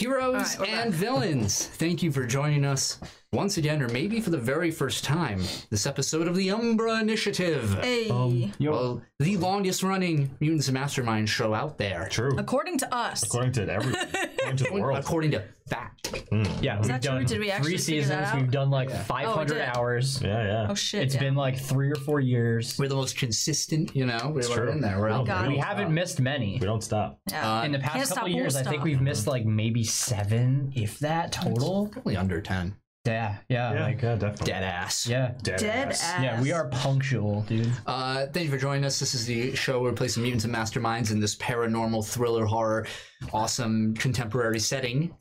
Heroes All right, we're and back. villains, thank you for joining us once again, or maybe for the very first time, this episode of the Umbra Initiative. Hey. Yo, Well, the longest running Mutants and Mastermind show out there. True. According to us. According to everyone, according to the world. According to fact. yeah, we've that true? done Did we actually three figure that seasons. out? We've done like 500 did. hours. Yeah, yeah. oh shit. It's yeah. been like three or four years. We're the most consistent, you know. We're true. in there. We're out God. there. We haven't missed many. We don't stop. Yeah. In the Can't past stop, couple won't years, I think stop. we've missed like maybe seven, if that total. Probably under ten. Yeah, yeah, Yeah, like yeah, uh, definitely. Dead ass. yeah, Dead ass. yeah. We are punctual, dude. Uh, thank you for joining us. This is the show where we play some mutants and masterminds in this paranormal thriller horror, awesome contemporary setting.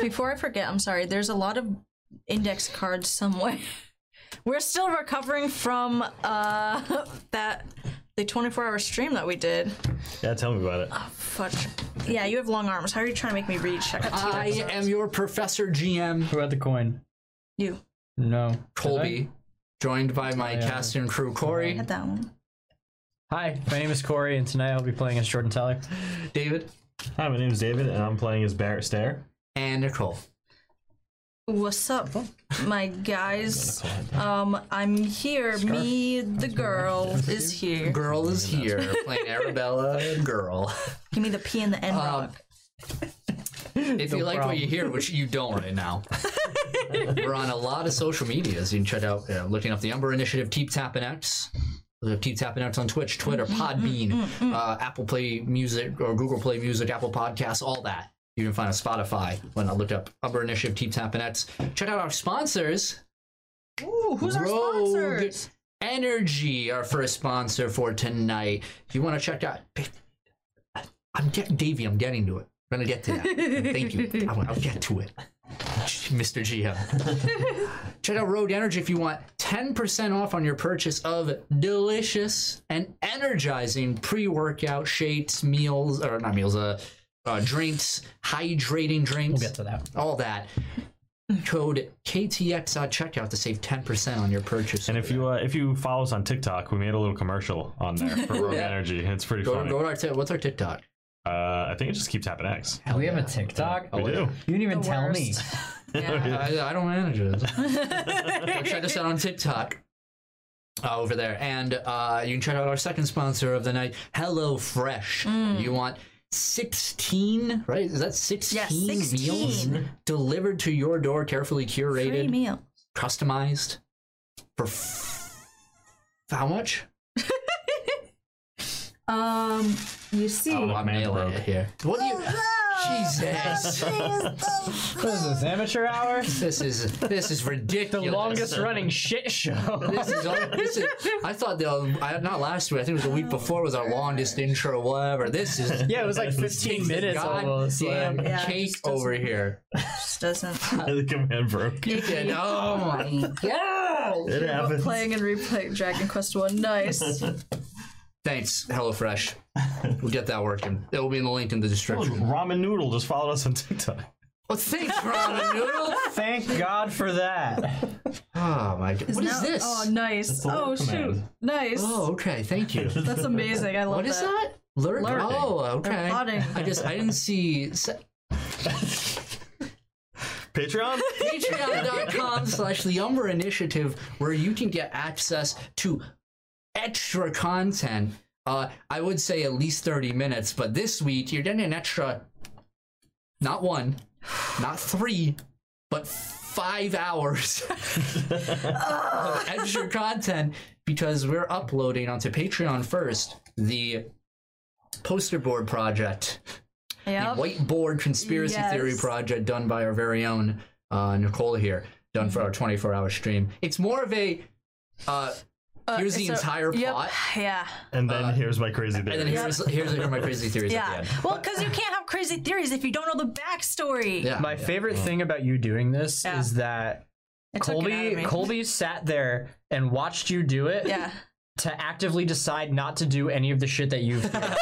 Before I forget, I'm sorry. There's a lot of index cards somewhere. We're still recovering from uh that the 24 hour stream that we did. Yeah, tell me about it. Fuck. Yeah, you have long arms. How are you trying to make me read? Check out I T-Rex arms. am your professor GM Who had the coin? you. No. Did Colby, joined by my cast and crew Corey, Had that one. I? Hi, my name is Corey, and tonight I'll be playing as Jordan Tyler. David, Hi, my name is David, and I'm playing as Barrett Stare. and Nicole. What's up, Oh. my guys? Um, I'm here. Me, the girl, is here. Girl is here playing Arabella. and Girl. Give me the P and the Uh, N rock. If you like what you hear, which you don't right now, we're on a lot of social medias. You can check out uh, looking up the Umber Initiative, Keep Tapping X. Look up Keep Tapping X on Twitch, Twitter, Podbean, uh, Apple Play Music or Google Play Music, Apple Podcasts, all that. You can find us Spotify when I look up Umber Initiative, Keep Tapping X. Check out our sponsors. Ooh, who's our Rogue sponsors? Energy, our first sponsor for tonight. If you want to check out, I'm getting Davey. I'm getting to it. I'm gonna get to that. Thank you. I'll, I'll get to it, Mr. GM. check out Rogue Energy if you want 10% off on your purchase of delicious and energizing pre-workout shakes, meals, or not meals, uh, uh drinks, hydrating drinks We'll get to that. all that. Code KTX at checkout to save 10% on your purchase. And if you uh, if you follow us on TikTok, we made a little commercial on there for Rogue Energy, and it's pretty go, funny. go to our t- what's our TikTok? Uh, I think it just keeps tapping X. we have a TikTok. We do. You didn't even The tell me. worst. Yeah. I, I don't manage it. check us out on TikTok uh, over there. And uh, you can check out our second sponsor of the night, Hello Fresh. You want 16, right? Is that 16, Yeah, 16. meals delivered to your door, carefully Free curated, meal. customized for f- how much? Um, you see. know. I'm man nailing broke. it here. What do you? Oh, Jesus. What is this amateur hour? This is this is The ridiculous. longest running shit show. This is, all, this is I thought the I, not last week. I think it was the Oh, week before was our longest intro, whatever. This is Yeah, it was like 15 minutes almost. goddamn like- Yeah, cake just doesn't- over here. Just doesn't. The command broke. Chicken. Oh my god! It happens. Playing and replaying Dragon Quest One. Nice. Thanks, HelloFresh. We'll get that working. It will be in the link in the Look, description. Ramen Noodle just followed us on TikTok. Oh, thanks, ramen noodle. Thank God for that. Oh my god! What is Now- this? Oh, nice. a Oh lurk shoot. command. Nice. Oh, okay. Thank you. That's amazing. I love What is that? Lurk. Lurk. Oh, okay. potting. I just I didn't see. se- Patreon? patreon.com slash the umber initiative where you can get access to extra content uh, i would say at least 30 minutes but this week you're getting an extra not one not three but five hours of extra content because we're uploading onto patreon first the poster board project Yep. the whiteboard conspiracy Yes. theory project done by our very own uh, Nicole here, done for our 24 hour stream. It's more of a uh, here's the it's a- entire yep. plot, Yeah. And then here's my crazy and then theory. here's here's here are my crazy theories Yeah. at the end. Well, because you can't have crazy theories if you don't know the backstory. Yeah, My favorite thing about you doing this Yeah. is that It took it out of Colby me. Colby sat there and watched you do it Yeah. to actively decide not to do any of the shit that you've done.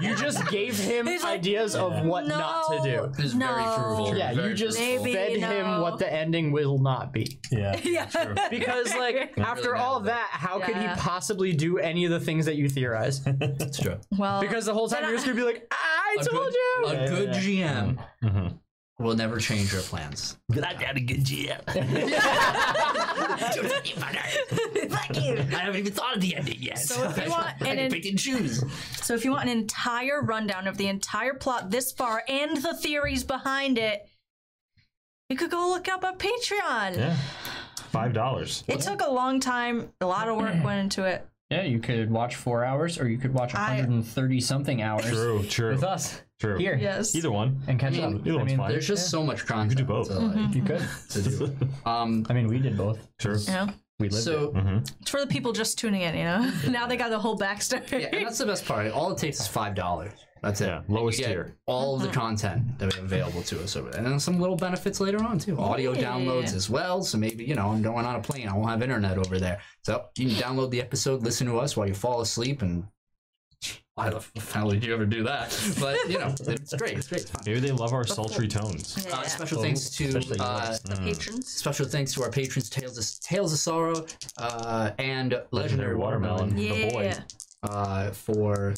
you just gave him He's like, ideas of what not to no. do. This is No. very fruitful. Yeah, very you just fruitful. Maybe, fed him no. what the ending will not be. Yeah. Yeah. Because like after mad all with it. that, how could he Yeah. possibly do any of the things that you theorized? It's true. Well. Because the whole time you're just gonna be like, I A told good, you. a good GM We'll never change your plans. I got a good deal. Fuck you. I haven't even thought of the ending yet. So if you want I an can en- pick and choose. So if you want an entire rundown of the entire plot this far and the theories behind it, you could go look up on Patreon. Yeah. Five dollars. It took a long time. A lot of work went into it. Yeah, you could watch four hours, or you could watch I- 130 something hours True, true. with us True. here Yes. Either one. and catch I mean, up. either one's fine. There's just so much content. do both. Mm-hmm. To, like, you could. to do. Um, I mean, we did both. True. You know? We lived it. so It's for the people just tuning in, you know? now they got the whole backstory. yeah, and that's the best part. All it takes is five dollars. That's it. Yeah, lowest You get tier. All the content that we have available to us over there, and then some little benefits later on too. Audio downloads as well. So maybe you know I'm going on a plane. I won't have internet over there, so you can download the episode, listen to us while you fall asleep, and why the f- hell did you ever do that? But you know it's great. It's great. It's fun. Maybe they love our sultry tones. Mm. Uh, Yeah. special thanks to especially uh, yours. the patrons. special thanks to our patrons Tales of, Tales of Sorrow uh, and Legendary Watermelon The boy. Yeah. uh, for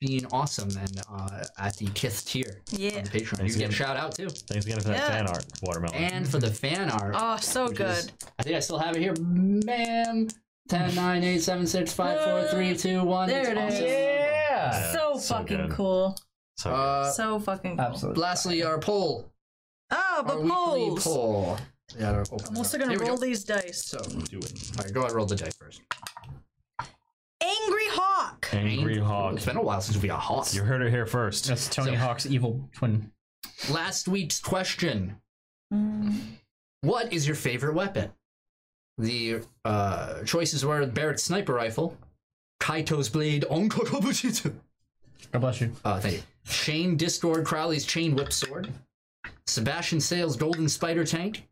being awesome and uh, at the Kith tier Yeah. on the Patreon. You Thanks can get a again. shout out too. Thanks again for that Yeah. fan art, Watermelon. And for the fan art. Oh, so which good. is- I think I still have it here. Bam! 10, 9, 8, 7, 6, 5, 4, 3, 2, 1. There it It's is. awesome. yeah. so so fucking good. cool. so Uh, So fucking cool. Absolutely. lastly, our poll. Oh, Our the weekly polls. poll. Yeah, our poll. I'm also gonna Here we roll go. these dice. So, all do it. right, go ahead, roll the dice first. Angry Hawk. Angry Hawk. It's been a while since we got Hawk. You heard it here first. That's Tony Hawk's evil twin. Last week's question. Mm. What is your favorite weapon? The uh, choices were Barrett's sniper rifle, Kaito's blade, Onkokobushitsu. God bless you. Uh, thank you. Shane Distord Crowley's chain whip sword, Sebastian Sale's golden spider tank,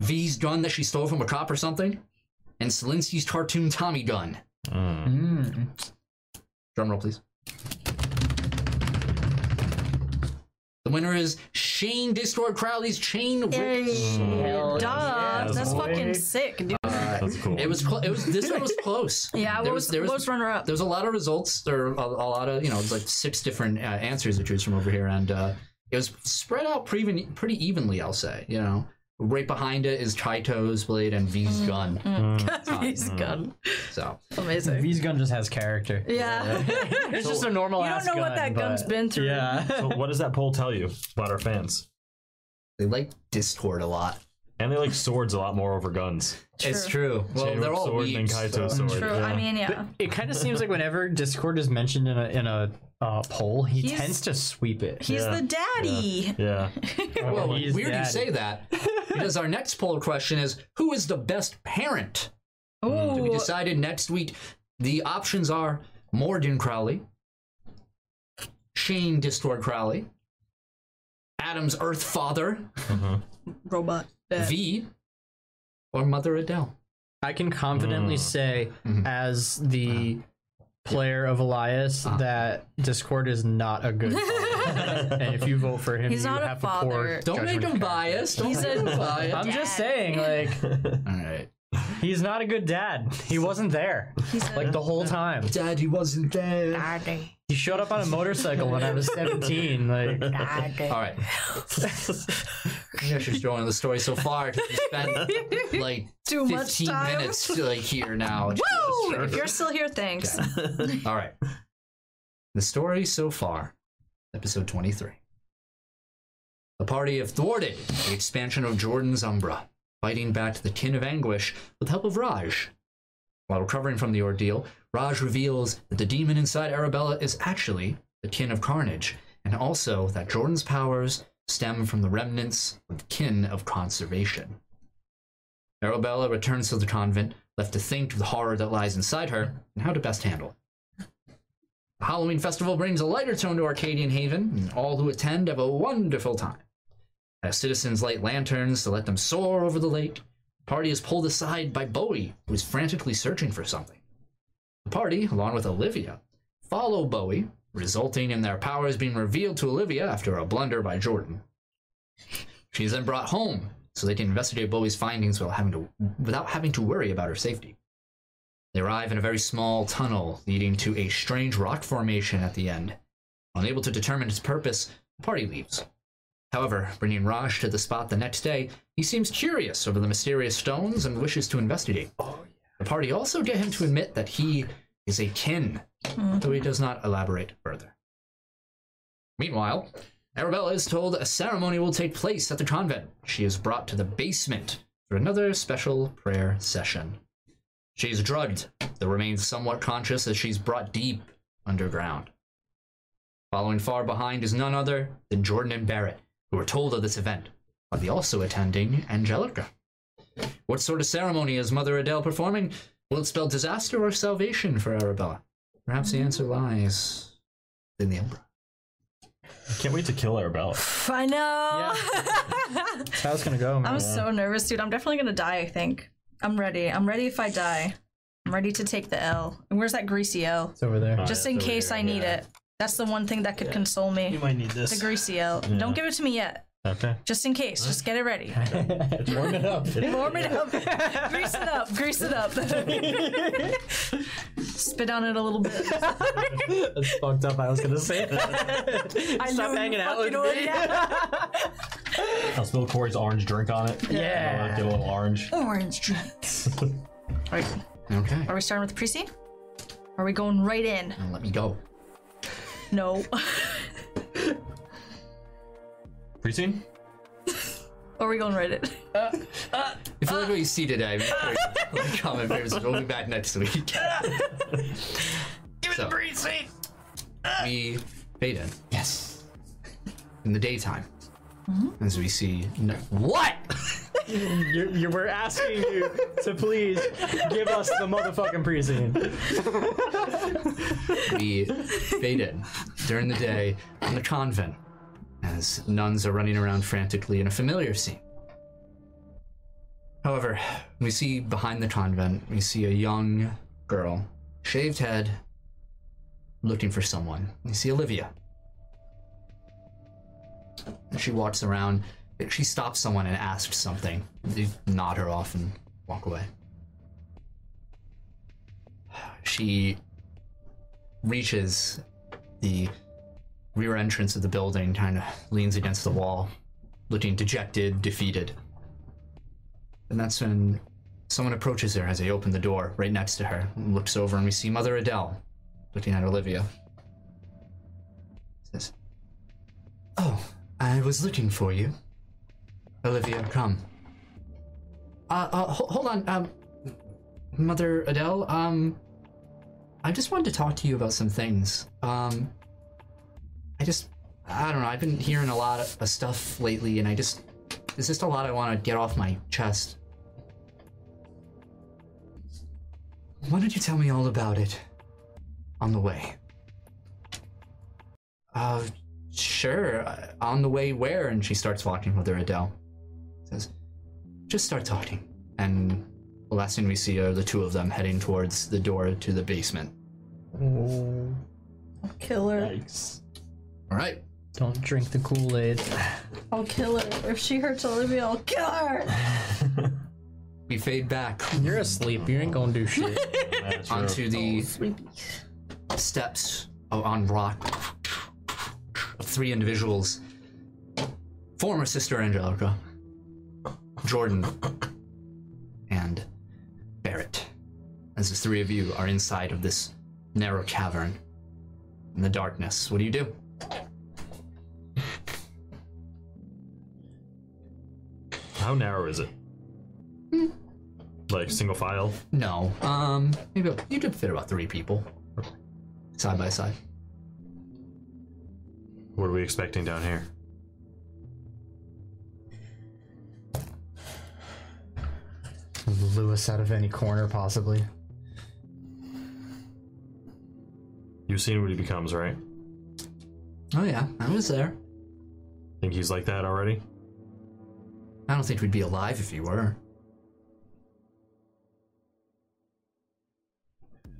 V's gun that she stole from a cop or something, and Selinsky's cartoon Tommy gun. Mm. Drum roll, please. The winner is Shane Distord Crowley's chain whip Yay. Duh. yes, That's boy. fucking sick, dude. That's cool. Uh, It was close. It was this one was close. yeah, what there was, was there what was was runner up? there was a lot of results. There were a, a lot of you know, it's like six different uh, answers to choose from over here, and uh, it was spread out pretty even- pretty evenly. I'll say, you know, right behind it is Kaito's blade and V's gun. He's gone. So Amazing. V's gun just has character. Yeah. It's just a normal you don't ass know what that gun's been through. Yeah. So what does that poll tell you about our fans? they like Discord a lot. And they like swords a lot more over guns. It's true. Well, Jaywalk they're all sword and weebs, Kaito so- sword. True. yeah. I mean, yeah. it kind of seems like whenever Discord is mentioned in a in a uh, poll, he He's- tends to sweep it. He's Yeah. the daddy. yeah. Well, He's weird you daddy. say that because our next poll question is who is the best parent? Ooh. We decided next week the options are Morgan Crowley, Shane Distord Crowley, Adam's Earth Father, Robot. dad. V, or Mother Adele. I can confidently Mm. say, Mm-hmm. as the player of Elias, Uh-huh. that Discord is not a good. father. and if you vote for him, He's you not a have poor father. Don't judgment make him of character. biased. Don't He's make a- him biased. I'm Dad. just saying, like All right. he's not a good dad. He wasn't there, like the whole time. Daddy wasn't there. Daddy. He showed up on a motorcycle when I was 17. Like Daddy. All right. I guess just going on the story so far. 'cause We spent like Too much 15 time. minutes like here now. Woo! If you're still here, thanks. All right. The story so far, episode 23. The party have thwarted the expansion of Jordan's Umbra, fighting back the kin of anguish with the help of Raj. While recovering from the ordeal, Raj reveals that the demon inside Arabella is actually the kin of Carnage, and also that Jordan's powers stem from the remnants of the kin of conservation. Arabella returns to the convent, left to think of the horror that lies inside her and how to best handle it. The Halloween festival brings a lighter tone to Arcadian Haven, and all who attend have a wonderful time. As citizens light lanterns to let them soar over the lake, the party is pulled aside by Bowie, who is frantically searching for something. The party, along with Olivia, follow Bowie, resulting in their powers being revealed to Olivia after a blunder by Jordan. She is then brought home so they can investigate Bowie's findings without having to, without having to worry about her safety. They arrive in a very small tunnel leading to a strange rock formation at the end. Unable to determine its purpose, the party leaves. However, bringing Raj to the spot the next day, he seems curious over the mysterious stones and wishes to investigate. The party also get him to admit that he is a kin, though he does not elaborate further. Meanwhile, Arabella is told a ceremony will take place at the convent. She is brought to the basement for another special prayer session. She is drugged, though remains somewhat conscious as she's brought deep underground. Following far behind is none other than Jordan and Barrett, who are told of this event, by the also attending Angelica. What sort of ceremony is Mother Adele performing? Will it spell disaster or salvation for Arabella? Perhaps the answer lies in the Umbra. Can't wait to kill Arabella. Pff, I know. That's how it's gonna go, man. I'm so nervous, dude. I'm definitely gonna die. I think. I'm ready. I'm ready if I die. I'm ready to take the L. And where's that greasy L? it's over there. Just that's in over case here, I need yeah. it. That's the one thing that could console me. might need The this. greasy L. Don't give it to me yet. Okay. Just in case. Just get it ready. Warm it up. Warm it up. grease it up. Grease it up. Spit on it a little bit. That's fucked up. I was gonna say that. I Stop know you hanging out with fucking would, me. yeah. I'll spill Corey's orange drink on it. Yeah. Get a little orange. Orange drinks. Right. Okay. Are we starting with the pre-scene? Are we going right in? Now let me go. No. Pre scene? Are we going right in? If you like what you see today, make sure you like, comment, favors, and we'll be back next week. Give it so, We fade in Yes. in the daytime. As we see, no, what? You're, you we're asking you to please give us the motherfucking pre-scene. we fade in during the day in the convent as nuns are running around frantically in a familiar scene. However, we see behind the convent, we see a young girl, shaved head, looking for someone. We see Olivia. And She walks around, she stops someone and asks something. They nod her off and walk away. She reaches the rear entrance of the building, kind of leans against the wall, looking dejected, defeated. And that's when someone approaches her as they open the door right next to her, and looks over, and we see Mother Adele looking at Olivia. Says, Oh, I was looking for you. Olivia, come. Uh, uh, ho- hold on, um, Mother Adele, um, I just wanted to talk to you about some things. Um, I just, I don't know. I've been hearing a lot of, of stuff lately, and I just, there's just a lot I want to get off my chest. Why don't you tell me all about it on the way? Uh, sure. uh, On the way where? And she starts walking with her Adele. Says, just start talking. And the last thing we see are the two of them heading towards the door to the basement. Kill her. Yikes. All right. Don't drink the Kool-Aid. I'll kill her. If she hurts Olivia, I'll kill her. We fade back You're asleep. You ain't gonna do shit. That's onto the Sleepy. steps o- on rock of three individuals former sister Angelica, Jordan, and Barrett. As the three of you are inside of this narrow cavern in the darkness, what do you do? How narrow is it? Like single file? No, um, maybe you could fit about three people side by side. What are we expecting down here? Lewis out of any corner, possibly. You've seen what he becomes, right? Oh yeah, I was there. Think he's like that already? I don't think we'd be alive if you were.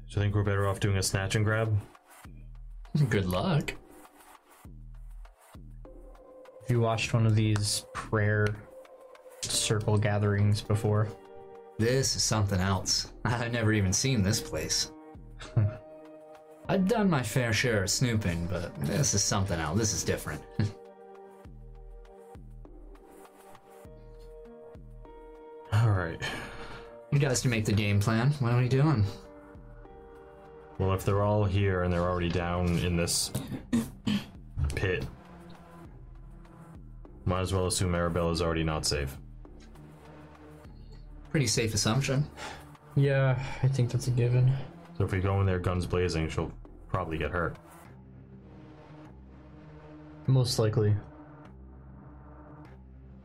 So you think we're better off doing a snatch and grab? Good luck. Have you watched one of these prayer circle gatherings before? This is something else. I've never even seen this place. I've done my fair share of snooping, but this is something else. This is different. right. You guys can make the game plan. What are we doing? Well, if they're all here and they're already down in this pit, might as well assume Arabella's already not safe. Pretty safe assumption. Yeah, I think that's a given. So if we go in there guns blazing, she'll probably get hurt. Most likely.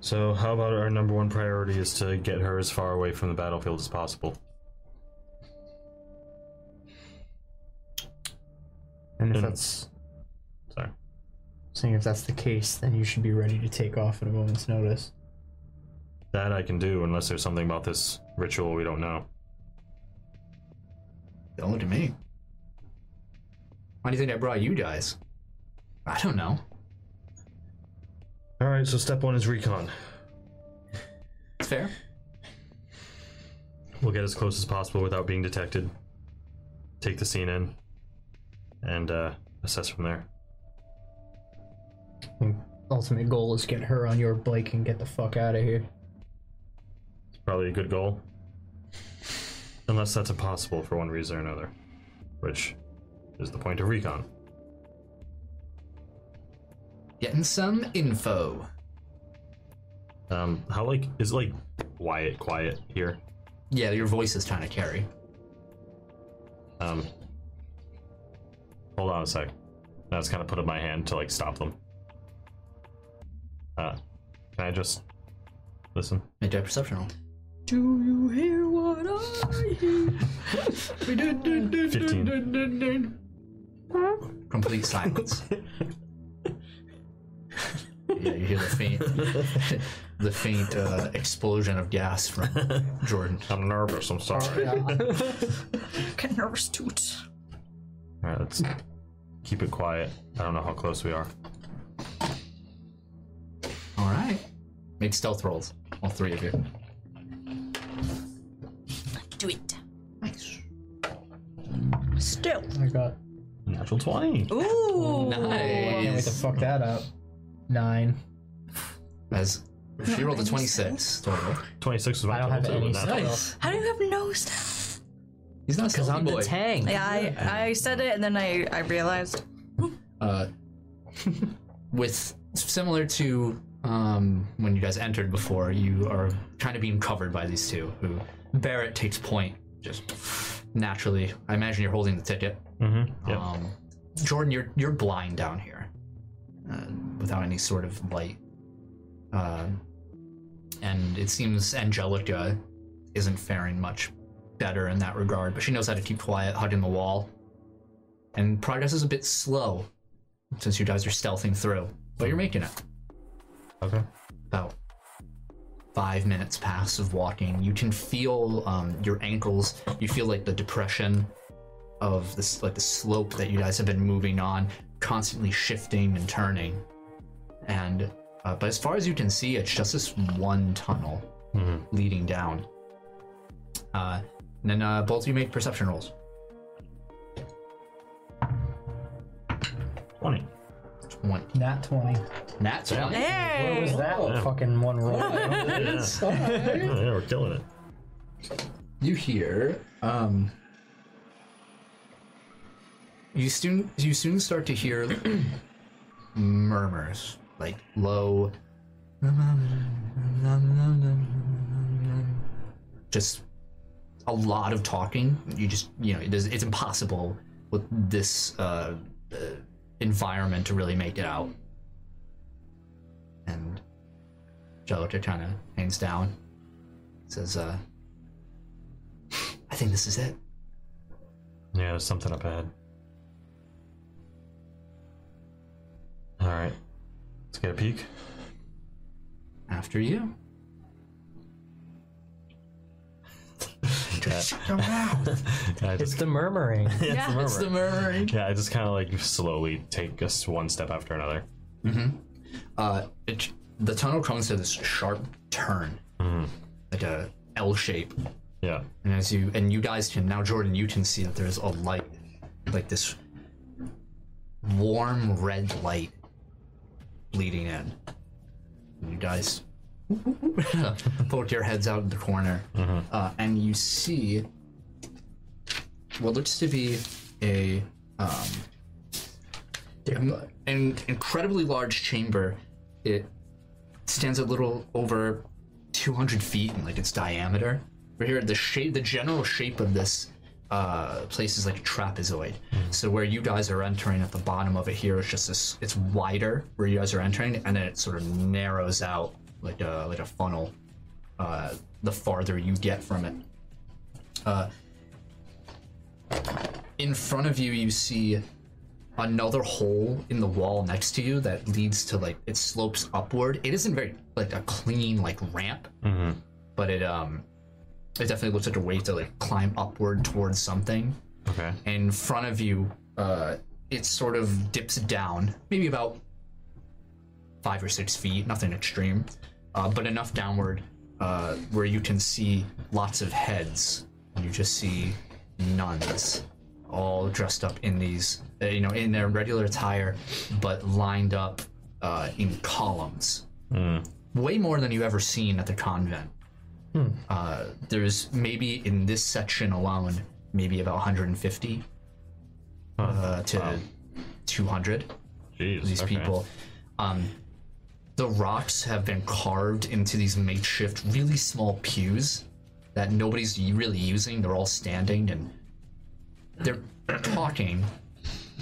So how about our number one priority is to get her as far away from the battlefield as possible? And if And- that's Sorry. saying if that's the case, then you should be ready to take off at a moment's notice. That I can do unless there's something about this ritual we don't know. Don't look at me. Why do you think I brought you guys? I don't know. Alright, so step one is recon. It's fair. We'll get as close as possible without being detected. Take the scene in. And uh assess from there. think ultimate goal is get her on your bike and get the fuck out of here. It's probably a good goal. Unless that's impossible for one reason or another. Which is the point of recon. Getting some info. Um how like is it like quiet quiet here? Yeah, your voice is kind of carry. Um, hold on a sec. I was kind of put up my hand to like stop them. Uh, can I just listen? Make that perception roll. Do you hear what I hear? Fifteen. Complete silence. yeah, you hear the faint, the faint uh, explosion of gas from Jordan. I'm nervous. I'm sorry. All Get nervous, toot. right, let's keep it quiet. I don't know how close we are. All right, make stealth rolls, all three of you. Do it. Nice. Still. I got. Natural twenty. Ooh. Can't wait to Nice. fuck that up. Nine. As she rolled a twenty-six total. Twenty-six was my I don't total, have too, any natural. Nice. How do you have no stuff? He's not a stealthy boy. tank. Yeah, I, I said it and then I, I realized. uh, with similar to um, when you guys entered before, you are kind of being covered by these two. Who Barrett takes point just naturally. I imagine you're holding the ticket. Mm-hmm. Yep. Um, Jordan, you're you're blind down here, uh, without any sort of light. Uh, and it seems Angelica isn't faring much better in that regard, but she knows how to keep quiet, hugging the wall. And progress is a bit slow, since you guys are stealthing through, but you're making it. okay. About five minutes pass of walking. You can feel um, your ankles. You feel like the depression of this, like the slope that you guys have been moving on, constantly shifting and turning. And uh, but as far as you can see, it's just this one tunnel leading down. Uh, and then uh, both of you make perception rolls. Twenty. One. Nat 20. That's one. What was Hey! that? Fucking one roll. Yeah, yeah, we're killing it. you hear um you soon you soon start to hear murmurs like low just a lot of talking you just you know it is, it's impossible with this uh, uh environment to really make it out and Jelica kind of hangs down says uh I think this is it. Yeah, there's something up ahead. All right. Let's get a peek. After you. Yeah. I just It's the murmuring. Yeah, It's the murmuring. Yeah, I just kind of like slowly take us one step after another. Uh, it, the tunnel comes to this sharp turn, like a L shape, Yeah. and as you and you guys can now, Jordan, you can see that there's a light, like this warm red light, bleeding in. And you guys poke your heads out of the corner, uh, and you see what looks to be a um, an, an incredibly large chamber. It stands a little over 200 feet in like its diameter. We're here. The shape, the general shape of this uh, place is like a trapezoid. So where you guys are entering at the bottom of it here is just this. It's wider where you guys are entering, and then it sort of narrows out like a like a funnel. Uh, the farther you get from it. Uh, in front of you, you see another hole in the wall next to you that leads to like it slopes upward. It isn't very like a clean like ramp, but it um it definitely looks like a way to like climb upward towards something. Okay. In front of you, uh, it sort of dips down, maybe about five or six feet, nothing extreme, uh, but enough downward uh, where you can see lots of heads. You just see nuns, all dressed up in these, uh, you know, in their regular attire, but lined up uh, in columns. Way more than you've ever seen at the convent. Uh, there's maybe in this section alone, maybe about 150 uh, to 200 Jeez. these okay. people. Um, the rocks have been carved into these makeshift, really small pews that nobody's really using. They're all standing and they're talking,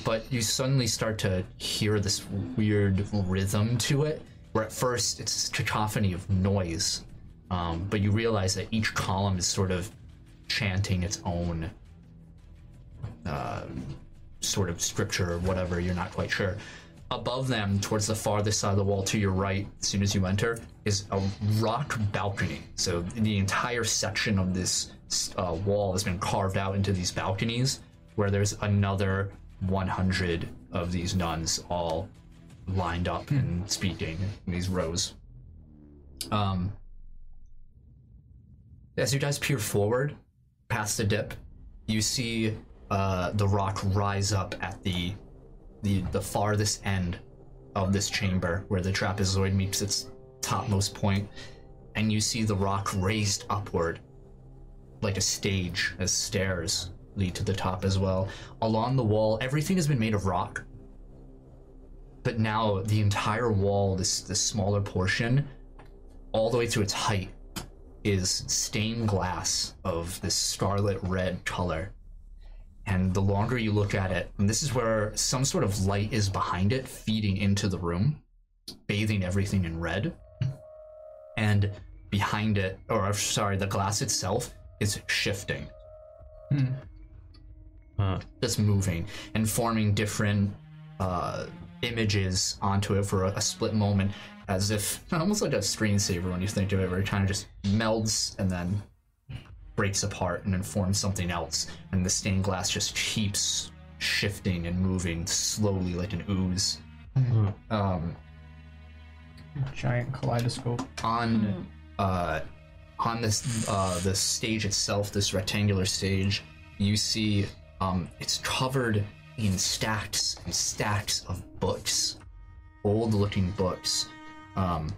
but you suddenly start to hear this weird rhythm to it. Where at first it's this cacophony of noise, um, but you realize that each column is sort of chanting its own sort of scripture or whatever, you're not quite sure. Above them, towards the farthest side of the wall to your right, as soon as you enter, is a rock balcony. So the entire section of this uh, wall has been carved out into these balconies, where there's another 100 of these nuns all lined up and speaking in these rows. Um, as you guys peer forward past the dip, you see uh, the rock rise up at the, the the farthest end of this chamber where the trapezoid meets its topmost point, and you see the rock raised upward, like a stage as stairs lead to the top as well. Along the wall, everything has been made of rock, but now the entire wall, this this smaller portion, all the way to its height, is stained glass of this scarlet red color and the longer you look at it, and this is where some sort of light is behind it, feeding into the room, bathing everything in red. And behind it, or I'm sorry, the glass itself is shifting, Huh. just moving and forming different uh, images onto it for a, a split moment, as if almost like a screensaver when you think of it, where it kind of just melds and then breaks apart and informs something else, and the stained glass just keeps shifting and moving slowly like an ooze. Um, Giant kaleidoscope. on uh, on this uh, the stage itself, this rectangular stage, you see um, it's covered in stacks and stacks of books, old-looking books, um,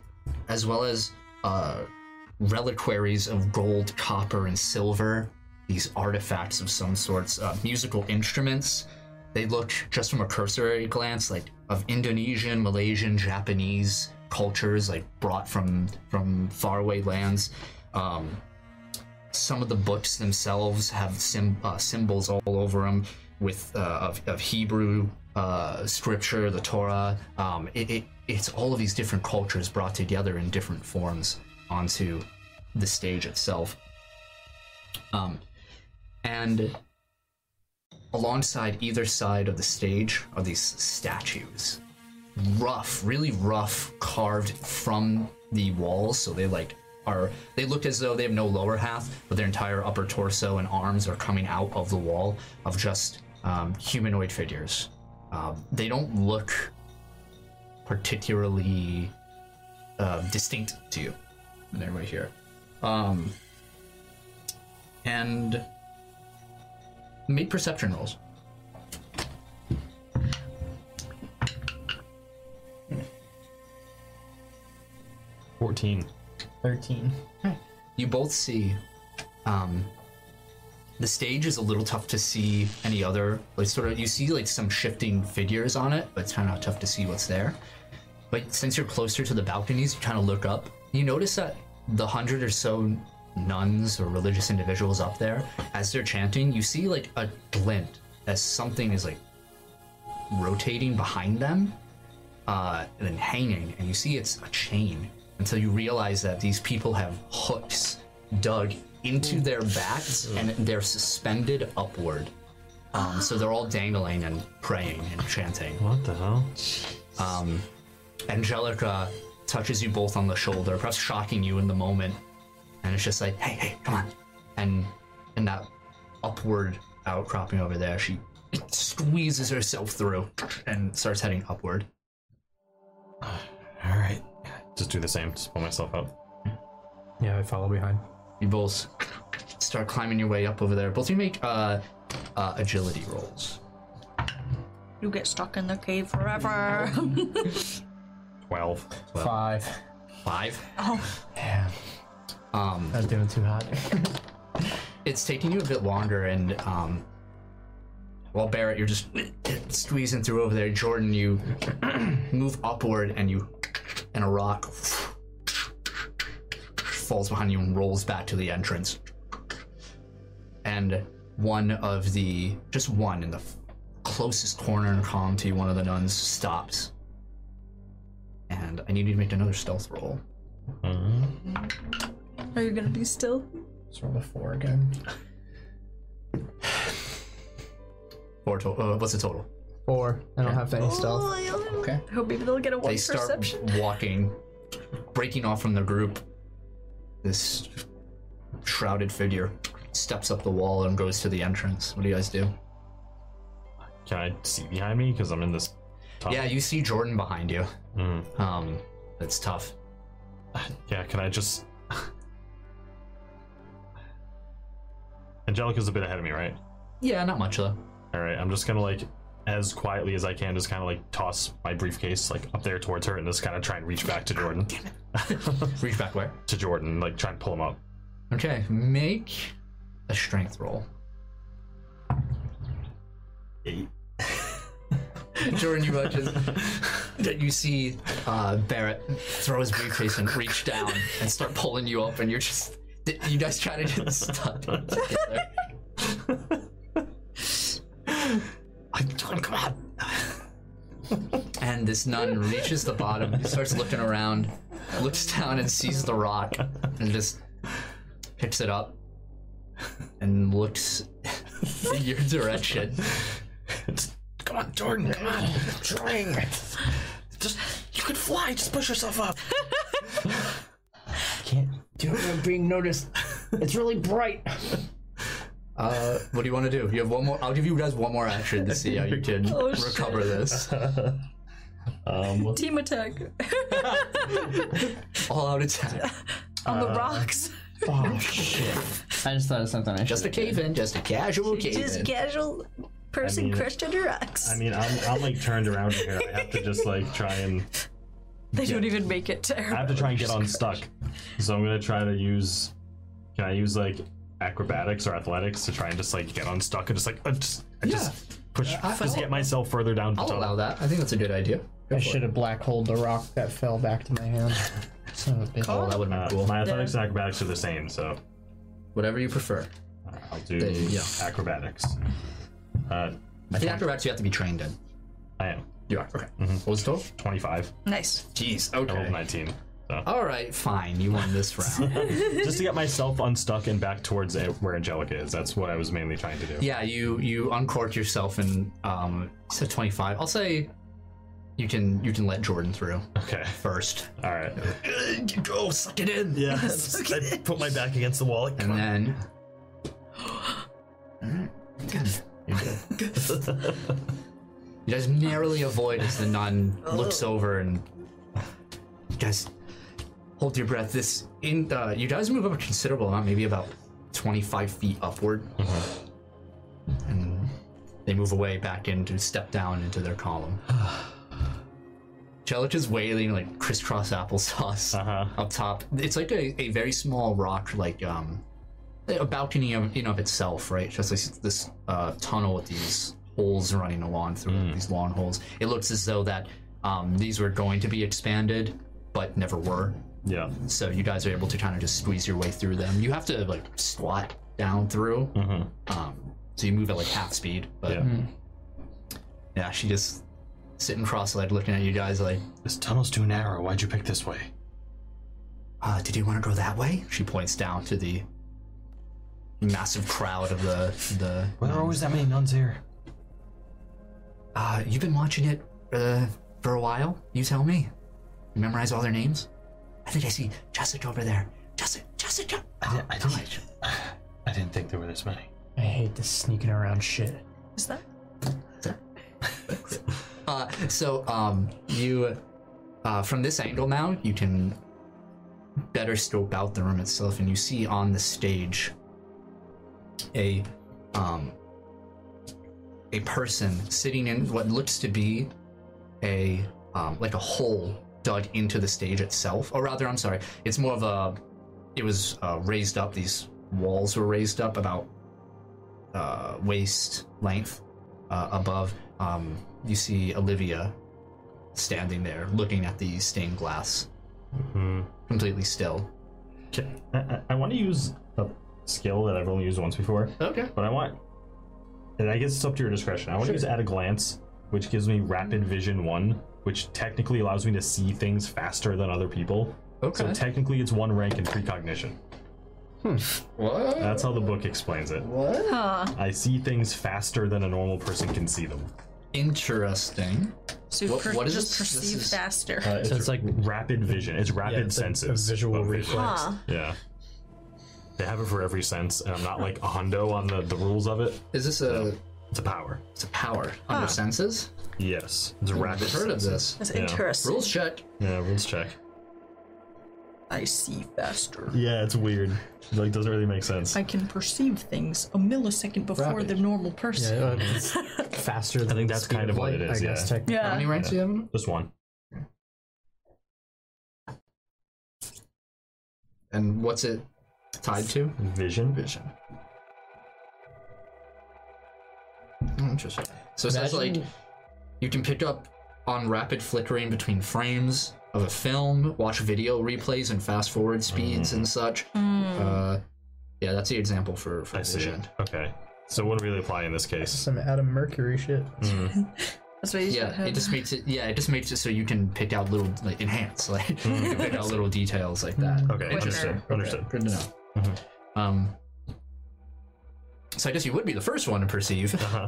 as well as uh, reliquaries of gold, copper, and silver. These artifacts of some sorts, uh, musical instruments. They look just from a cursory glance like of Indonesian, Malaysian, Japanese cultures, like brought from from faraway lands. Um, some of the books themselves have sym uh, symbols all over them with uh, of, of Hebrew uh, scripture, the Torah. Um, it, it, it's all of these different cultures brought together in different forms onto the stage itself. Um, and alongside either side of the stage are these statues rough, really rough, carved from the walls. So they like are they look as though they have no lower half, but their entire upper torso and arms are coming out of the wall of just um, humanoid figures. Um, they don't look particularly uh, distinct to you. They're right here. Um, and make perception rolls. Fourteen. Thirteen. you both see um the stage is a little tough to see any other like sort of you see like some shifting figures on it but it's kind of tough to see what's there but since you're closer to the balconies you kind of look up you notice that the hundred or so nuns or religious individuals up there as they're chanting you see like a glint as something is like rotating behind them uh, and then hanging, and you see it's a chain until you realize that these people have hooks dug into their backs and they're suspended upward. Um, so they're all dangling and praying and chanting. What the hell? Angelica touches you both on the shoulder, perhaps shocking you in the moment, and it's just like, hey, hey, come on. And in that upward outcropping over there, she squeezes herself through and starts heading upward. All right. Just do the same. Just pull myself up. Yeah, I follow behind. You both start climbing your way up over there. Both of you make uh, uh, agility rolls. You get stuck in the cave forever. Twelve. Five. Five. Yeah. Um, I was doing too hot. it's taking you a bit longer, and um, well, Barrett, you're just squeezing through over there. Jordan, you move upward, and you and a rock falls behind you and rolls back to the entrance. And one of the just one in the closest corner and column to you, one of the nuns stops. And I need you to make another stealth roll. Mm-hmm. Are you gonna be still? Let's roll a four again. Or to- uh, what's the total? Four. I don't have any stealth. Oh. Okay. I hope maybe they'll get a one they start perception. walking, breaking off from the group. This shrouded figure steps up the wall and goes to the entrance. What do you guys do? Can I see behind me? Because I'm in this. Top. Yeah, you see Jordan behind you. Mm. Um, that's tough. Yeah. Can I just? Angelica's a bit ahead of me, right? Yeah, not much though. All right. I'm just gonna like, as quietly as I can, just kind of like toss my briefcase like up there towards her, and just kind of try and reach back to Jordan. Reach back where? to Jordan, like try and pull him up. Okay, make a strength roll. Eight. Jordan, you watch as that you see uh, Barrett throw his briefcase and reach down and start pulling you up, and you're just you guys try to get stuck together. I'm Jordan, come on. And this nun reaches the bottom, starts looking around, looks down and sees the rock, and just picks it up and looks in your direction. Come on, Jordan. Come on. I'm trying. Just you can fly. Just push yourself up. Can't do it. I'm being noticed. It's really bright. Uh, what do you want to do? You have one more. I'll give you guys one more action to see how you can Oh, shit. recover this. Team attack All out attack. on the rocks. Oh shit. I just thought of something I should. Just a cave in. Just a casual cave Just in. casual person I mean- crushed under rocks. I mean, I'm, I'm like turned around here. I have to just like try and they don't even make it to I her. have to try and get unstuck. So I'm gonna try to use. Can I use like acrobatics or athletics to try and just like get unstuck and just like uh, just I just push I- just get myself further down to I'll the allow that. I think that's a good idea. I should have black holed the rock that fell back to my hand. Son of a bitch. Oh, that would Uh, have been cool. My athletics and acrobatics are the same, so uh, Whatever you prefer. I'll do There you go. acrobatics. Uh, I think acrobatics you have to be trained in. I am You are okay. Mm-hmm. What was told? 25, Nice. Jeez. I rolled Okay. 19. So. All right. Fine. You won this round. Just to get myself unstuck and back towards uh, where Angelica is. That's what I was mainly trying to do. yeah. You you uncork yourself and um. So twenty five. I'll say. You can you can let Jordan through Okay. first. All right. Uh, Go suck it in. Yeah. I put my back against the wall. And then. You're good. you guys narrowly avoid as the nun looks over and you guys hold your breath. This in uh, you guys move up a considerable amount, maybe about twenty five feet upward, and they move away back into step down into their column. Jellich is wailing like crisscross applesauce Uh-huh. up top. It's like a, a very small rock, like um, a balcony of, in of itself, right? Just like this uh, tunnel with these holes running along through it, these long holes. It looks as though that um, these were going to be expanded, but never were. Yeah. So you guys are able to kind of just squeeze your way through them. You have to like squat down through. Um, so you move at like half speed, but Yeah. yeah, she just sitting cross-legged looking at you guys like, This tunnel's too narrow. Why'd you pick this way? uh, did you want to go that way? She points down to the massive crowd of the the Why there are always that many nuns here? uh you've been watching it uh for a while? You tell me. You memorize all their names? I think I see Jessica over there. Jessica Jessica Oh, I, di- I didn't. I didn't think there were this many. I hate this sneaking around shit. Is that? Uh, so um, you, uh, from this angle now, you can better scope out the room itself, and you see on the stage a um, a person sitting in what looks to be a um, like a hole dug into the stage itself, or rather, I'm sorry, it's more of a it was uh, raised up. These walls were raised up about uh, waist length uh, above, um, you see Olivia standing there looking at the stained glass, Mm-hmm. completely still. Okay. I, I, I want to use a skill that I've only used once before, Okay. but I want. And I guess it's up to your discretion. I want to use at a glance, which gives me rapid vision one, which technically allows me to see things faster than other people. Okay. So technically, it's one rank in precognition. what? That's how the book explains it. What? Huh. I see things faster than a normal person can see them. Interesting. So What- per- what is just this? This perceive is- faster. Uh, it's, it's like like- rapid vision. It's rapid it's a- a senses. visual of reflex. huh. Yeah. They have it for every sense, and I'm not like a hundo on the, the rules of it. Is this a It's a power. it's a power under senses? Yes. It's a I've rapid. heard of this. That's Yeah. interesting. Rules check. Yeah, rules check. I see faster. Yeah, it's weird. Like doesn't really make sense. I can perceive things a millisecond before Rapid. the normal person. Yeah, it's faster than I think that's kind of what it is, I guess, yeah. technically. Yeah. How many ranks do you have? in it? Just one. And what's it tied to? Vision. Vision. Oh, Interesting. So it says like Imagine- you can pick up on rapid flickering between frames of a film, watch video replays and fast forward speeds Mm. and such. Uh, yeah, that's the example for, for I see. vision. Okay. So it wouldn't really apply in this case. Hmm. Some Adam Mercury shit. That's what you Yeah, said. it just makes it. Yeah, it just makes it so you can pick out little like enhance, like you can pick Mm. out little details like that. Okay, understood. Understood. Good to know. Mm-hmm. Um, so I guess you would be the first one to perceive. Uh-huh.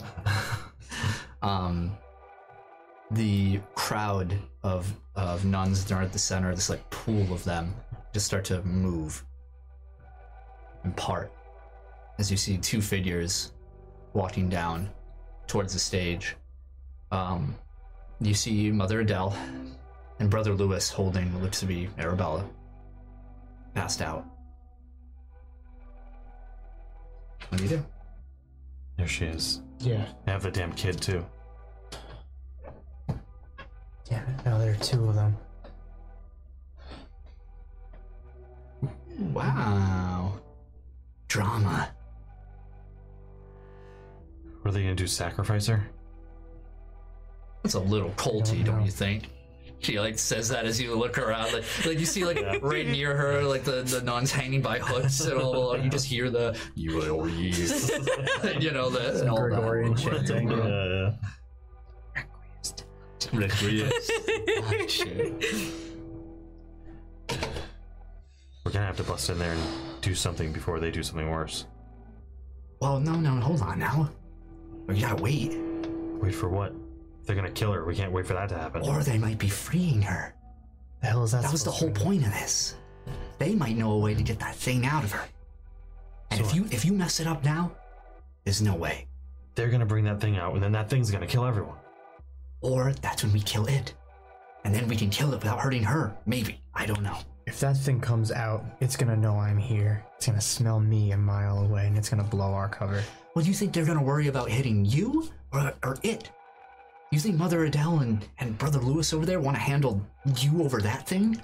um, the crowd of of nuns that are at the center, this like pool of them, just start to move and part as you see two figures walking down towards the stage. Um, you see Mother Adele and Brother Lewis holding what looks to be Arabella, passed out. What do you do? There she is. Yeah. I have the damn kid too. Damn it. Now there are two of them. Wow. Drama. Were they gonna do sacrifice her? That's a little colty, don't you think? She like says that as you look around, like, like you see like right near her, like the, the nuns hanging by hooks, and all, you just hear the you will always," you know the all that. Gregorian chanting. yeah. Requiem. Ah, shit. We're gonna have to bust in there and do something before they do something worse. Well, no, no, hold on now. We gotta wait, Wait for what? They're gonna kill her. We can't wait for that to happen. or they might be freeing her. The hell is that? That was the whole supposed to point of this. They might know a way to get that thing out of her. And if So- you if you mess it up now, there's no way. They're gonna bring that thing out, and then that thing's gonna kill everyone. Or that's when we kill it. And then we can kill it without hurting her. Maybe. I don't know. be? If that thing comes out, it's gonna know I'm here. It's gonna smell me a mile away, and it's gonna blow our cover. Well, do you think they're gonna worry about hitting you or, or it? You think Mother Adele and, and Brother Lewis over there want to handle you over that thing?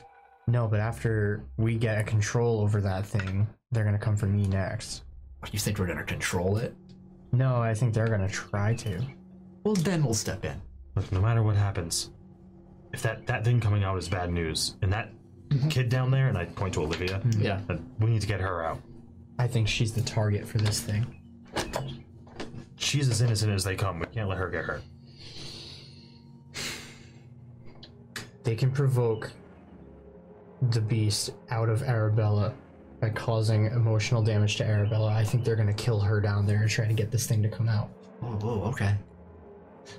No, but after we get a control over that thing, they're gonna come for me next. You think we're gonna control it? No, I think they're gonna try to. Well, then we'll step in. Look, no matter what happens, if that that thing coming out is bad news, and that kid down there, and I point to Olivia, Yeah. uh, we need to get her out. I think she's the target for this thing. She's as innocent as they come. We can't let her get hurt. They can provoke the beast out of Arabella by causing emotional damage to Arabella. I think they're gonna kill her down there and try to get this thing to come out. Oh, whoa, okay.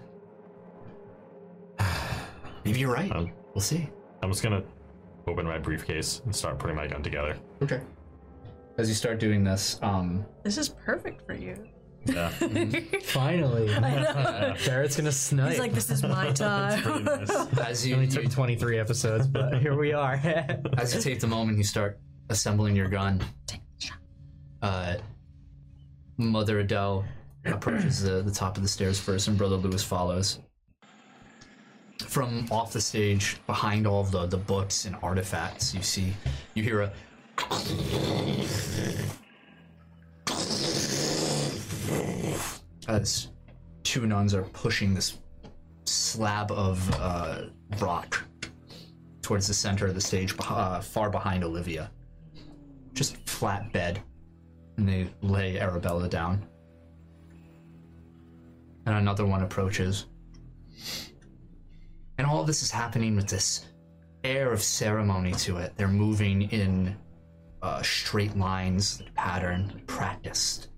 Maybe you're right. Um, We'll see. I'm just gonna open my briefcase and start putting my gun together. Okay. As you start doing this, um, This is perfect for you. Yeah. Mm-hmm. Finally, Barrett's gonna snipe. He's like, this is my time. as you, only you took 23 episodes, but here we are. as you take the moment, you start assembling your gun. Uh, Mother Adele approaches the, the top of the stairs first, and Brother Lewis follows. From off the stage, behind all of the, the books and artifacts, you see, you hear a as two nuns are pushing this slab of uh, rock towards the center of the stage, beh- uh, far behind Olivia. Just flat bed, and they lay Arabella down. And another one approaches. And all this is happening with this air of ceremony to it. They're moving in uh, straight lines, like a pattern, practiced.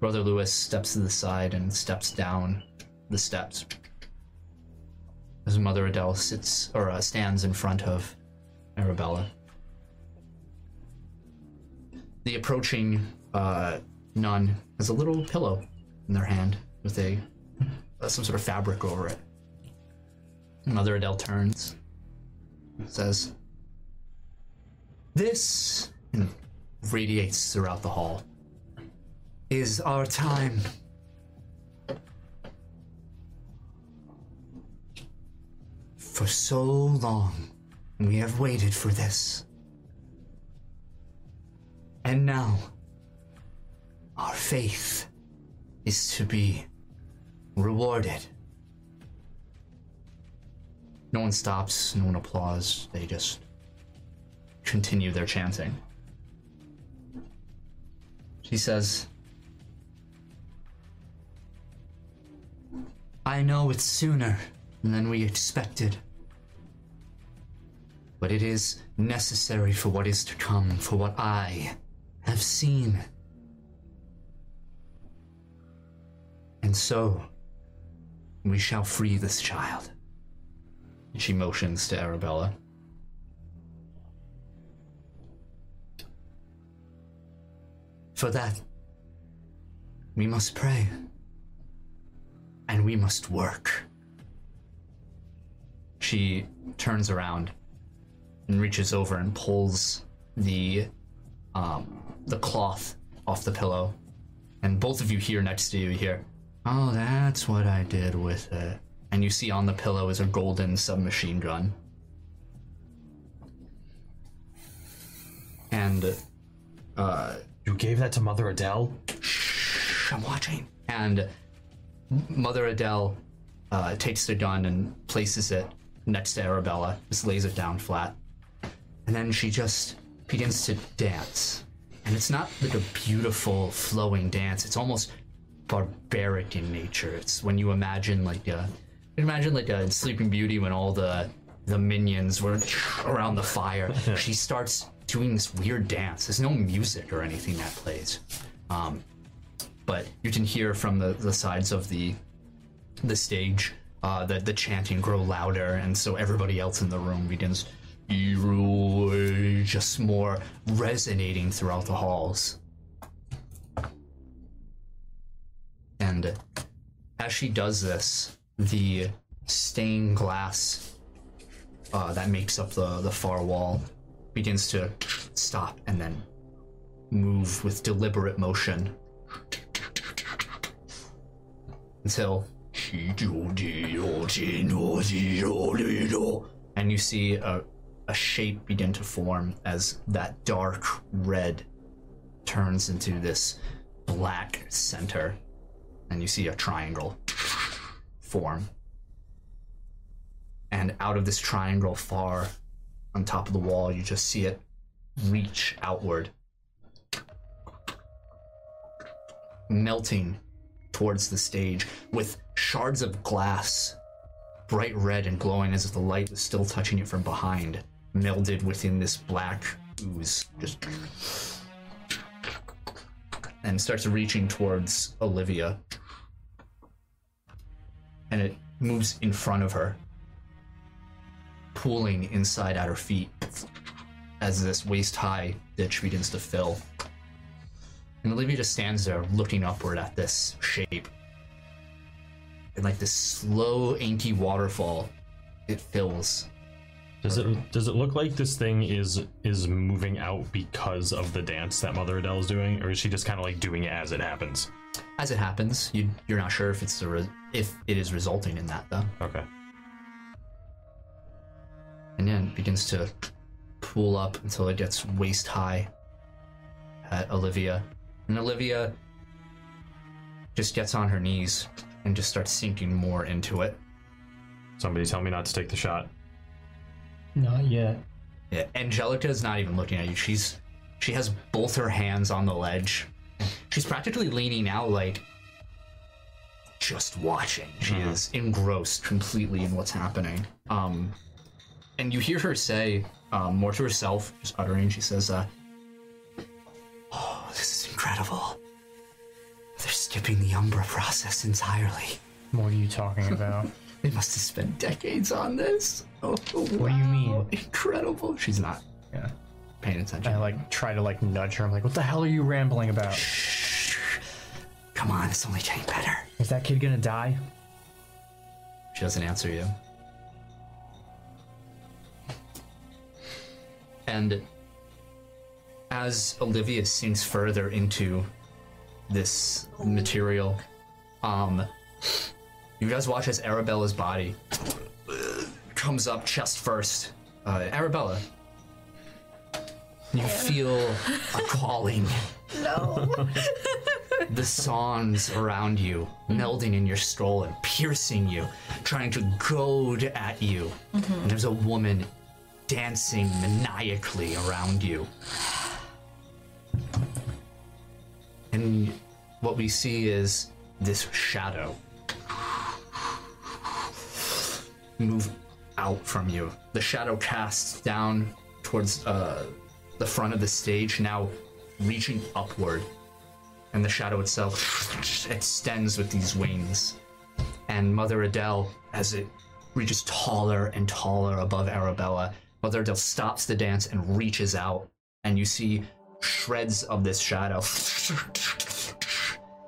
Brother Lewis steps to the side and steps down the steps as Mother Adele sits or uh, stands in front of Arabella. The approaching uh, nun has a little pillow in their hand with a uh, some sort of fabric over it. Mother Adele turns, and says, "This," and radiates throughout the hall. Is our time. For so long, we have waited for this. And now, our faith is to be rewarded. No one stops, no one applauds, they just continue their chanting. She says, I know it's sooner than we expected. But it is necessary for what is to come, for what I have seen. And so, we shall free this child. And she motions to Arabella. For that, we must pray and we must work. She turns around and reaches over and pulls the um, the cloth off the pillow, and both of you here next to you hear, "Oh, that's what I did with it." And you see on the pillow is a golden submachine gun. And uh, You gave that to Mother Adele? Shh, I'm watching. And Mother Adele uh, takes the gun and places it next to Arabella, just lays it down flat. And then she just begins to dance. And it's not like a beautiful, flowing dance, it's almost barbaric in nature. It's when you imagine, like, uh, you imagine, like, uh, in Sleeping Beauty when all the the minions were around the fire. she starts doing this weird dance. There's no music or anything that plays but you can hear from the, the sides of the the stage uh, that the chanting grow louder, and so everybody else in the room begins "You rule," just more resonating throughout the halls. And as she does this, the stained glass uh, that makes up the, the far wall begins to stop and then move with deliberate motion until And you see a, a shape begin to form as that dark red turns into this black center. And you see a triangle form. And out of this triangle, far on top of the wall, you just see it reach outward, melting towards the stage with shards of glass, bright red and glowing as if the light was still touching it from behind, melded within this black ooze. Just. And starts reaching towards Olivia. And it moves in front of her, pooling inside at her feet as this waist high ditch begins to fill. And Olivia just stands there looking upward at this shape. And like this slow, inky waterfall, it fills. Does it does it look like this thing is is moving out because of the dance that Mother Adele is doing, or is she just kind of like doing it as it happens? As it happens, you, you're not sure if it's the re- if it is resulting in that though. Okay. And then it begins to pool up until it gets waist high at Olivia. And Olivia just gets on her knees and just starts sinking more into it. Somebody tell me not to take the shot. Not yet. Yeah, Angelica is not even looking at you. She's she has both her hands on the ledge. She's practically leaning out, like just watching. She is engrossed completely in what's happening. Um, and you hear her say um, more to herself, just uttering. She says, uh, "Oh, this is incredible. They're skipping the Umbra process entirely. What are you talking about? They must have spent decades on this. Oh, What do you mean? Incredible. She's not yeah. paying attention. I like try to like nudge her. I'm like, what the hell are you rambling about? Come on, it's only getting better. Is that kid gonna die? She doesn't answer you. And as Olivia sinks further into this material, um, you guys watch as Arabella's body comes up chest first. Uh, Arabella, you feel a calling. the songs around you, melding in your soul and piercing you, trying to goad at you. And there's a woman dancing maniacally around you. And what we see is this shadow move out from you. The shadow casts down towards uh, the front of the stage, now reaching upward and the shadow itself extends with these wings. And Mother Adele, as it reaches taller and taller above Arabella, Mother Adele stops the dance and reaches out, and you see shreds of this shadow.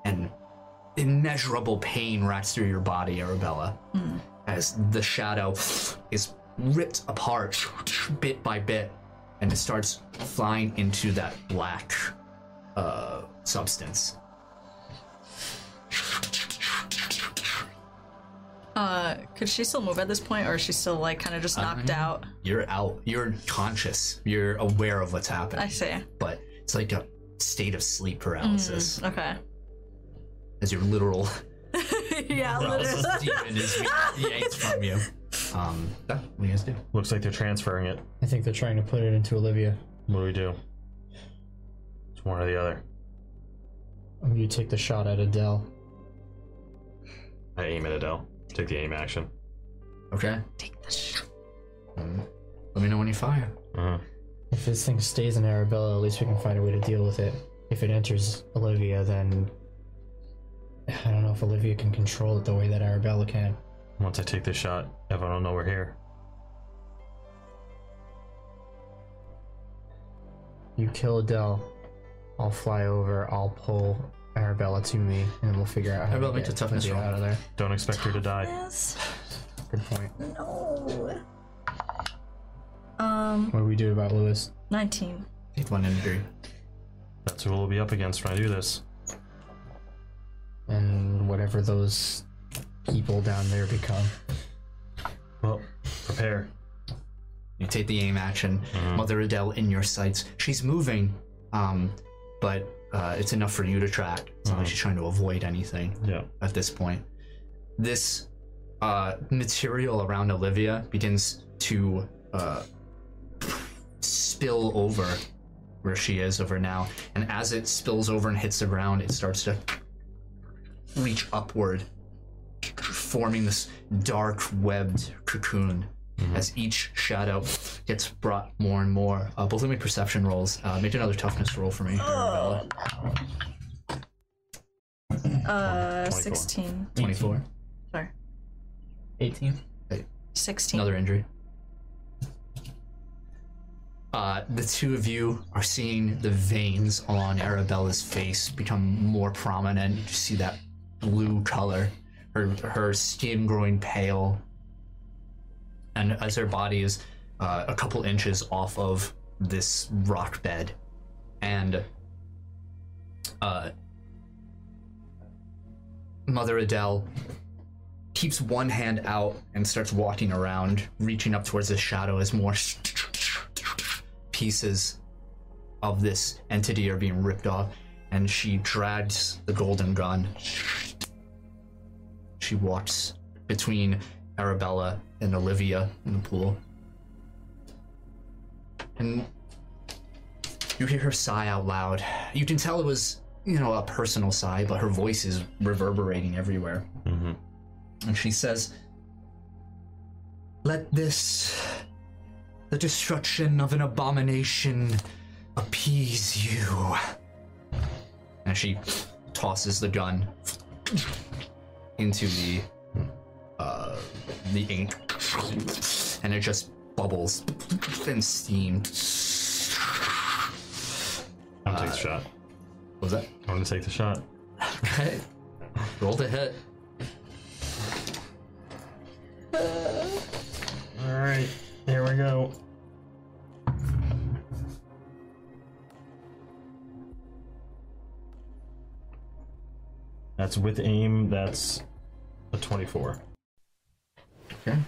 And immeasurable pain racks through your body, Arabella, as the shadow is ripped apart bit by bit, and it starts flying into that black uh, substance. Uh, could she still move at this point, or is she still like kind of just knocked out? You're out. You're conscious. You're aware of what's happening, I see. but it's like a state of sleep paralysis Mm, Okay. as your literal yeah, paralysis literally. demon is being yanked from you. Um, that, what do you guys do? Looks like they're transferring it. I think they're trying to put it into Olivia. What do we do? It's one or the other. Oh, you take the shot at Adele. I aim at Adele. Take the aim action. Okay. Take the shot. Let me know when you fire. Uh-huh. If this thing stays in Arabella, at least we can find a way to deal with it. If it enters Olivia, then I don't know if Olivia can control it the way that Arabella can. Once I take this shot, everyone will know we're here. You kill Adele, I'll fly over, I'll pull Arabella to me, and we'll figure out how Arabella, to make get the toughness Olivia roll. out of there. Don't expect her to die. Yes. Good point. No. Oh. Um, What do we do about Lewis? 19. Take one injury. That's who we'll be up against when I do this. And whatever those people down there become. Well, prepare. You take the aim action, Mother Adele in your sights. She's moving, um, but uh, it's enough for you to track. It's not like she's trying to avoid anything Yeah. at this point. This uh, material around Olivia begins to uh, spill over where she is over now, and as it spills over and hits the ground, it starts to reach upward, forming this dark webbed cocoon. As each shadow gets brought more and more, uh, both of my perception rolls. Uh, make another toughness roll for me. Oh. Arabella. Uh, 24. 16. Twenty-four. Sorry. 18. 16. Another injury. Uh, the two of you are seeing the veins on Arabella's face become more prominent. You see that blue color, her her skin growing pale, and as her body is uh, a couple inches off of this rock bed, and uh, Mother Adele keeps one hand out and starts walking around, reaching up towards the shadow as more pieces of this entity are being ripped off, and she drags the golden gun. She walks between Arabella and Olivia in the pool. And you hear her sigh out loud. You can tell it was, you know, a personal sigh, but her voice is reverberating everywhere Mm-hmm. and she says, Let this, the destruction of an abomination, appease you. And she tosses the gun into the, uh, the ink, and it just bubbles and steam. I'm gonna take the shot. What was that? I'm gonna take the shot. Okay. Roll to hit. Alright, here we go. That's with aim, that's a 24. Okay.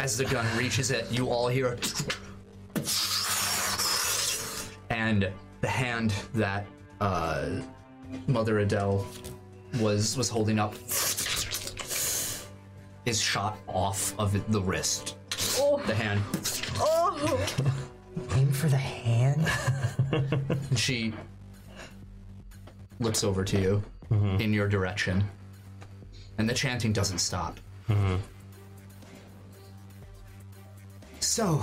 As the gun reaches it, you all hear a and the hand that uh, Mother Adele was was holding up is shot off of the wrist. Oh, The hand. Oh. Aim for the hand. And she looks over to you in your direction. And the chanting doesn't stop. So,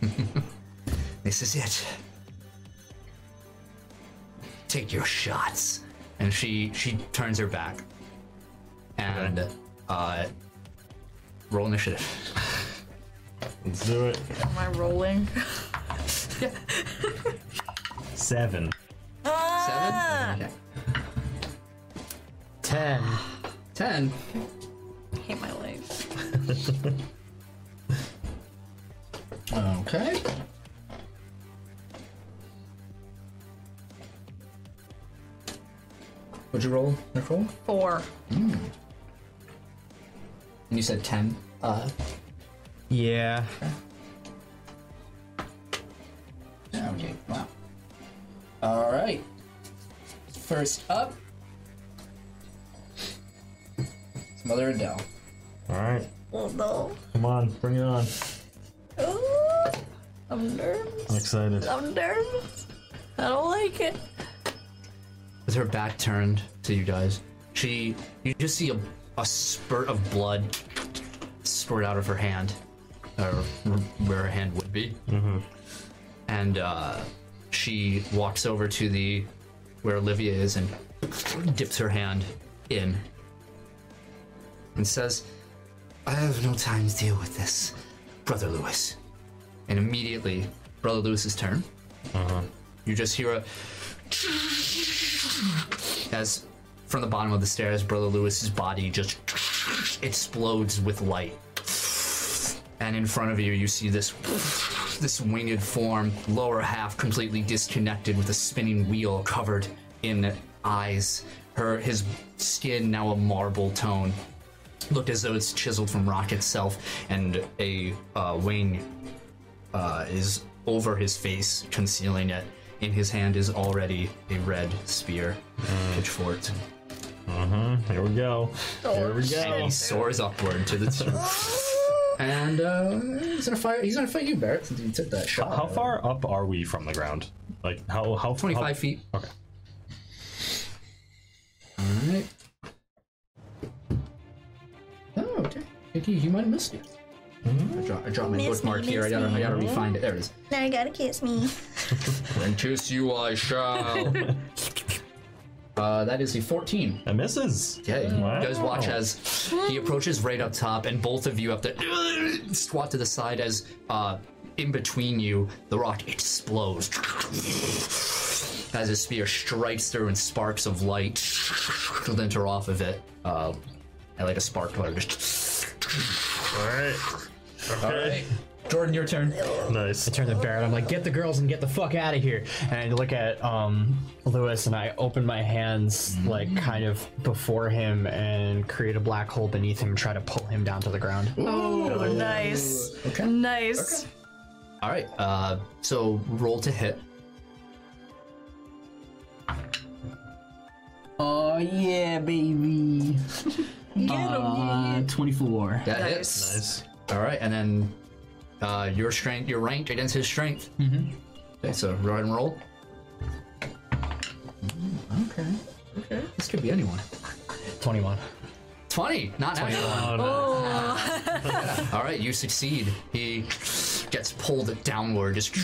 this is it. Take your shots. And she she turns her back. And uh, roll initiative. Let's do it. Am I rolling? Seven. Ah, Seven. Okay. Ten. Ten. I hate my life. Okay. Would you roll, Nicole? Four. You said ten. Uh, Yeah. okay. Wow. All right. First up, it's Mother Adele. Alright, Oh no. come on, bring it on. Ooh, I'm nervous. I'm excited. Oh. I'm nervous. I don't like it. with her back turned to you guys, she you just see a, a spurt of blood spurt out of her hand, or where her hand would be, and uh, she walks over to the where Olivia is and dips her hand in and says, "I have no time to deal with this, brother Lewis," and immediately brother Lewis's turn. You just hear a as from the bottom of the stairs, Brother Lewis's body just explodes with light. And in front of you, you see this this winged form, lower half completely disconnected, with a spinning wheel covered in eyes, her his skin now a marble tone, looked as though it's chiseled from rock itself, and a uh, wing uh, is over his face, concealing it. In his hand is already a red spear, pitchfork, Here we go. Oh, Here we and go. he soars upward to the and uh, he's gonna fire. He's gonna fight you, Barrett, since you took that shot. How far up are we from the ground? Like how how Twenty-five how- feet. Okay. All right. Oh, okay. Nikki, you might have missed it. I, dro- I dropped my Miss me, bookmark here. I miss gotta, I me. gotta refind it. There it is. Now you gotta kiss me. And kiss you I shall. uh, that is a 14. That misses. Okay. Wow. You guys watch as he approaches right up top, and both of you have to uh, squat to the side as uh, in between you, the rock explodes. As his spear strikes through and sparks of light glinter off of it. Uh, and like a spark plug. Alright. Okay. Jordan, your turn. Nice. turn to Barrett. I'm like, get the girls and get the fuck out of here. And I look at um, Lewis and I open my hands like kind of before him and create a black hole beneath him, and try to pull him down to the ground. Oh, nice. Okay. Nice. All right. Uh, so roll to hit. Oh yeah, baby. Um, Uh, 24. That Nice. hits. Nice. All right, and then uh, your strength, your rank against his strength. Mm-hmm. Okay, so go ahead and roll. Mm, okay. Okay. This could be anyone. 21. Twenty, Oh, not anyone. Oh, no. All right, you succeed. He gets pulled downward, just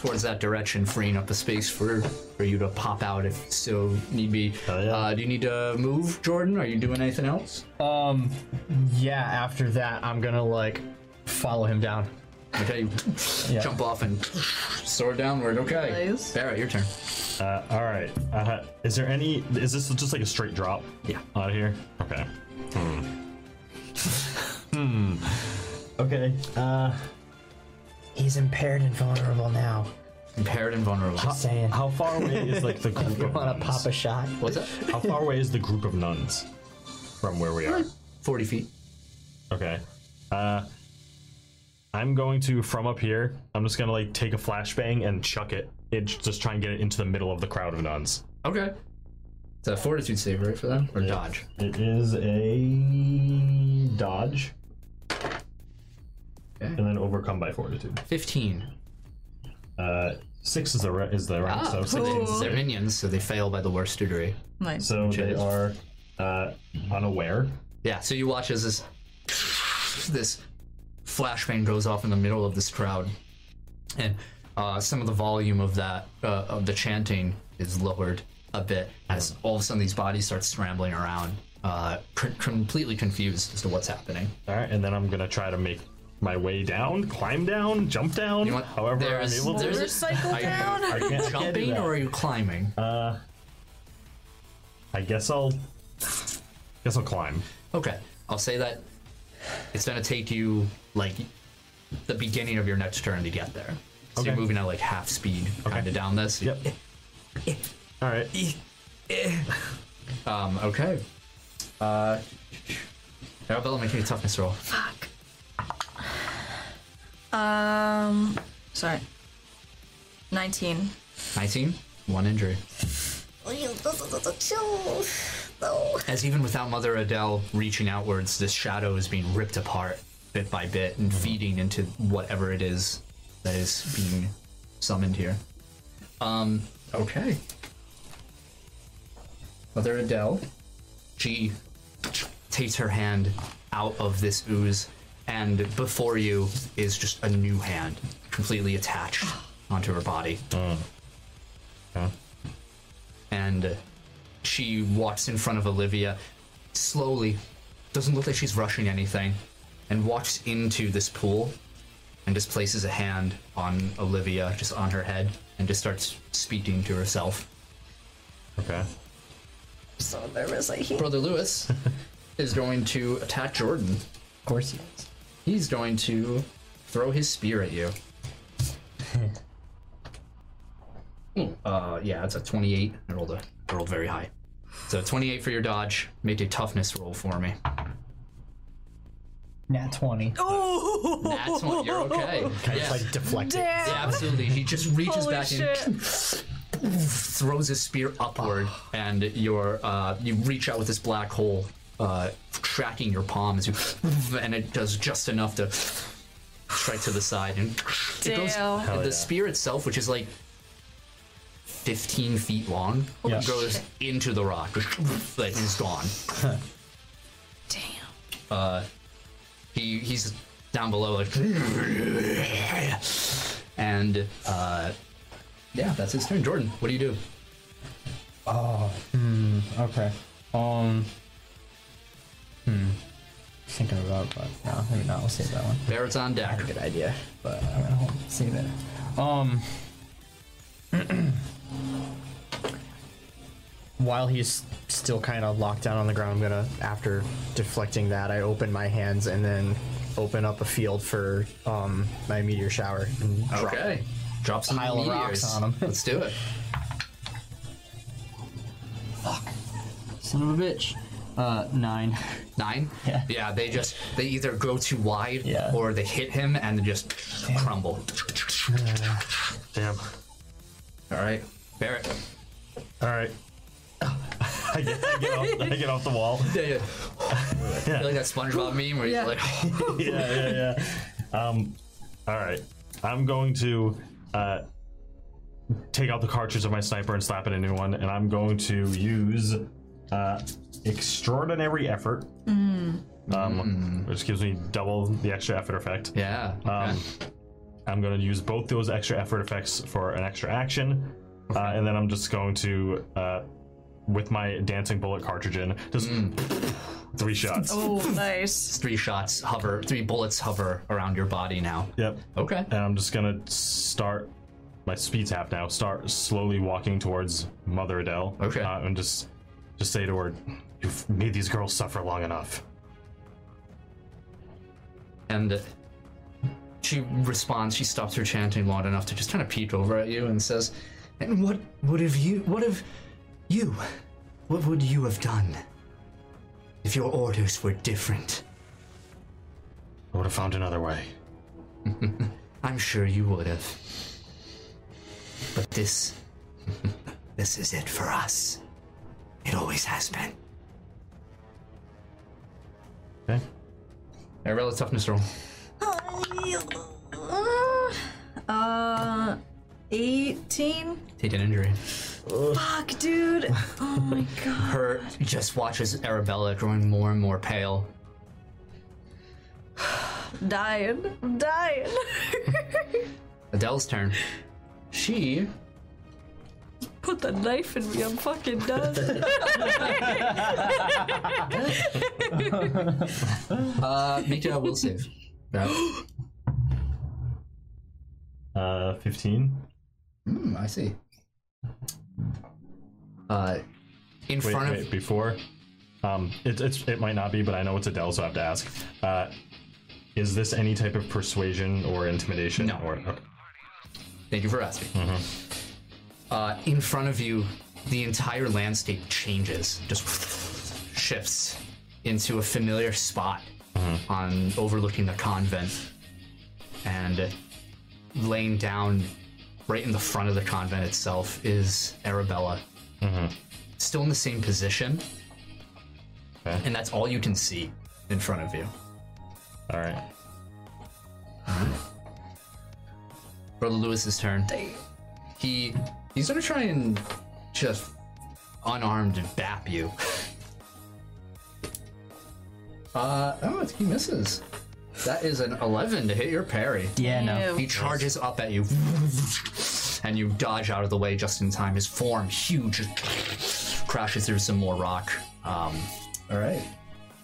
towards that direction, freeing up the space for for you to pop out if so need be. Hell yeah. uh, do you need to move, Jordan? Are you doing anything else? Um, yeah, after that, I'm gonna like follow him down. Okay, you jump off and soar downward. Okay, Nice. Barrett, your turn. Uh, all right. Uh, is there any? Is this just like a straight drop? Yeah. Out of here. Okay. Hmm. hmm. Okay. Uh, He's impaired and vulnerable now. Impaired and vulnerable. Saying, how far away is like the group of wanna nuns? pop a shot? What's that? How far away is the group of nuns from where we are? Forty feet. Okay. Uh, I'm going to from up here. I'm just gonna like take a flashbang and chuck it. It just try and get it into the middle of the crowd of nuns. Okay. It's a fortitude save, right, for them or dodge? It is a dodge. Okay. And then overcome by fortitude. Fifteen. Uh, six is the ra- is the round. Ah, so so six. they, they're minions, so they fail by the worst degree. Nice. So they are uh, unaware. Yeah. So you watch as this this flashbang goes off in the middle of this crowd, and uh, some of the volume of that uh, of the chanting is lowered a bit as Mm-hmm. all of a sudden these bodies start scrambling around, uh, c- completely confused as to what's happening. All right, and then I'm gonna try to make my way down, climb down, jump down. know what? However, There I'm is- able there's to. a- Motorcycle I- down. I Uh, can't do Jumping that. or are you climbing? I guess I'll. Guess I'll climb. Okay, I'll say that it's gonna take you like the beginning of your next turn to get there. So you're Okay. moving at like half speed, kind of down this. Yep. All right. Um. Okay. Uh. Arabella, make me a toughness roll. Um, sorry. 19. 19. One injury. As even without Mother Adele reaching outwards, this shadow is being ripped apart bit by bit and feeding into whatever it is that is being summoned here. Um, okay. Mother Adele, she takes her hand out of this ooze, and before you is just a new hand completely attached onto her body and uh, she walks in front of Olivia slowly. Doesn't look like she's rushing anything, and walks into this pool and just places a hand on Olivia, just on her head, and just starts speaking to herself. Okay. so nervous, I hate Brother Lewis is going to attack Jordan. Of course he is. He's going to throw his spear at you. Uh, yeah, that's a 28. I rolled a I rolled very high. So 28 for your dodge. Make a toughness roll for me. Nat 20. That's one. You're okay. It's Yeah. like deflected. Yeah, absolutely. He just reaches Holy back shit. and throws his spear upward, and your uh, you reach out with this black hole, uh, tracking your palm as you, and it does just enough to strike to the side, and it goes. Damn. and the spear itself, which is like. 15 feet long Yeah. goes into the rock like he's gone Damn. he he's down below like and uh yeah that's his turn jordan what do you do Okay. Um. Hmm. Thinking about, it, but no, maybe not. We'll save that one. barrett's on deck Good idea, but I'm gonna hold, save it. Um. While he's still kind of locked down on the ground, I'm gonna, after deflecting that, I open my hands and then open up a field for um my meteor shower. And drop it. okay drop some Pile of meteors rocks on 'em. let's do it Son of a bitch. Uh, nine. nine Yeah. they just they either go too wide Yeah. or they hit him and just crumble Damn. all right barrett All right. I get, I, get off, I get off the wall. yeah, yeah. You're like that spongebob meme where he's like yeah, yeah, yeah. Um, all right. I'm going to uh, take out the cartridge of my sniper and slap it into one, and I'm going to use uh, extraordinary effort, um, which gives me double the extra effort effect. yeah okay. Um, I'm going to use both those extra effort effects for an extra action, uh, and then I'm just going to, uh, with my dancing bullet cartridge in, just Mm. three shots. Oh, nice. three shots hover three bullets hover around your body now Yep. okay and I'm just gonna start my speed tap now. Start slowly walking towards Mother Adele. Okay. Uh, and just just say to her, "You've made these girls suffer long enough." and she responds she stops her chanting long enough to just kind of peek over at you and says and what would have you what have you what would you have done if your orders were different I would have found another way. i'm sure you would have but this this is it for us it always has been Okay. a real toughness roll Uh, 18? take an injury Fuck, dude. Oh my god. her just watches arabella growing more and more pale Dying. Dying. adele's turn she Put the knife in me. I'm fucking done. uh make it a will save Uh, fifteen. Hmm, I see. Uh, in Wait, front wait. of Before, um, it, it's it might not be, but I know it's Adele, so I have to ask. Uh, is this any type of persuasion or intimidation? No. Or, okay. thank you for asking. Uh, in front of you, the entire landscape changes, just shifts into a familiar spot on overlooking the convent, and laying down right in the front of the convent itself is Arabella, still in the same position, Okay. and that's all you can see in front of you. All right. Brother Lewis's turn. He he's gonna try and just unarmed bap you. Uh oh, he misses. That is an eleven to hit your parry. Yeah, no. He charges up at you, and you dodge out of the way just in time. His form, huge, crashes through some more rock. Um, all right,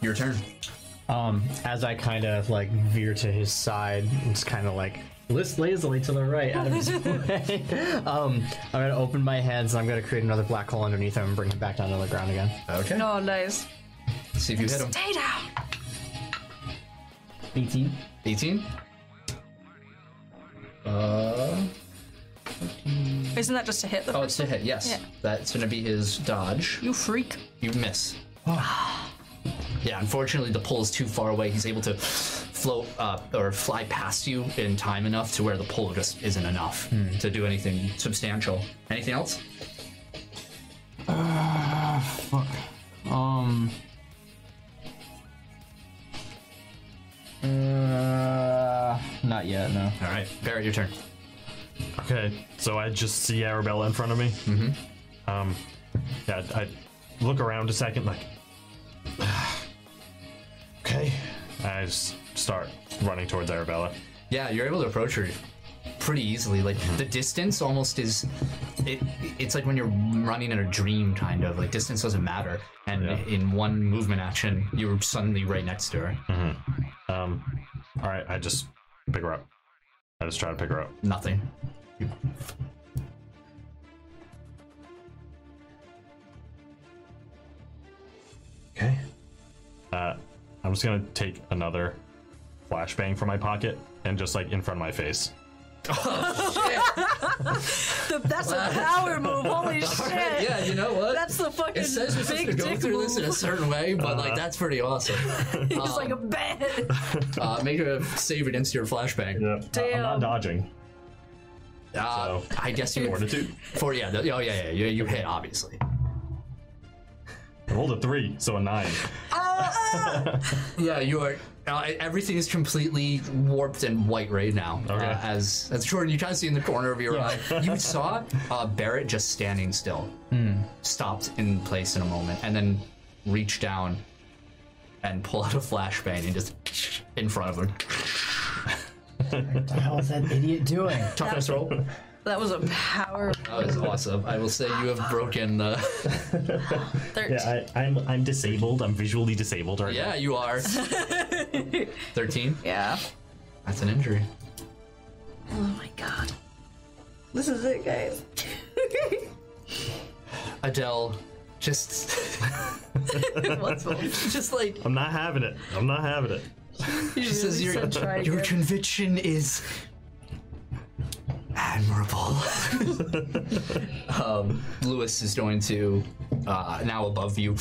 your turn. Um, as I kind of like veer to his side, it's kind of like list lazily to the right out of his way. um, I'm gonna open my hands and I'm gonna create another black hole underneath him and bring him back down to the ground again. Okay, oh, nice. see if you hit him. Stay down. 18. 18. Uh, Is isn't that just a hit? The Oh, first- it's a hit. Yes, Yeah. that's gonna be his dodge. you freak. You miss. yeah, unfortunately, the pull is too far away. He's able to float up or fly past you in time enough to where the pull just isn't enough to do anything substantial. Anything else? Fuck. Um. Uh, not yet, no. All right, Barrett, your turn. Okay, so I just see Arabella in front of me. Mm-hmm. Um, yeah, I look around a second, like, okay. I just start running towards Arabella. Yeah, you're able to approach her pretty easily. Like the distance almost is it it's like when you're running in a dream kind of. Like distance doesn't matter. And Yeah. in one movement action, you're suddenly right next to her. Um, all right, I just pick her up. I just try to pick her up. Nothing. Okay. Uh, I'm just gonna take another flashbang from my pocket and just like in front of my face. The- that's a power move. Holy shit. Yeah, you know what? That's the fucking it says we're supposed big to go dick through move. this in a certain way, but like that's pretty awesome. It's like a bed. Uh, make her save it into your flashbang. I'm Damn. not dodging. Uh, So- I guess you Fortitude. for yeah. the- oh yeah, yeah, you, you hit obviously. I rolled a three, so a nine. Uh, Yeah, you are. Uh, everything is completely warped and white right now. Okay. Uh, as as Jordan, you kind of see in the corner of your eye, you saw uh, Barrett just standing still, stopped in place in a moment, and then reach down and pull out a flashbang and just in front of her. What the hell is that idiot doing? Toughness roll. That was a power That was awesome. I will say you have broken the. 13. Yeah, I, I'm I'm disabled. I'm visually disabled right Yeah, you are. Thirteen. yeah. Oh That's an injury. Oh my god. This is it, guys. Adele, just What's wrong? just like I'm not having it. I'm not having it. She says your, said try your again." conviction is admirable. um, Lewis is going to uh, now above you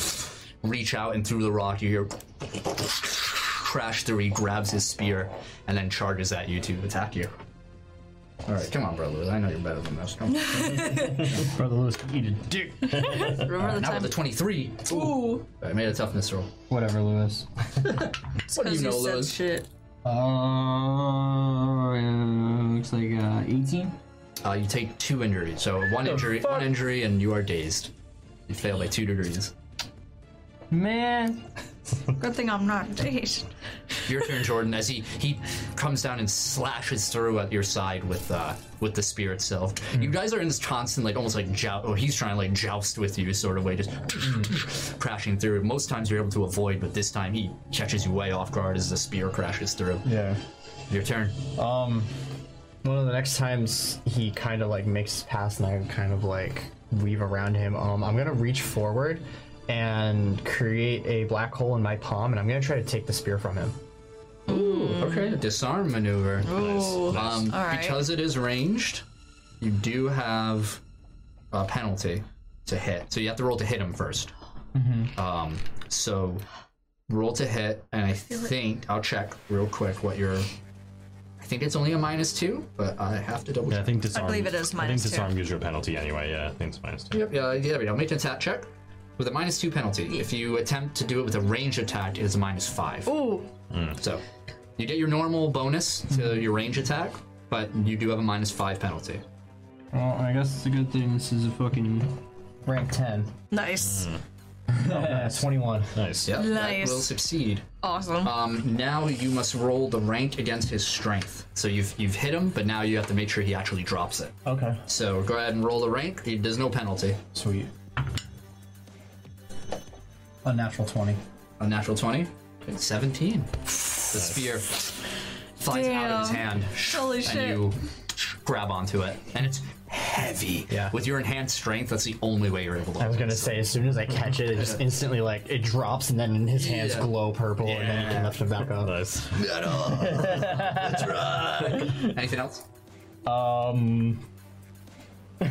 reach out and through the rock you hear crash through. He grabs his spear and then charges at you to attack you. All right, come on, bro, Lewis. I know you're better than this. Come on. Brother Lewis, eat a dick. Remember the Not time? with a 23. Ooh, I made a toughness roll. Whatever, Lewis. What do you you know, said Lewis? shit. Uh, looks like uh, 18. Uh, you take two injuries. So one injury, one injury, and you are dazed. You fail by two degrees. Man, Good thing I'm not dazed. Your turn, Jordan. As he he comes down and slashes through at your side with uh with the spear itself. You guys are in this constant like almost like joust. Or he's trying to like joust with you sort of way, just crashing through. Most times you're able to avoid, but this time he catches you way off guard as the spear crashes through. Yeah. Your turn. One of the next times he kind of like makes his pass and I kind of like weave around him, um, I'm gonna reach forward and create a black hole in my palm and I'm gonna try to take the spear from him. Okay. Disarm maneuver. Um, Ooh. All right. Because it is ranged, you do have a penalty to hit. So you have to roll to hit him 1st Um, so roll to hit, and I think I'll check real quick what your. I think it's only a minus two, but I have to double Yeah, I check. think disarm. believe it is I think minus two. disarm gives you a penalty anyway. Yeah, I think it's minus two. Yep, yeah, yeah, there we go. Make an attack check with a minus two penalty. If you attempt to do it with a range attack, it is a minus five. Ooh, So you get your normal bonus to your range attack, but you do have a minus five penalty. well, I guess it's a good thing this is a fucking. Rank 10. nice, Uh, 21. Nice. Yep, Nice. that will succeed. awesome. Um, now you must roll the rank against his strength. So you've you've hit him, but now you have to make sure he actually drops it. Okay. So go ahead and roll the rank. He- There's no penalty. Sweet. A natural 20. A natural twenty. It's Seventeen. The spear flies out of his Damn. hand. Holy and shit. you grab onto it, and it's heavy. Yeah. With your enhanced strength, that's the only way you're able to. I was gonna say, as soon as I catch it, it just instantly like it drops, and then his hands Yeah. glow purple, and then he can Yeah. lift it back up. Nice. Anything else? Um,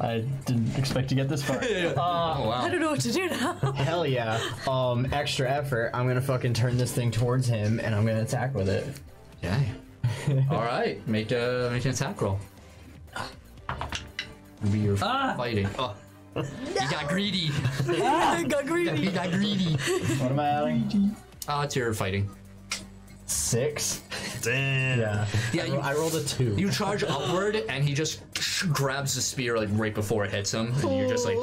I didn't expect to get this far. oh wow. I don't know what to do now. Hell yeah. Um, extra effort. I'm gonna fucking turn this thing towards him and I'm gonna attack with it. Yeah. All right, make a make an attack roll. Maybe you're fighting. Oh. He got greedy. I got greedy. He got greedy. What am I adding? Oh, it's your fighting. Six. Damn. Yeah. Yeah, I, you, ro- I rolled a two. you charge upward, and he just grabs the spear like right before it hits him, and you're just like,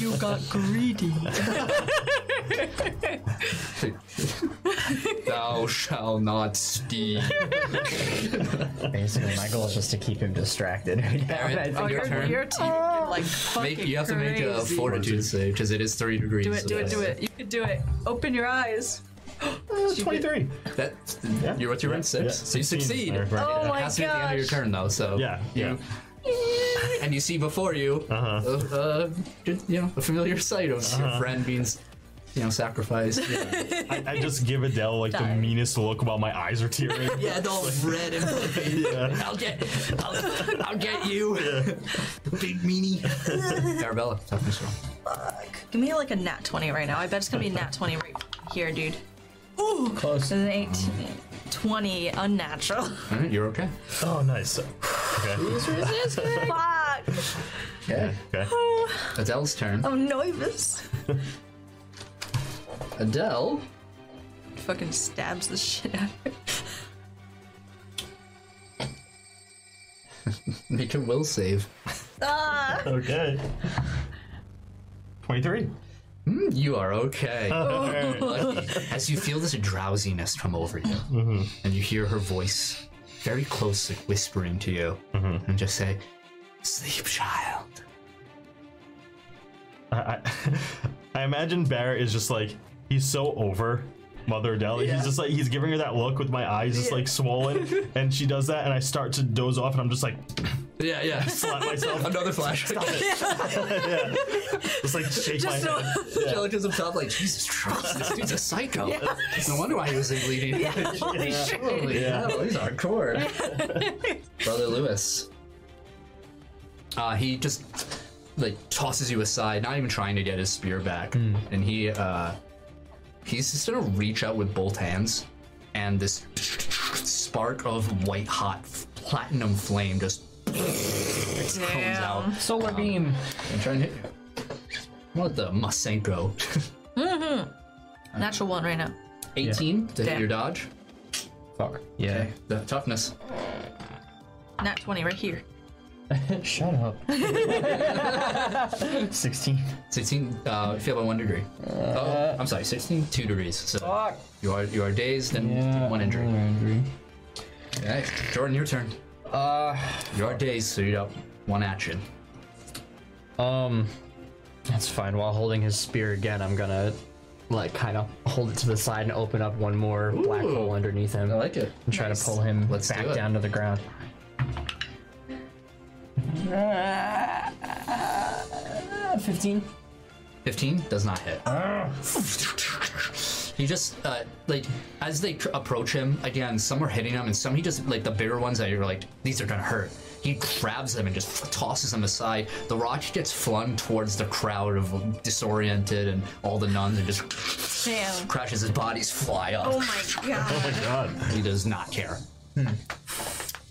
You got greedy. "Thou shall not steal." Basically, my goal is just to keep him distracted. Aaron, I think your Your, turn. your team is, like fucking Make, you have to make a crazy. fortitude save because it is thirty degrees. Do it, so do it, do that's- it. You can do it. Open your eyes. it's 23. That's you're what's your yeah, six, yeah, so you 16. succeed. Right, right. Oh Yeah. my Has to be at the end of your gosh. turn though, so Yeah, yeah. you- and you see before you, Uh-huh. uh, uh, you know, a familiar sight of your friend being, you know, sacrificed. Oh. I, I just give Adele like the Die. meanest look while my eyes are tearing. Yeah, it's all red and fluffy. I'll get, I'll, I'll get you, big meanie. Arabella, toughness roll. Give me like a nat 20 right now. I bet it's gonna be a nat 20 right here, dude. Ooh, Close. This is an 18, 20, unnatural. All right, you're okay. oh, nice. Okay. Fuck! Okay, Okay. Adele's turn. I'm nervous. Adele, Fucking stabs the shit out of me. make a will save. Ah! Okay. Twenty-three. You are okay. As you feel this drowsiness come over you, and you hear her voice very close, like whispering to you, and just say, Sleep, child. I, I, I imagine Barrett is just like he's so over Mother Adele. He's just like he's giving her that look with my eyes just like swollen, and she does that, and I start to doze off, and I'm just like Yeah, yeah. slap myself, Another flash. just like shake Just my no- head. She looked at the top like, Jesus Christ, this dude's a psycho. No wonder why he was in bleeding. Holy shit. Holy Yeah. hell, he's hardcore. Brother Lewis. Uh, he just like tosses you aside, not even trying to get his spear back. And he uh, he's just gonna reach out with both hands, and this spark of white hot f- platinum flame just comes out Solar beam. and trying to hit you. What the Masenko? Natural one right now. 18 to hit Damn. your dodge. Fuck. Yeah. The toughness. Nat 20 right here. Shut up. 16. 16, uh, fail by one degree. oh, I'm sorry, 16, two degrees. So Fuck. you are you are dazed and one injury. uh, another injury. Okay, Jordan, your turn. Uh, You are dazed, so you got one action. Um, that's fine. While holding his spear again, I'm gonna like kind of hold it to the side and open up one more black Ooh. hole underneath him. I like it. And try to pull him Let's do back it. down to the ground. Uh, 15. 15 does not hit. He just uh, like as they tr- approach him again. Some are hitting him, and some he just like the bigger ones that you're like these are gonna hurt. He grabs them and just tosses them aside. The rock gets flung towards the crowd of disoriented and all the nuns, and just Damn. crashes. His bodies fly up. Oh my god. God, He does not care.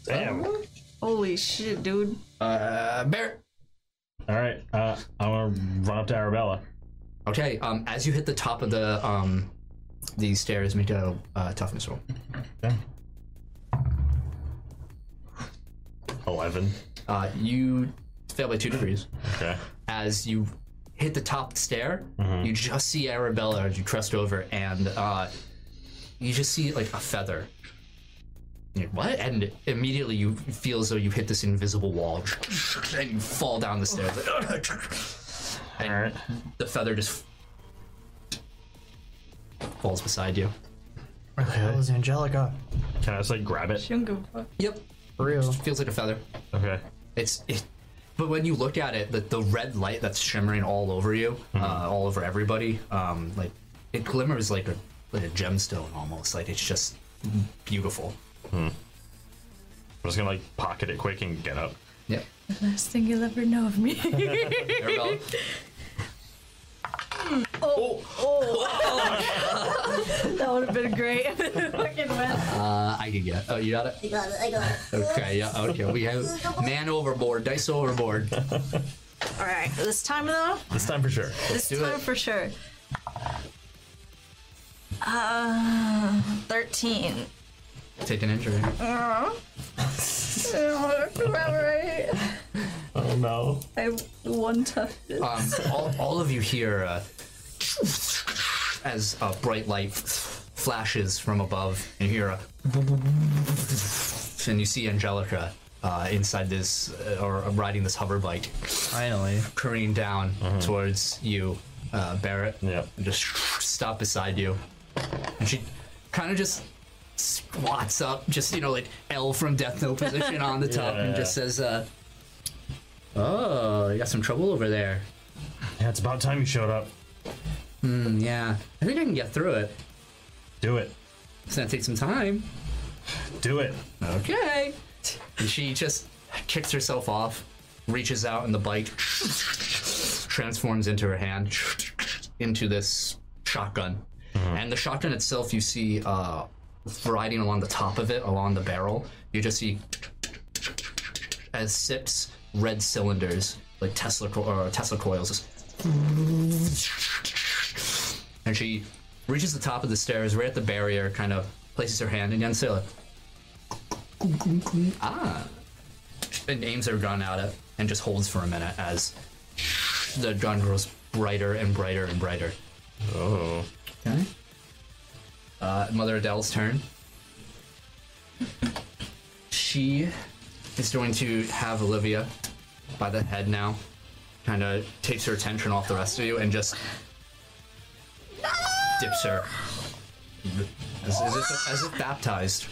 damn. All Holy shit, dude. Uh, Barrett. right, uh, I want to run up to Arabella. Okay. Um, as you hit the top of the um, the stairs, make a uh, toughness roll. Eleven. Uh, you fail by two degrees. Okay. as you hit the top stair, you just see Arabella as you crest over, and uh, you just see like a feather. You're like, what? And immediately you feel as though you hit this invisible wall, and you fall down the stairs. "Oh, and the feather just falls beside you. Where the hell is Angelica? Can I just like grab it? Don't give a fuck. Yep, For real. feels like a feather. Okay. It's it, but when you look at it, the, the red light that's shimmering all over you, uh, all over everybody, um, like it glimmers like a like a gemstone almost. Like it's just beautiful. I'm just gonna like pocket it quick and get up. Yep. Last thing you'll ever know of me. Arabella. Hmm. Oh, Oh. that would have been great. if it fucking went. Uh, I can get. Oh, you got it. I got it. I got it. Okay, yeah, okay. We have man overboard, dice overboard. All right, this time though, This time for sure. this do time it. for sure. Uh, thirteen. Take an injury. Oh no. I have one toughness. Um, all, all of you hear uh, as a bright light flashes from above, and you hear a and you see Angelica uh, inside this uh, or riding this hover bike, Finally. careening down towards you, uh, Barrett. Yep. and just stop beside you. And she kind of just squats up, just, you know, like L from Death Note position on the top and yeah. just says, uh, Oh, you got some trouble over there. Yeah, it's about time you showed up. Mm, yeah, I think I can get through it. Do it. It's gonna take some time. Do it. Okay. And she just kicks herself off, reaches out, and the bike transforms into her hand into this shotgun. And the shotgun itself, you see uh, riding along the top of it, along the barrel, you just see as six red cylinders, like Tesla, co- or Tesla coils, just and she reaches the top of the stairs, right at the barrier, kind of places her hand against it, like, ah, and aims her gun at it, and just holds for a minute as the gun grows brighter and brighter and brighter. Oh. Okay. Uh, Mother Adele's turn. She is going to have Olivia by the head now. Kind of takes her attention off the rest of you and just dips her. As, as, if, as if baptized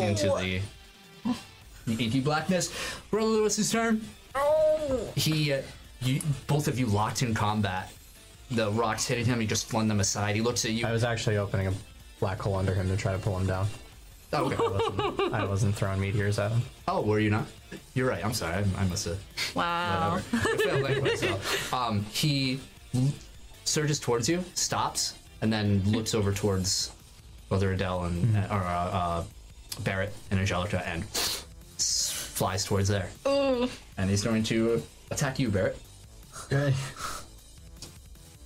into the inky blackness. Brother Lewis's turn. Oh. He, uh, you, both of you locked in combat. The rocks hitting him, he just flung them aside. He looks at you. I was actually opening a black hole under him to try to pull him down. Oh, okay. I wasn't throwing meteors at him. Oh, were you not? You're right. I'm sorry. I, I must have. Oh. Wow. I failed anyway, so. Um, he l- surges towards you, stops, and then looks over towards Mother Adele and Mm-hmm. or uh, uh, Barrett and Angelica and s- flies towards there. And he's going to attack you, Barrett. Okay.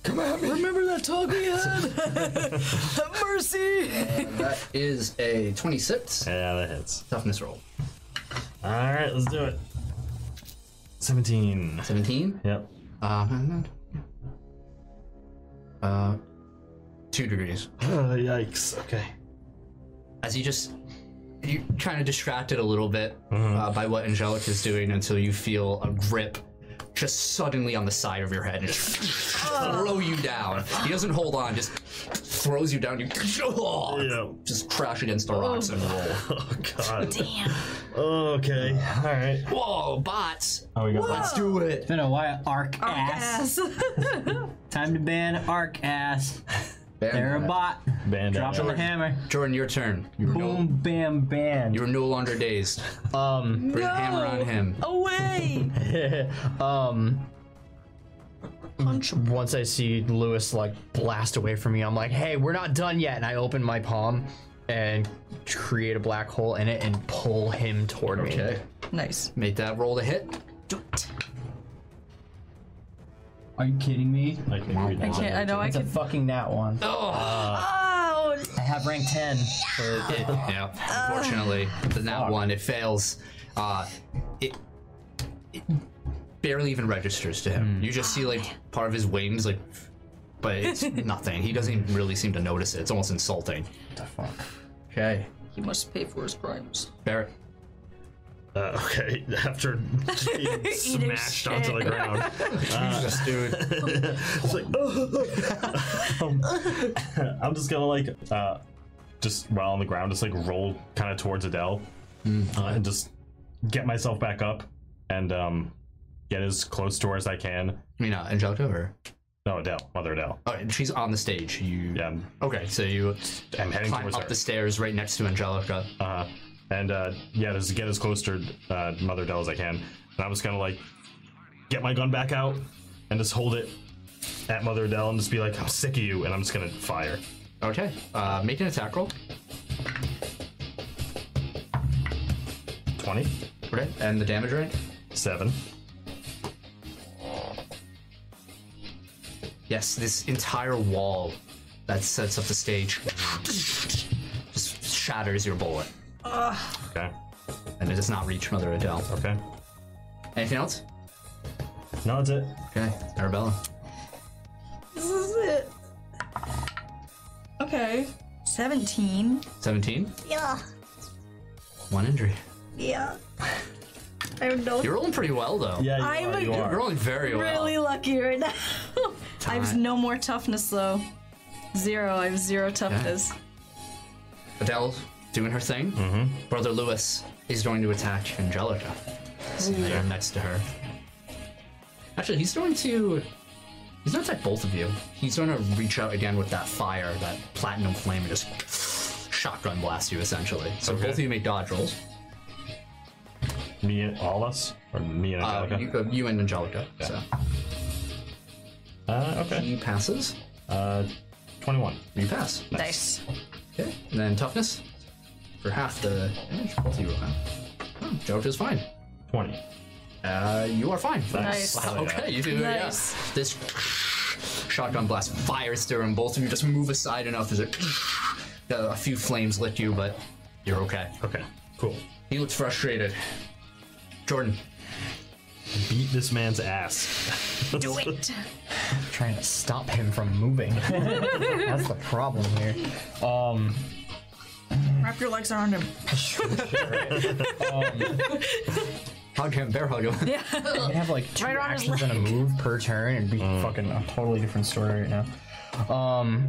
Remember that talk we had? Mercy. Uh, That is a 26 Yeah, that hits. toughness roll. All right, let's do it. 17. 17. Yep. Um, uh, two degrees. Uh, yikes. Okay. as you just you kind of distracted a little bit Mm-hmm. uh, by what Angelic is doing until you feel a grip just suddenly on the side of your head and just Ah. throw you down. He doesn't hold on, just throws you down. You Yeah. just crash against the rocks and roll. Oh god. Damn. Okay. All right. Whoa, bots! Oh, we got Let's do it. Been a while. Arc, ass. Yes. Time to ban arc ass. They're a bot. band. Drop the hammer. Jordan, your turn. You're no, Boom, bam, ban. you're no longer dazed. Um, Bring the hammer on him. Away. um. Once I see Lewis like blast away from me, I'm like, "Hey, we're not done yet!" And I open my palm and create a black hole in it and pull him toward me. Okay, Nice. make that roll to hit. Are you kidding me? I can read that. Okay, I know I It's a can. fucking nat one. Oh, I have rank 10. It- yeah, unfortunately, the that one it fails. Uh, it, it barely even registers to him. You just see like part of his wings, like, but it's nothing. He doesn't even really seem to notice it. It's almost insulting. the fuck? Okay, he must pay for his crimes. Barrett. Uh, okay. After being smashed onto the ground. Jesus, dude. It's like, Um, I'm just gonna like, uh, just while on the ground, just like roll kind of towards Adele, uh, and just get myself back up, and um, get as close to her as I can. You know, Angelica, or No, Adele, Mother Adele. oh, she's on the stage. You Yeah, I'm, okay? So you I'm heading climb towards up her. the stairs right next to Angelica. uh, and uh, yeah, just get as close to uh, Mother Dell as I can. And I'm just gonna like get my gun back out and just hold it at Mother Dell and just be like, "I'm sick of you," and I'm just gonna fire. Okay. Uh, make an attack roll. Twenty Okay. And the damage rank? seven. Yes, this entire wall that sets up the stage just shatters your bullet. Okay. And it does not reach Mother Adele. Okay. Anything else? No, that's it. Okay. Arabella. This is it. Okay. 17. 17. Yeah. One injury. Yeah. I have no. You're rolling pretty well, though. Yeah, you I'm are. a- You You're are. rolling very well. really lucky right now. I have no more toughness though. Zero. I have zero toughness. Adele doing her thing. Mm-hmm. Brother Lewis is going to attack Angelica. So now you're next to her. Actually, he's going to. He's going to attack both of you. He's going to reach out again with that fire, that platinum flame, and just shotgun blast you essentially. So both of you make dodge rolls. Me and all us, or me and Uh, Angelica. you, uh, you and Angelica. So Uh, okay. he passes. Uh, twenty-one. You pass. Nice. Okay. And then toughness for half the damage. Both of you will have. Oh, Joke is fine. Twenty. Uh, you are fine. Nice. Wow, Hell Oh, yeah. okay, you do. yeah. Nice. This shotgun blast fires through, and both of you just move aside enough as it, a few flames lick you, but you're okay. Okay. Cool. He looks frustrated. Jordan, Beat this man's ass. Do it. Trying to stop him from moving. That's the problem here. Um, Wrap your legs around him. Mm-hmm. hug him, bear hug him. I have like two Right around his actions and a move per turn, and be fucking a totally different story right now. Um,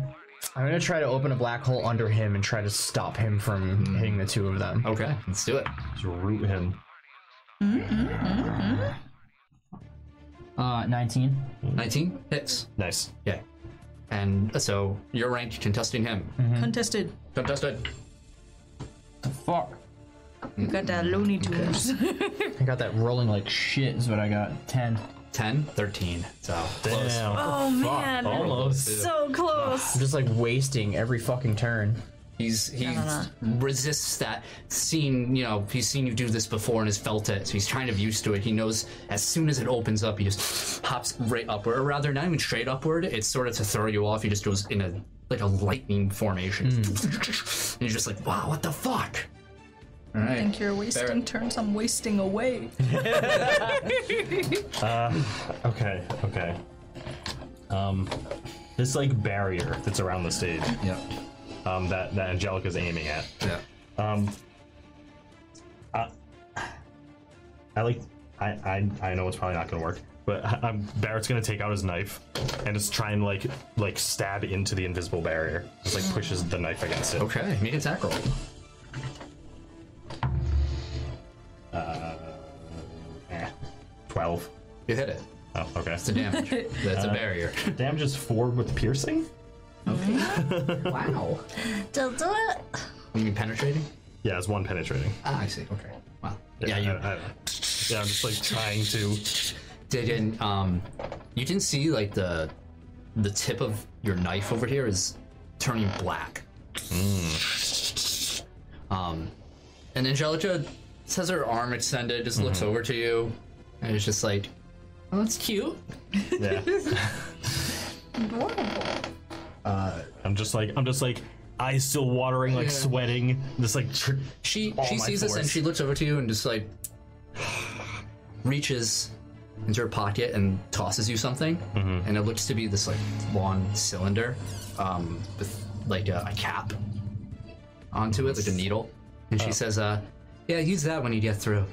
I'm gonna try to open a black hole under him and try to stop him from hitting the two of them. Okay, let's do it. Just root him. Uh, 19. 19 hits. Nice. Yeah. And so you're ranked contesting him. Hmm. Contested. Contested. Fuck. You got that Looney Tunes. I got that rolling like Shit is what I got. 10. 10, 13. So close. Damn. oh man. Almost. So close. I'm just like wasting every fucking turn. He's he resists that seeing you know he's seen you do this before and has felt it, so he's kind of used to it. He knows as soon as it opens up, he just hops right upward, or rather, not even straight upward. It's sort of to throw you off. He just goes in a like a lightning formation, and you're just like, wow, what the fuck? All right. I think you're wasting Barrett. turns. I'm wasting away. Okay, okay. Um, this like barrier that's around the stage, Yeah. um, that that Angelica's aiming at. Yeah. Um, I, I like, I, I I know it's probably not gonna work, but I- I'm, Barrett's gonna take out his knife and just try and like like stab into the invisible barrier. Just like pushes the knife against it. Okay. Make an attack roll. Eh, Twelve. You hit it. Oh, okay. It's a damage. That's a barrier. Damage is four with piercing. wow. Don't do it. You mean penetrating? Yeah, it's one penetrating. Ah, I see. Okay. Wow. Yeah. you. I- I- yeah, I'm just like trying to. didn't um you didn't see like the the tip of your knife over here is turning black um and angelica has her arm extended just looks over to you and is just like oh that's cute Yeah. I'm just like I'm just like eyes still watering, like sweating. Just like tr- she All she my sees this and force. she looks over to you and just like reaches into her pocket and tosses you something Mm-hmm. and it looks to be this like long cylinder um, with like a, a cap onto it like a needle and Oh. she says uh yeah use that when you get through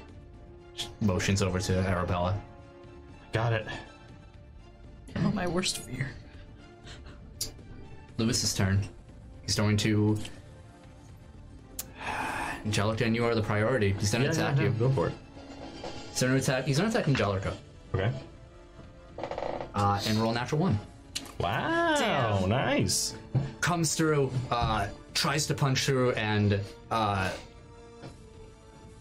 She motions over to arabella got it. Oh, my worst fear. lewis's turn he's going to angelica and you are the priority he's going to attack you Go for it. he's going to attack he's going to attack angelica Okay. uh, and roll natural one Wow. Nice. comes through, uh, tries to punch through, and uh,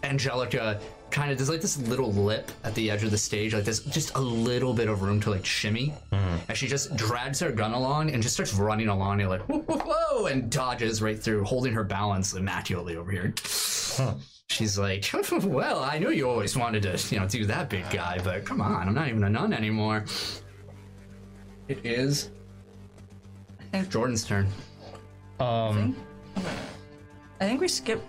Angelica kind of there's like this little lip at the edge of the stage, like there's just a little bit of room to like shimmy, and she just drags her gun along and just starts running along and like whoa, whoa, whoa and dodges right through, holding her balance immaculately over here. She's like, well, I knew you always wanted to, you know, do that big guy, but come on, I'm not even a nun anymore. It is think- Jordan's turn. Um, I think we skipped.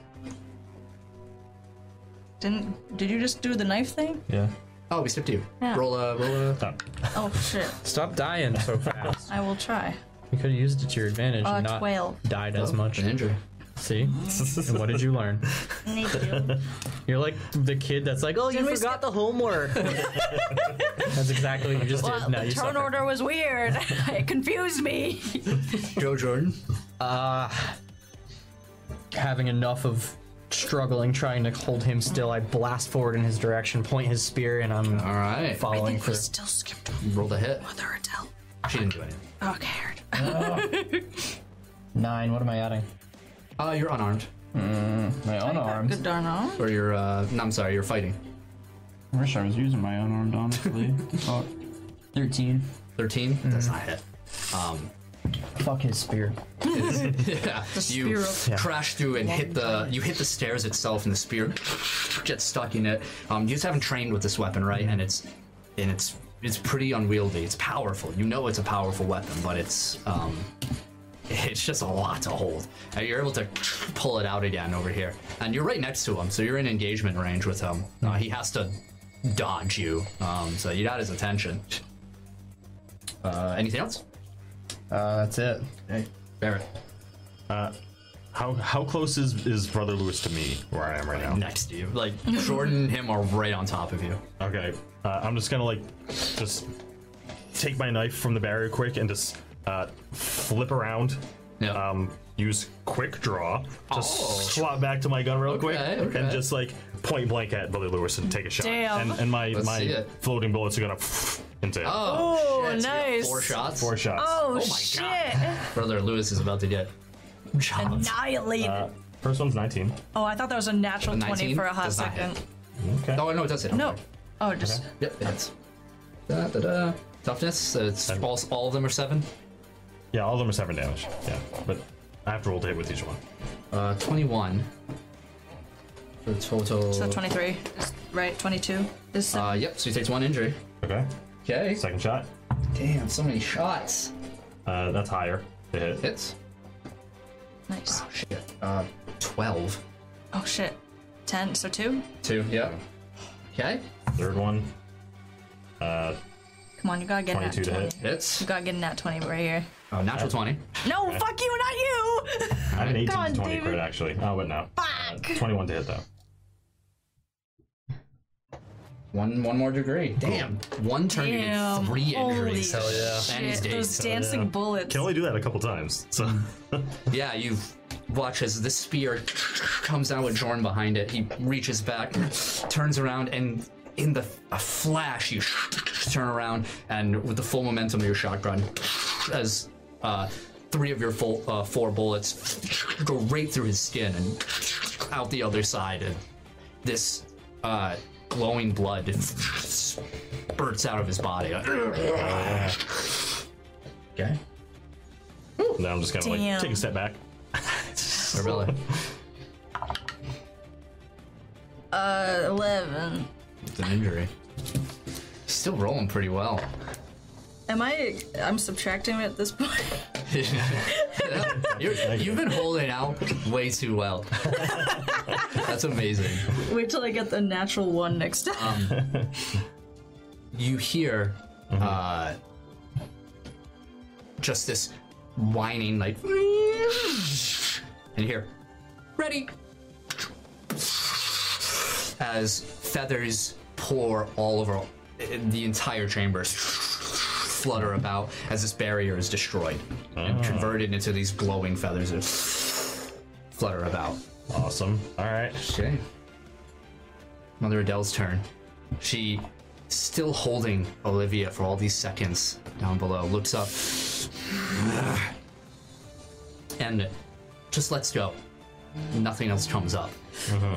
Didn't? Did you just do the knife thing? Yeah. Oh, we skipped you. Yeah. Roll a roll a. Oh shit! Stop dying so fast. I will try. you could have used it to your advantage Uh, and not twelve. died as much. An injury. See? and what did you learn? Thank you. You're like the kid that's like, oh, you we forgot the homework. that's exactly what you just Well, did. Now the you turn suffer. order was weird. it confused me. Go Jordan. having enough of struggling trying to hold him still, I blast forward in his direction, point his spear, and I'm All right. following for. still skipped Roll the hit. Mother Adele. She didn't do anything. Okay. Aaron. Nine. What am I adding? Uh, you're unarmed, My own Good darn arm. or you're uh, no, I'm sorry, you're fighting. I wish I was using my own arm, honestly. Fuck. 13. 13 That's not a hit. Um, Fuck his spear. yeah, you spear crash through and hit the you hit the stairs itself, and the spear gets stuck in it. Um, you just haven't trained with this weapon, right? And it's and it's it's pretty unwieldy. It's powerful. You know it's a powerful weapon, but it's um, it's just a lot to hold. And you're able to pull it out again over here, and you're right next to him, so you're in engagement range with him. Uh, he has to dodge you, um, so you got his attention. Uh, anything else? Uh, that's it. Hey, Barrett. How how close is is brother Lewis to me where I am right now? next to you. Like Jordan and him are right on top of you. Okay, uh, I'm just gonna like just take my knife from the barrier quick and just uh, flip around. Yeah. Um, use quick draw to Oh. swap back to my gun real quick Okay, okay. and just like point blank at Brother Lewis and take a shot. Damn. And, and my Let's see my it. floating bullets are gonna into him. Oh, Oh, shit, so you got nice. Four shots. four shots. Oh, my shit! God. Brother Lewis is about to get chopped. Annihilated. Uh, first one's 19. oh, I thought that was a natural 19? twenty for a hot Does not hit. second. Okay. Oh no, it does hit. No. Oh, just Yep, it hits. Da, da, da. Toughness. uh, It's all, all of them are seven. Yeah, all of them are seven damage. Yeah, but I have to roll to hit with each one. Uh, twenty-one. For the total. so twenty-three. Is- Right, twenty-two. This. uh, yep. So he takes one injury. Okay. Okay. Second shot. Damn, so many shots. Uh, that's higher to hit. Hits. nice. Oh shit. Uh, twelve. Oh shit. Ten. So two. Two. Yep. Okay. Third one. Uh, Come on, you gotta get an at 22 to twenty. hit. Hits. You gotta get an at twenty right here. Oh, natural twenty. No, fuck you, not you. I had an 18 Come on, to 20 David. crit actually. Oh, but no. Fuck. 21 to hit though. One one more degree. Damn. One turned Damn. into three Holy injuries. Hell yeah. And he's Shit, dazed. those dancing bullets. Can only do that a couple times. So yeah, you watch as the spear comes out with Jorn behind it. He reaches back, turns around, and in the a flash, you turn around, and with the full momentum of your shotgun, as uh, three of your full, uh, four bullets go right through his skin and out the other side, and this uh, glowing blood spurts out of his body. Okay, now I'm just gonna Damn. like take a step back. Arabella. Uh, eleven. It's an injury. He's still rolling pretty well. Am I? I'm subtracting at this point. you have been holding out way too well. That's amazing. Wait till I get the natural one next time. You hear uh, just this whining, like, and here, ready. As feathers pour all over the entire chamber, flutter about as this barrier is destroyed and converted into these glowing feathers that flutter about. Awesome. All right. Okay. Mother Adele's turn. She, still holding Olivia for all these seconds down below, looks up and just lets go. nothing else comes up.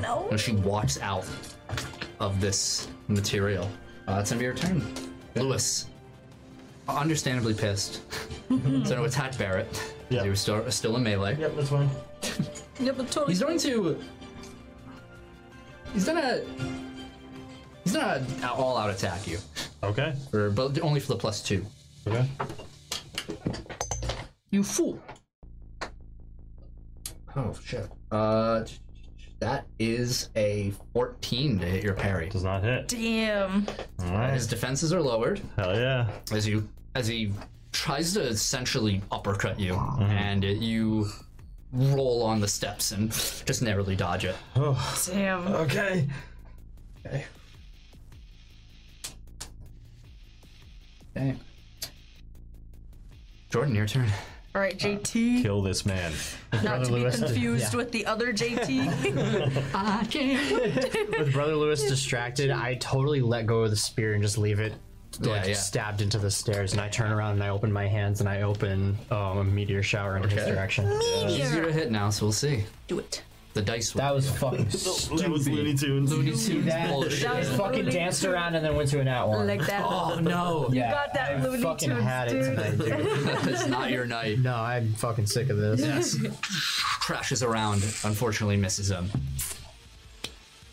No. And she walks out of this material. Uh, it's gonna be your turn. Lewis, understandably pissed. so to attack Barrett. 'cause Yep. He was still, still in melee. Yep, that's fine. Yeah, but totally. He's going to. He's gonna. He's gonna all out attack you, Okay. or but only for the plus two. Okay. You fool. Oh shit. Uh, that is a 14 to hit your parry. Does not hit. Damn. All right. His defenses are lowered Hell yeah. as you as he tries to essentially uppercut you, and you roll on the steps and just narrowly dodge it. Damn. Okay. Dang. Jordan, your turn. All right, JT. Kill this man. Not to be Lewis. confused with the other JT. With Brother Lewis distracted, I totally let go of the spear and just leave it like Yeah, yeah. stabbed into the stairs. And I turn around and I open my hands and I open um, a meteor shower in his Okay. direction. He's zero hit now, so we'll see. Do it. The dice. That was fucking That was Looney stupid. Tunes. Tunes that- bullshit. that was- Fucking danced around and then went to an at one. Like that. Oh no! yeah, got that I Looney fucking Tunes, had it dude. tonight, dude. That's not your night. No, I'm fucking sick of this. Yes. Crashes around. Unfortunately, misses him.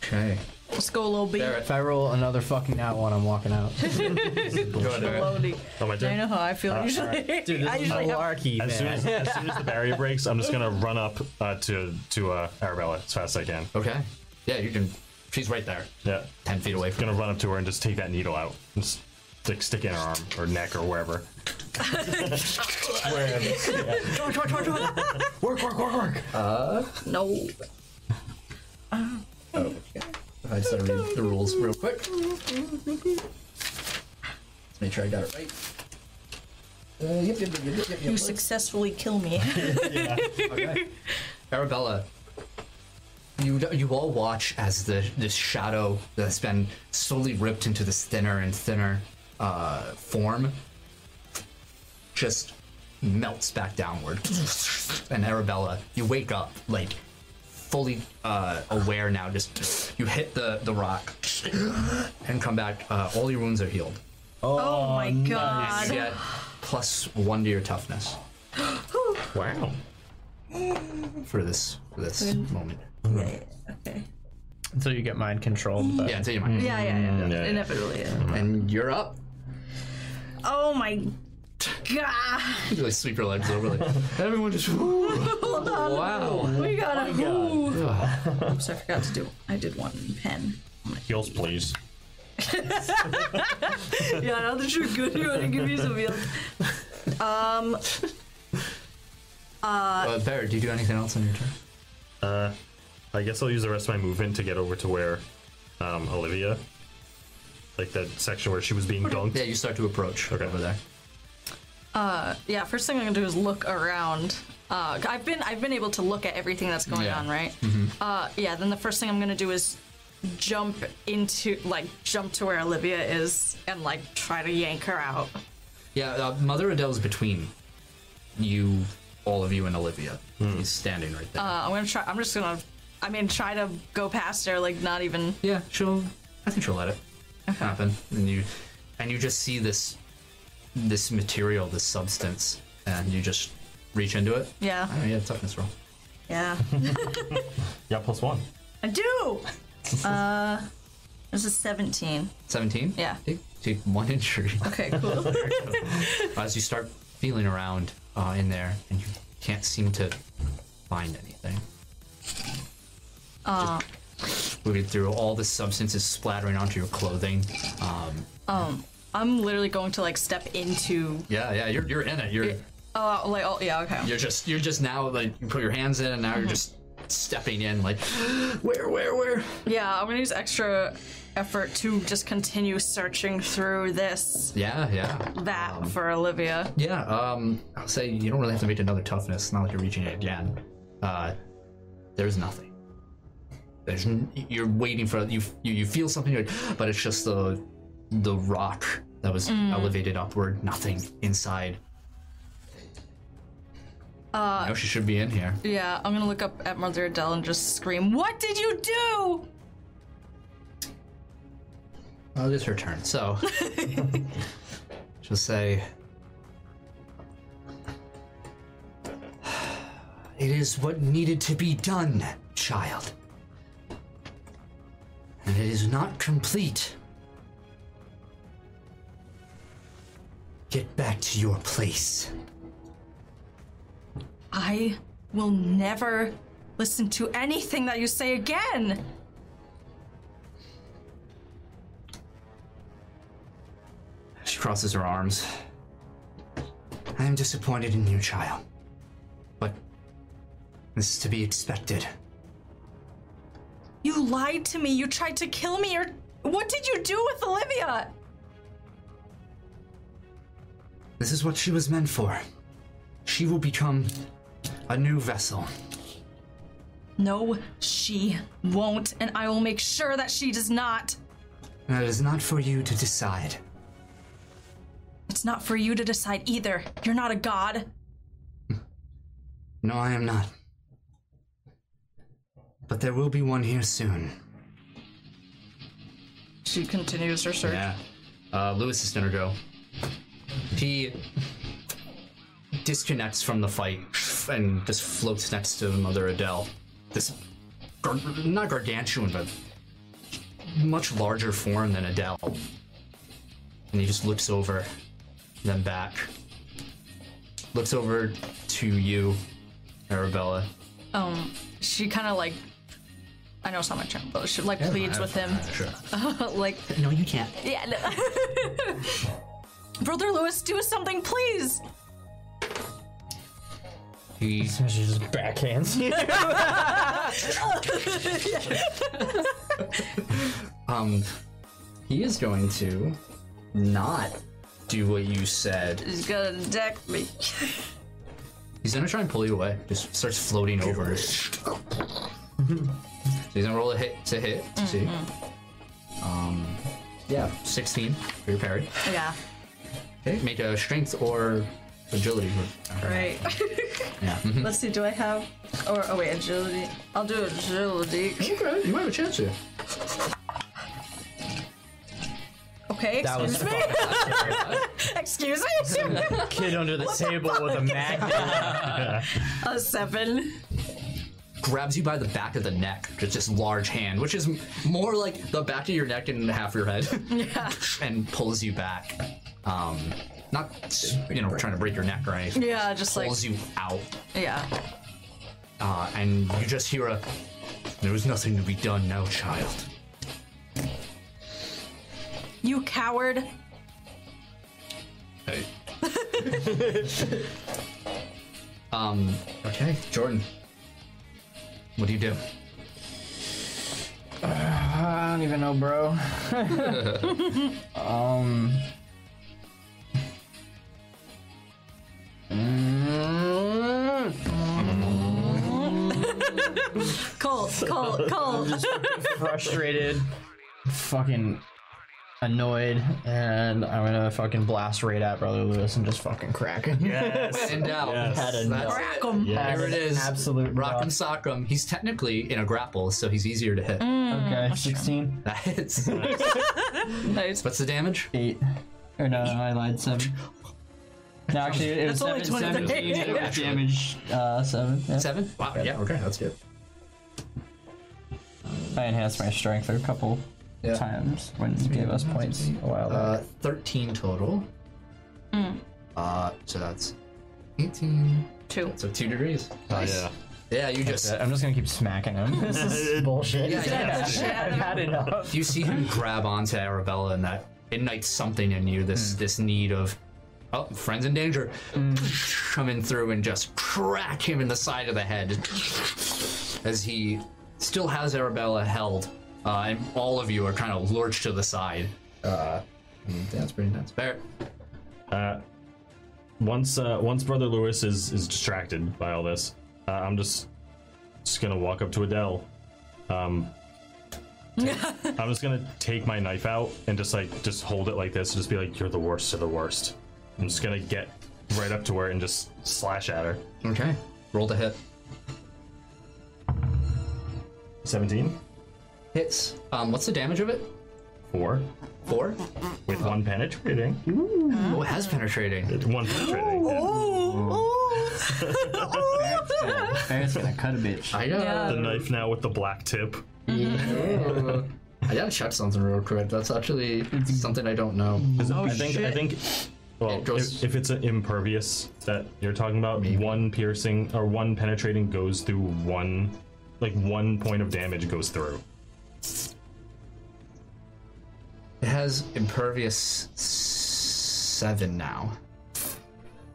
Okay. Let's go, little B. Barrett. If I roll another fucking at one, I'm walking out. Lonely. Oh, my I turn. know how I feel usually. Dude, I this is usually have malarkey, As soon man. as, as soon as the barrier breaks, I'm just gonna run up uh, to to uh, Arabella as fast as I can. Okay. Yeah, you can. She's right there, Yeah, ten feet away from. gonna run up to her and just take that needle out, and just stick stick it in her arm or neck or wherever. Work, work, work, work. No. I just gotta read the rules real quick. Let's make sure I got it right. Uh, yep, yep, yep, yep, yep, You yep. successfully kill me. Arabella, you you all watch as the this shadow that's been slowly ripped into this thinner and thinner uh, form just melts back downward. And Arabella, you wake up like fully uh, aware now. Just you hit the the rock and come back. Uh, all your wounds are healed. Oh, my You god. get plus one to your toughness Wow. for this for this moment. Okay. Until you get mind controlled. But Yeah, take your mind. Yeah, yeah, yeah. yeah, yeah. Inevitably. yeah. And you're up. Oh my god. You like sweep your legs over, like everyone just. Woo. Hold on. Wow. We gotta move. Oops, I forgot to do. I did one pen. Heals, please. Yeah, now that you're good, you wanna give me some heals. Uh, Barrett, do you do anything else on your turn? I guess I'll use the rest of my movement to get over to where um, Olivia, like that section where she was being dunked. Yeah, you start to approach Okay. over there. Yeah, first thing I'm gonna do is look around. Uh, I've been I've been able to look at everything that's going Yeah. on, right? Uh, yeah. Then the first thing I'm gonna do is jump into like jump to where Olivia is and like try to yank her out. Yeah, uh, Mother Adele's between you, all of you, and Olivia. He's standing right there. Uh, I'm gonna try. I'm just gonna. I mean, try to go past her, like not even. yeah, she'll. I think she'll let it happen. And you, and you just see this, this material, this substance, and you just reach into it. Yeah. Oh yeah, toughness roll. Yeah. Yeah, plus one. I do. Uh, this is 17. Seventeen. Yeah. Take, take one injury. Okay, cool. as you start feeling around uh, in there and you can't seem to find anything. Uh. Just moving through all the substances splattering onto your clothing. Um, I'm literally going to like step into. yeah, yeah, you're, you're in it. You're Oh, like oh yeah, okay. you're just you're just now like you put your hands in and now you're just stepping in like where where where. Yeah, I'm gonna use extra effort to just continue searching through this Yeah, yeah, that for Olivia. yeah. Um, I'll say you don't really have to make another toughness. It's not like you're reaching it again. Uh, there's nothing. There's n- you're waiting for you, you you feel something, like, but it's just the the rock that was elevated upward. Nothing inside. now she should be in here. Yeah, I'm gonna look up at Mother Adele and just scream, What did you do? Oh, it is her turn. So she'll say, "It is what needed to be done, child, and it is not complete. Get back to your place." I will never listen to anything that you say again. She crosses her arms. I am disappointed in you, child. But this is to be expected. You lied to me. You tried to kill me. Or what did you do with Olivia? This is what she was meant for. She will become a new vessel. No, she won't, and I will make sure that she does not. And it is not for you to decide. It's not for you to decide either. You're not a god. No, I am not. But there will be one here soon. She continues her search. Yeah. Uh, Lewis is gonna go. He disconnects from the fight and just floats next to Mother Adele. This, gar- not gargantuan, but much larger form than Adele. And he just looks over, then back. Looks over to you, Arabella. Um, she kind of like, I know it's not my turn, but she like pleads with him, Sure. like, No, you can't. yeah. no. Brother Lewis, do something, please. He She just backhands you. um, he is going to not do what you said. He's gonna deck me. He's gonna try and pull you away. Just starts floating over. so he's gonna roll a hit to hit. to See. Um. Yeah, 16 for your parry. Yeah. Okay, make a strength or agility. roll. Right. Yeah. mhm. Let's see, do I have. Or, oh, wait, agility. I'll do agility. Okay, you might have a chance here. Okay. That was excuse me. excuse me. Kid under the table with a magnet. A seven. Grabs you by the back of the neck. Just this large hand, which is m- more like the back of your neck and half your head, Yeah. and pulls you back. Um, not you know trying to break your neck or anything. Yeah. Just like. Pulls you out Yeah. Uh, and you just hear a. There is nothing to be done now, child. You coward. Hey. um. Okay, Jordan. What do you do? I don't even know, bro. um. Mm, Colt. Colt. Colt. frustrated, fucking annoyed, and I'm gonna fucking blast right at Brother Lewis and just fucking crack him. Yes. And now, Yes. Had that's it. Crack 'em. Yes. There it is. Absolute Rock rock. and sock 'em. He's technically in a grapple, so he's easier to hit. Okay, 16, That hits. Nice. What's the damage? 8. Or no, no, I lied. 7. No, actually, it was That's only 7, 7 23. it was damage. Uh, 7. Yeah. Seven. Wow. Yeah. Okay, that's good. I enhanced my strength a couple Yeah. times when you gave us points a while back. Uh, 13 total. Uh, so that's 18. Two. So two degrees. Yeah. Oh, Yeah, you just I'm just gonna keep smacking him. this is bullshit. Yeah, yeah. I've had enough. you see him grab onto Arabella, and that ignites something in you. This this need of oh, friends in danger, coming through and just crack him in the side of the head as he still has Arabella held, uh, and all of you are kind of lurched to the side. Uh, that's pretty nuts. Barrett. Once uh, once Brother Lewis is is distracted by all this, uh, I'm just just gonna walk up to Adele. Um, take- I'm just gonna take my knife out and just like just hold it like this and just be like, "You're the worst of the worst." I'm just gonna get right up to her and just slash at her. Okay. Roll the hit. 17? Hits. Um, what's the damage of it? 4. Four. With one penetrating. Oh, it has penetrating. One penetrating. Barrett's gonna cut a bitch. I gotta, Yeah. The knife now with the black tip. Yeah. I gotta check something real quick. That's actually something I don't know. 'Cause I think I think well, It goes- if, if it's an impervious that you're talking about, one piercing or one penetrating goes through one, like one point of damage goes through. It has impervious seven now.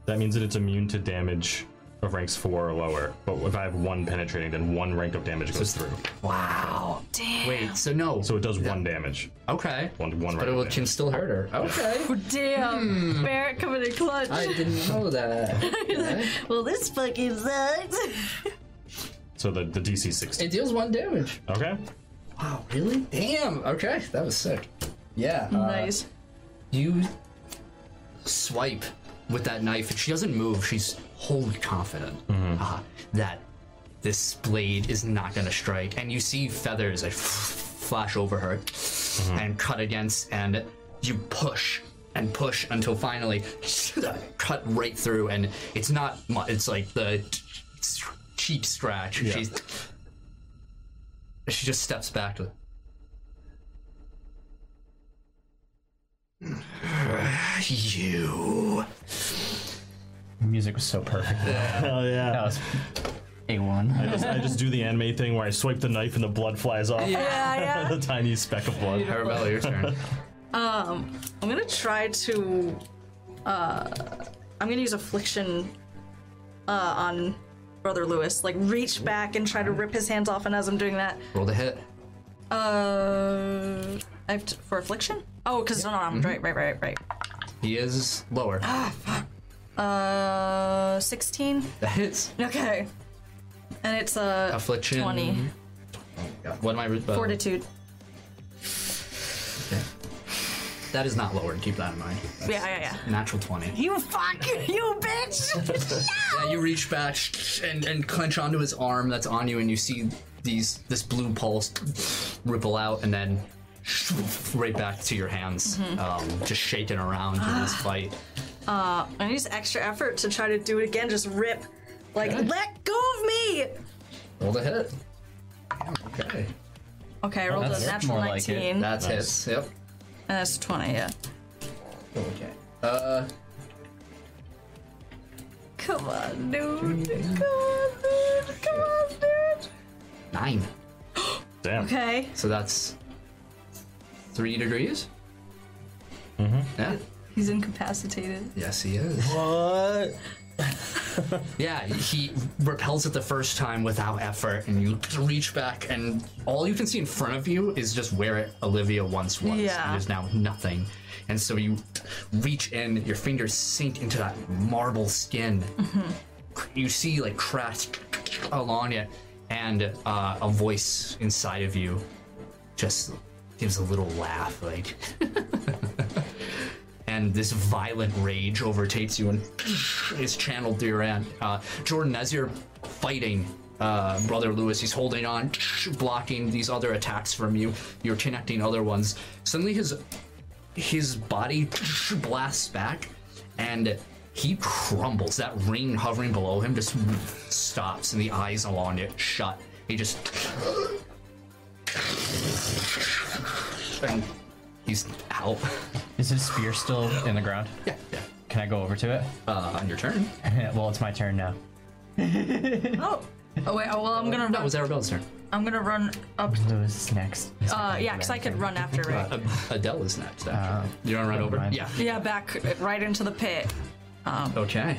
That means that it's immune to damage of ranks four or lower. But if I have one penetrating, then one rank of damage goes through. Wow. Damn. Wait, so no. So it does one damage. okay. One one But rank. it of will- damage. can still hurt her. Okay. Damn. Barrett coming in clutch. Hmm. I didn't know that. Okay. well, this fucking Uh, sucks. so the, the DC 16. It deals one damage. Okay. Wow, really? Damn. Okay, that was sick. Yeah. uh, nice. You swipe with that knife, and she doesn't move. She's wholly confident uh, that this blade is not going to strike. And you see feathers like, flash over her and cut against, and you push and push until finally cut right through. And it's not much, it's like the cheap scratch. She's, she just steps back to. You. Music was so perfect. Hell yeah. That was a one. Just- I just do the anime thing where I swipe the knife and the blood flies off. Yeah, the tiny speck of blood. Arabella, your turn. I'm gonna try to. Uh, I'm gonna use affliction uh, on Brother Lewis. Like reach back and try to rip his hands off, and as I'm doing that, Roll the hit. uh, I have to, for affliction. Oh, because no, no, I'm right, right, right, right. He is lower. Uh, 16. That hits. Okay. And it's a uh, Affliction. 20 What am I? Uh, fortitude. That is not lowered. Keep that in mind. That's Yeah, yeah, yeah. Natural twenty. You fuck you, bitch. Yeah, you reach back and and clench onto his arm that's on you, and you see these this blue pulse ripple out, and then right back to your hands, um, just shaking around in this fight. I need extra effort to try to do it again. Just rip. Like, Okay. let go of me. Roll the hit. Okay, Okay, I rolled a that's natural more like it. 19. that's hits. Yep. And that's 20, yeah. Okay. Uh, Come on, dude. Come on, dude. Come on, dude. nine. Damn. Okay. So that's three degrees. Mm-hmm. Yeah. He's incapacitated. Yes, he is. What? Yeah, he repels it the first time without effort, and you reach back, and all you can see in front of you is just where it Olivia once was. Yeah. And there's now nothing. And so you reach in, your fingers sink into that marble skin. You see, like, cracks along it, and uh, a voice inside of you just gives a little laugh, like. and this violent rage overtakes you and is channeled through your hand. Uh, Jordan, as you're fighting uh, Brother Lewis, he's holding on, blocking these other attacks from you. You're connecting other ones. Suddenly, his his body blasts back, and he crumbles. That ring hovering below him just stops, and the eyes along it shut. He just and he's out. Is his spear still in the ground? Yeah, yeah. Can I go over to it? Uh, on your turn. well, it's my turn now. Oh. Oh wait. Oh well. I'm gonna. That was Arabella's turn. I'm gonna run up. Lewis is next. He's not Uh, gonna yeah, do because I could anything. run after right. Uh, Adele is next. Actually. you want to run over? mind. Yeah. Yeah, back right into the pit. Okay.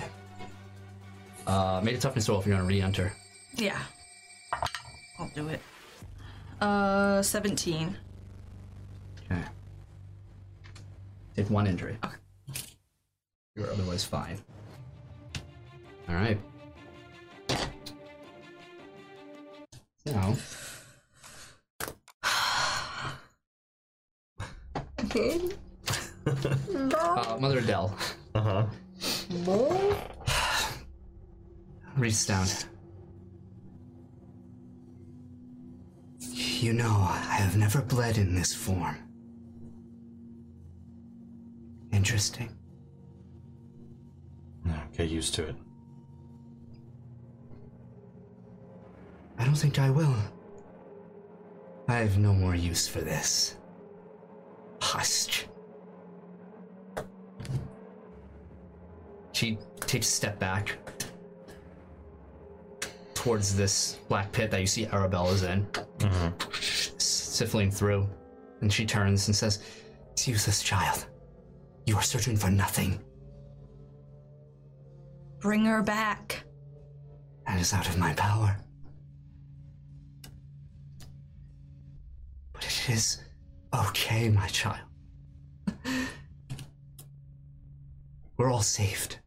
Uh, made a toughness roll if you want to re-enter. Yeah. I'll do it. Uh, 17. Okay. Take one injury. You're otherwise fine. All right. So. uh, Mother Adele. Uh huh. Reads down. You know, I have never bled in this form. Interesting. No, get used to it. I don't think I will. I have no more use for this. Hush. She takes a step back towards this black pit that you see Arabella's in, sifting through, and she turns and says, "It's useless, child. You are searching for nothing. Bring her back. That is out of my power. But it is okay, my child. We're all saved.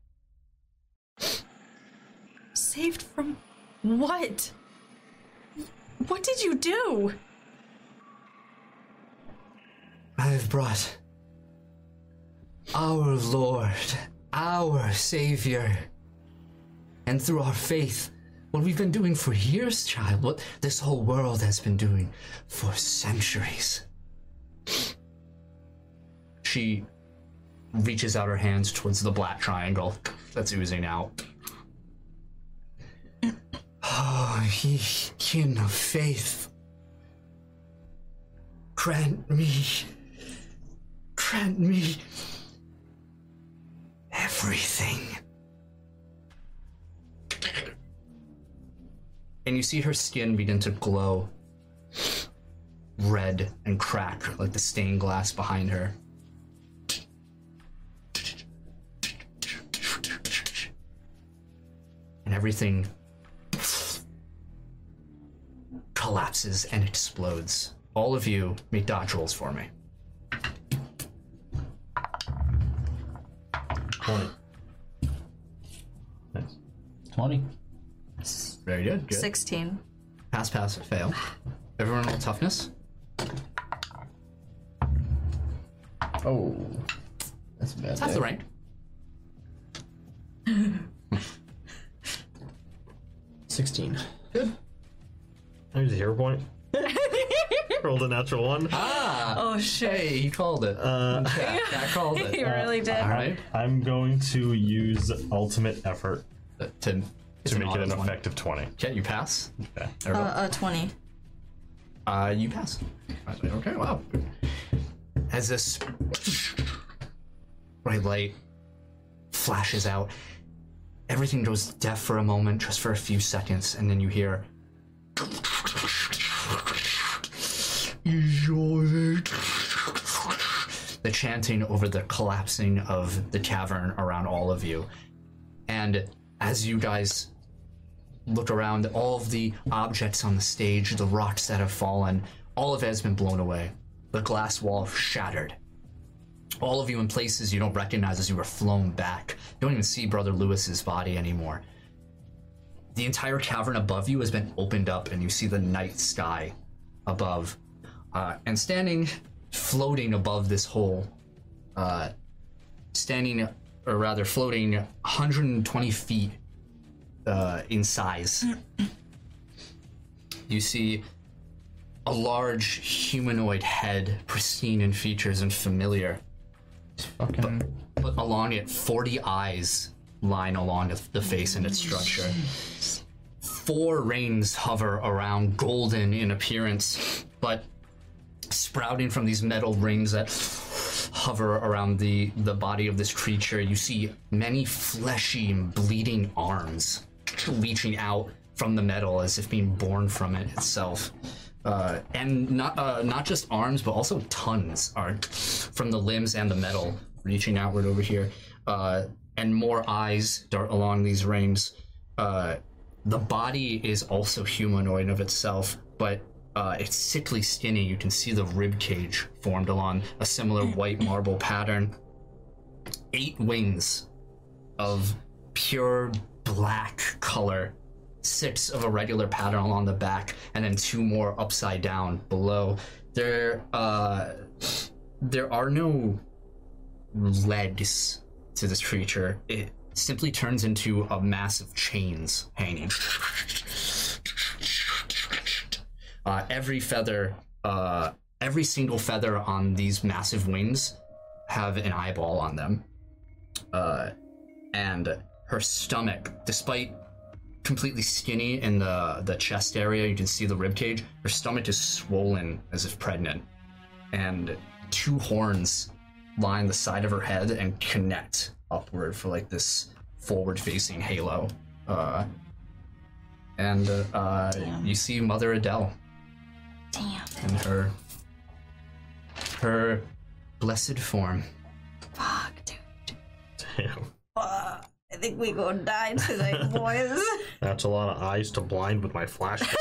Saved from what? What did you do? I have brought our Lord, our Savior, and through our faith, what we've been doing for years, child, what this whole world has been doing for centuries. She reaches out her hands towards the black triangle that's oozing out. Oh, ye kin of faith, grant me, grant me everything. And you see her skin begin to glow red and crack like the stained glass behind her. And everything collapses and explodes. All of you make dodge rolls for me. Twenty. Nice. 20. Very good. good. 16. Pass, pass, or fail. Everyone roll toughness. Oh. That's bad. eh? That's the rank. 16. I use a hero point. Rolled a natural one. Uh, Oh shit. Hey, he called it. Uh, I called He it. really did. All right. I'm going to use ultimate effort Uh, To, to make it an effect. effective 20. Okay, you pass. Okay. Uh, uh, 20. Uh, you pass. I say, Okay, wow. As this bright light flashes out, everything goes deaf for a moment, just for a few seconds, and then you hear. The chanting over the collapsing of the cavern around all of you. And as you guys look around, all of the objects on the stage, the rocks that have fallen, all of it has been blown away. The glass wall shattered. All of you in places you don't recognize as you were flown back. You don't even see Brother Lewis's body anymore. The entire cavern above you has been opened up, and you see the night sky above. Uh, and standing, floating above this hole, uh, standing, or rather, floating 120 feet uh, in size. you see a large humanoid head, pristine in features and familiar, Fucking but along it, 40 eyes line along the- the face and its structure. Four rings hover around, golden in appearance, but sprouting from these metal rings that hover around the, the body of this creature, you see many fleshy and bleeding arms reaching out from the metal as if being born from it itself. Uh, and not uh, not just arms, but also tons are from the limbs and the metal reaching outward over here. Uh, and more eyes dart along these rings. Uh, the body is also humanoid of itself, but uh, it's sickly skinny. You can see the rib cage formed along a similar white marble pattern. Eight wings of pure black color, six of a regular pattern along the back, and then two more upside down below. There, uh, there are no legs to this creature. It simply turns into a mass of chains hanging. Uh, every feather, uh, every single feather on these massive wings have an eyeball on them. Uh, and her stomach, despite completely skinny in the, the chest area, you can see the rib cage, her stomach is swollen as if pregnant. And two horns line the side of her head and connect upward for like this forward facing halo. Uh, and uh, you see Mother Adele Damn. in her her blessed form. Fuck, dude. Fuck. I think we gonna die tonight, boys. That's a lot of eyes to blind with my flashlight.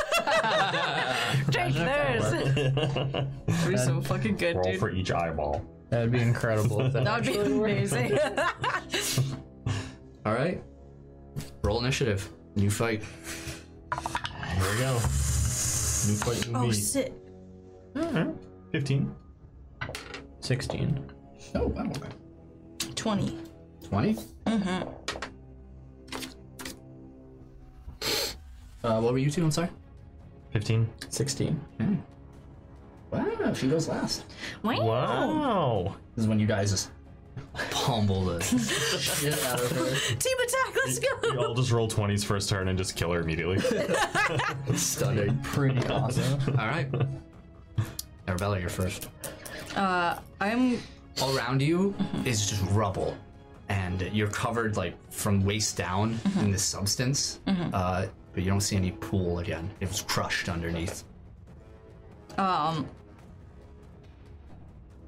Take this. That'd be so fucking good, Roll dude. for each eyeball. That'd be incredible. If that That'd be amazing. All right, roll initiative. New fight. Here we go. New fight, new oh, me. shit. 15. 16. Oh wow. 20. 20 Mm-hmm. Uh, what were you two? I'm sorry. Hmm. 15. 16. Wow, she goes last. Wait. Wow. This is when you guys just pummel the shit out of her, Team attack, let's We go. all just roll 20s first turn and just kill her immediately. stunning. Pretty awesome. All right, Arabella, you're first. I'm all around you is just rubble and you're covered like from waist down Mm-hmm. in this substance uh, but you don't see any pool again it was crushed underneath Uh,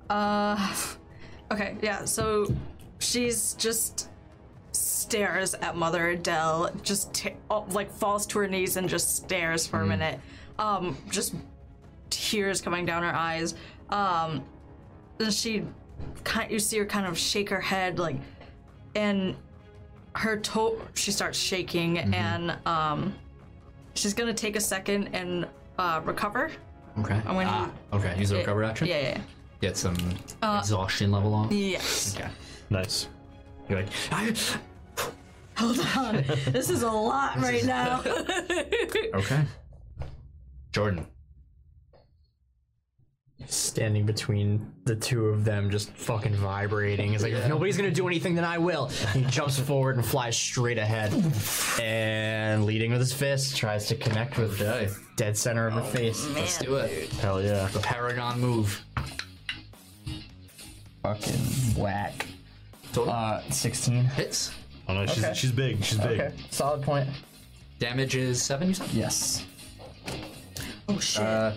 okay, yeah. So she's just stares at Mother Adele, just t- oh, like falls to her knees and just stares Mm-hmm. for a minute. Um, just tears coming down her eyes. Um, then she, kind you see her kind of shake her head like, and her toe she starts shaking Mm-hmm. and um, she's gonna take a second and uh recover. okay I'm gonna- ah, okay use the recover action Yeah, Uh, yeah, get some exhaustion level off yeah. Yes. okay nice. you're like "Ah." Hold on. this is a lot right now. okay jordan Standing between the two of them, just fucking vibrating. It's like, if nobody's gonna do anything, then I will. He jumps forward and flies straight ahead. And leading with his fist, tries to connect with okay the dead center of the face. let's do it Hell yeah. the paragon move Fucking whack. total Uh, 16. hits Oh no, she's, Okay. she's big. She's big. Okay, solid point. damage is 7 you said Yes. oh shit. Uh,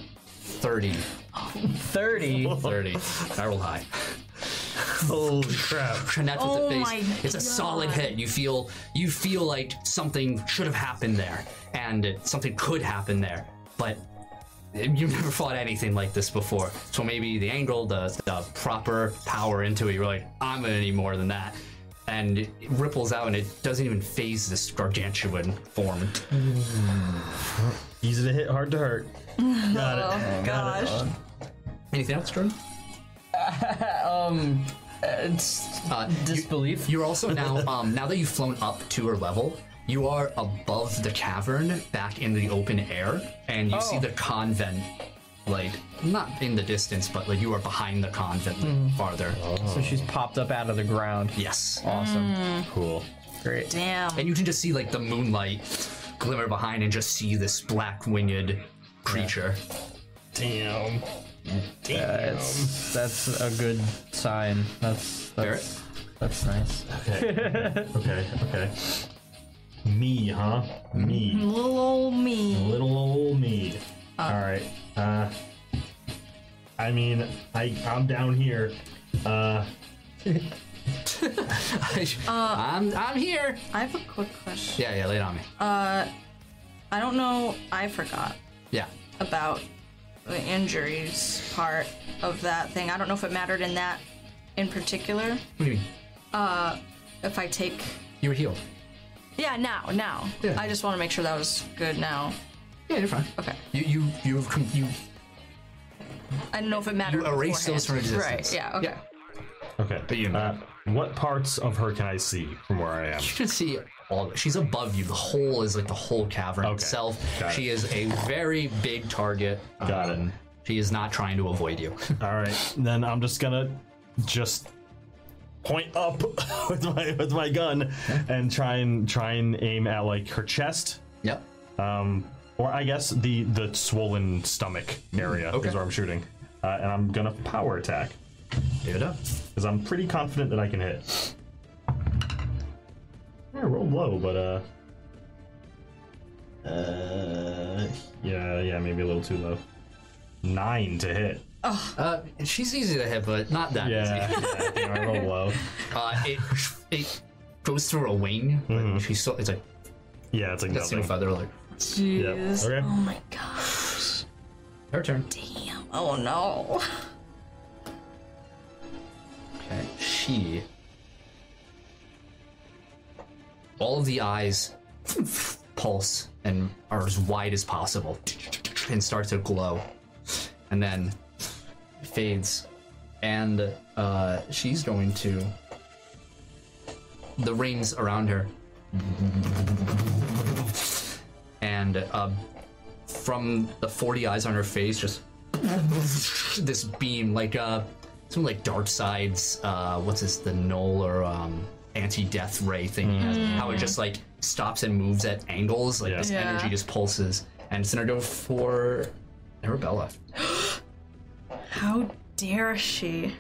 30 30. 30 i rolled high Holy crap. connect with Oh the face. my it's a solid hit. You feel you feel like something should have happened there, and it- something could happen there, but you've never fought anything like this before. So maybe the angle, the, the proper power into it, you're like, I'm gonna need more than that. And it ripples out, and it doesn't even phase this gargantuan form. Easy to hit, hard to hurt. Got it. uh, oh gosh. Anything else, Jordan? Um, It's Uh, you- disbelief. You're also now, um, now that you've flown up to her level, you are above the cavern, back in the open air, and you Oh. see the convent, like not in the distance, but like you are behind the convent, like, Hmm. farther. Oh. So she's popped up out of the ground. Yes, Awesome. Mm. Cool. Great. Damn. and you can just see like the moonlight glimmer behind, and just see this black winged creature. Damn. Damn. That's that's a good sign. That's that's, that's nice. okay, okay. Me, huh? Me. Little old me. Little old me. Alright. Uh I mean, I I'm down here. Uh Uh, I'm, I'm here. I have a quick question. Yeah, yeah, lay it on me. uh, I don't know. I forgot yeah, about the injuries part of that thing. I don't know if it mattered in that in particular. what do you mean? If I take. You were healed. Yeah, now, now. Yeah. I just want to make sure that was good now. Yeah, you're fine. Okay. You you you've com- you I didn't know if it mattered. You erase those beforehand. from existence. Right. Yeah. Okay. Okay. you know. Uh, what parts of her can I see from where I am? You can see all of it. She's above you. The whole is like the whole cavern Okay. itself. Got it. She is a very big target. Got Um. it. She is not trying to avoid you. All right, then I'm just gonna just point up with my with my gun and try and try and aim at like her chest, yep. um, or I guess the the swollen stomach area okay. is where I'm shooting, uh, and I'm gonna power attack Do it up. because I'm pretty confident that I can hit. I rolled low, but uh, uh, yeah, yeah, maybe a little too low. Nine to hit. Uh, she's easy to hit, but not that Yeah, easy. yeah, yeah I rolled low. Uh, it it goes through a wing, but Mm-hmm. she's still it's like Yeah, it's like a single nothing. feather. Like Jeez. Okay. Oh my gosh. her turn. Damn. Oh no. Okay. She. All of the eyes pulse and are as wide as possible and start to glow. And then fades. And uh, she's going to. The rings around her. And uh, from the 40 eyes on her face, just this beam, like uh, some like Dark Side's, uh, what's this, the Knoll or um, anti-death ray thing, he has, how it just like stops and moves at angles, like Yeah. this Yeah. energy just pulses, and it's gonna go for Arabella. How dare she?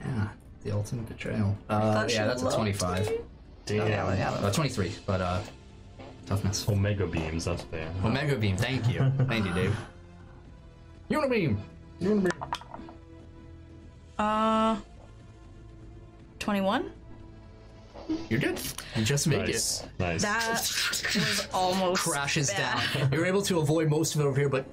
Yeah, the ultimate betrayal. Uh, thought yeah, she that's a loved twenty-five, Damn. uh, twenty-three, but uh, toughness. Oh. Omega beams. That's what they are. Omega beam. Thank you, thank you, Dave. Unibeam. Uh. 21? You're good. You just make it. Nice. Nice. That was almost. crashes bad. down. You're able to avoid most of it over here, but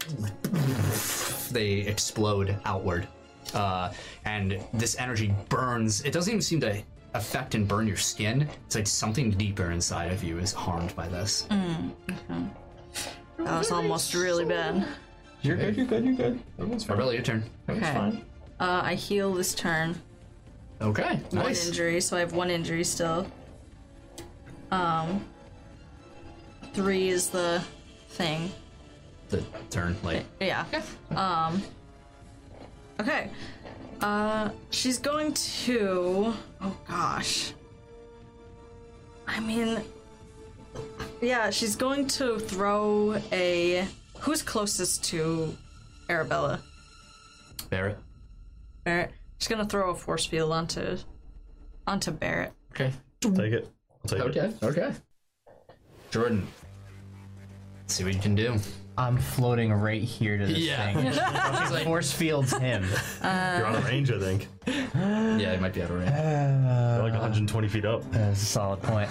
they explode outward. Uh, and this energy burns. It doesn't even seem to affect and burn your skin. It's like something deeper inside of you is harmed by this. Mm. That was almost really bad. You're good. You're good. You're good. Everyone's fine. Arabella, your turn. Everyone's Okay. fine. Uh, I heal this turn. Okay, One nice. injury, so I have one injury still. Um. Three is the thing. The turn, like, Yeah. Um. Okay. Uh, she's going to. Oh gosh. I mean. Yeah, she's going to throw a. Who's closest to Arabella? Barrett. Barrett. She's gonna throw a force field onto, onto Barrett. Okay. Take it. I'll take it. Okay, okay. Jordan. See what you can do. I'm floating right here to this Yeah. thing. Force fields him. You're on a range, I think. Yeah, it might be out of range. Uh, You're like 120 feet up. That's a solid point.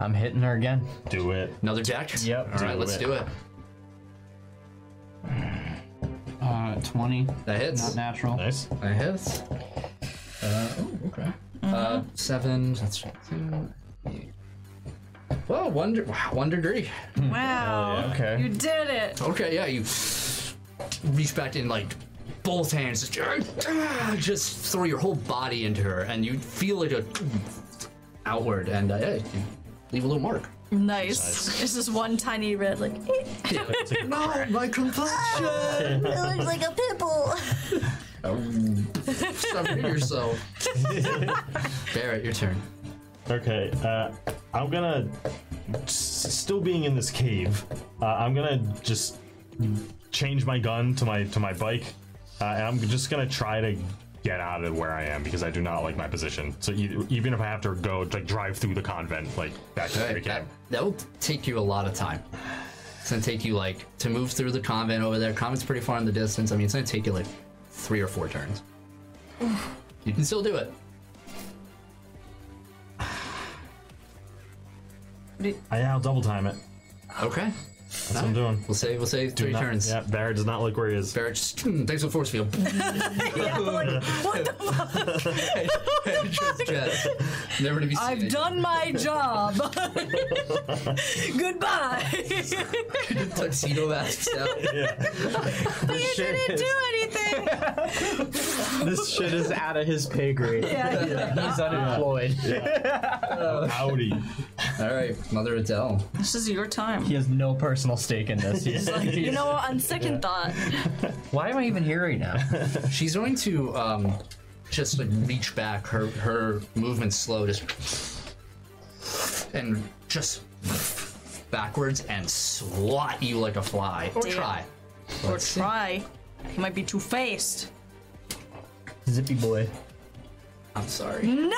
I'm hitting her again. Do it. Another deck? Yep. All right, Do let's it. do it. Uh, 20. That hits. Not natural. Nice. That hits. Uh, oh, okay. Uh, seven. That's two. eight. Well, one, de- wow, one degree. Wow. You Okay. did it. Okay, yeah, you reach back in like both hands, just, ah, just throw your whole body into her, and you feel like a outward, and uh, yeah, you leave a little mark. Nice. It's just one tiny red, like. No, my complexion. It looks like a pit bull. Submit yourself. Barrett, your turn. Okay. Uh, I'm gonna. s- Still being in this cave, uh, I'm gonna just change my gun to my to my bike, uh, and I'm just gonna try to get out of where I am because I do not like my position. So e- even if I have to go like drive through the convent, like back to the Alright, that, camp. that will take you a lot of time. It's gonna take you like to move through the convent over there. Convent's pretty far in the distance. I mean, it's gonna take you like three or four turns. you can still do it. I, I'll double time it. Okay, That's what I'm doing. we'll say we'll say three Not- turns. Yeah, Barrett does not look where he is. Barrett just thanks for the force field. Just jets. Never to be seen. I've again. done my job. Goodbye. tuxedo masks out. Yeah. you didn't do anything. This shit is out of his pay grade. He's unemployed. Howdy. All right, Mother Adele. this is your time. He has no personal stake in this. He's like, You know what? On second thought, why am I even here right now? She's going to um, just like reach back. Her her movement's slow, just and just backwards and swat you like a fly, or Damn. try. or try, you might be too faced. Zippy boy. I'm sorry. No.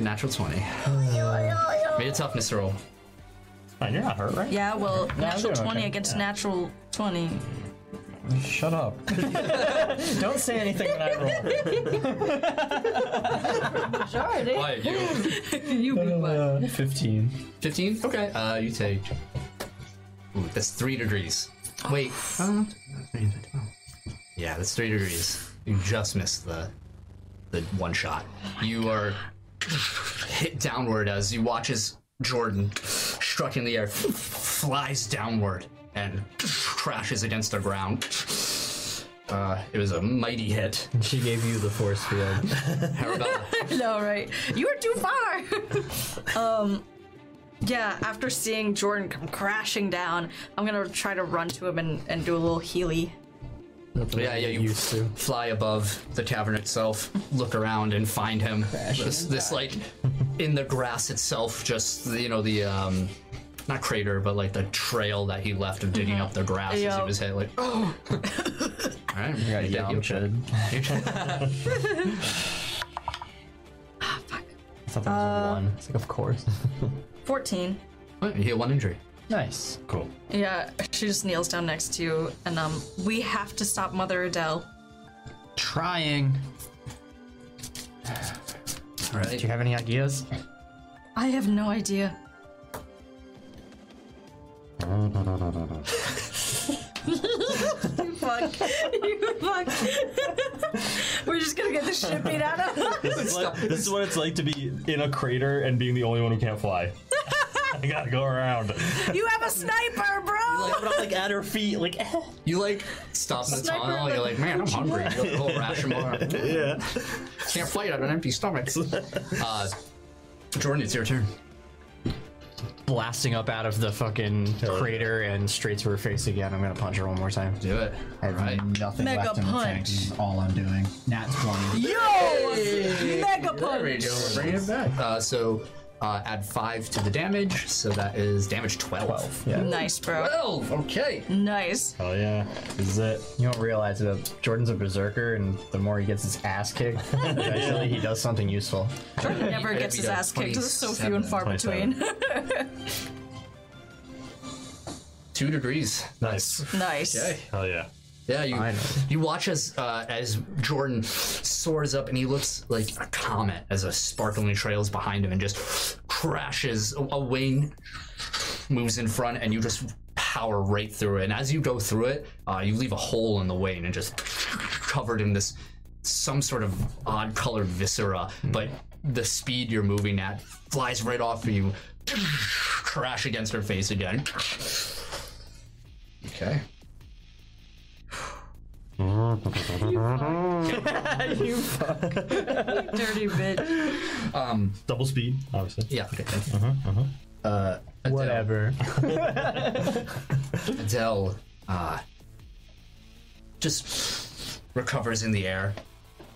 Natural twenty. Made a toughness roll. Oh, you're not hurt, right? Yeah, well, natural doing twenty okay. against natural twenty. Shut up. Don't say anything when I roll. Sorry, Why you? you beat one. Uh, 15. Fifteen. Okay. Uh, you take. Ooh, that's three degrees. Wait. uh, yeah, that's three degrees. You just missed the the one shot. you are hit downward as you watch as Jordan, struck in the air, flies downward and crashes against the ground. Uh, it was a mighty hit. She gave you the force field. Arabella, No, right? You were too far. um, yeah. After seeing Jordan come crashing down, I'm gonna try to run to him and, and do a little healy. Yeah, yeah, you used to. fly above the cavern itself, look around and find him. This, this like in the grass itself, just you know the um, not crater, but like the trail that he left of digging up the grass as he Yep. was hit. Like, oh, all right, yeah, Ah, I thought that was a one. It's like, of course. Fourteen. You hit one injury. Nice. Cool. Yeah, she just kneels down next to you, and um, we have to stop Mother Adele. Trying. All right, Do you have any ideas? I have no idea. Fuck. You fuck. We're just gonna get the shit beat out of us. This is, what, this is what it's like to be in a crater and being the only one who can't fly. I gotta go around. You have a sniper, bro. But I'm like at her feet, like, you like stop in the Sniper tunnel. You're like, man, I'm hungry. You got a whole ration bar. Yeah. Can't fight on an empty stomach. Uh, Jordan, it's your turn. Blasting up out of the fucking crater and straight to her face again. I'm gonna punch her one more time. Do it. All right. nothing Mega left in the tank. punch. This is all I'm doing. Nat Mega 20. There we punch. go, we're bringing it back. Uh, so uh, add five to the damage, so that is damage 12. 12, Yeah. Nice, bro. okay. Nice. Oh yeah. This is it. You don't realize that Jordan's a berserker, and the more he gets his ass kicked, eventually he does something useful. Jordan never It'd gets be his like ass kicked. There's so few 27, and far between. Two degrees. Nice. nice. Okay. Hell yeah. Yeah, you know. you watch as uh, as Jordan soars up and he looks like a comet as a sparkling trails behind him and just crashes. A, a wing moves in front and you just power right through it. And as you go through it, uh, you leave a hole in the wing and just covered in this some sort of odd colored viscera. But the speed you're moving at flies right off of you. Crash against her face again. Okay. Dirty bitch. Double speed, obviously. Yeah. Okay. Uh, Whatever. Adele uh, just recovers in the air,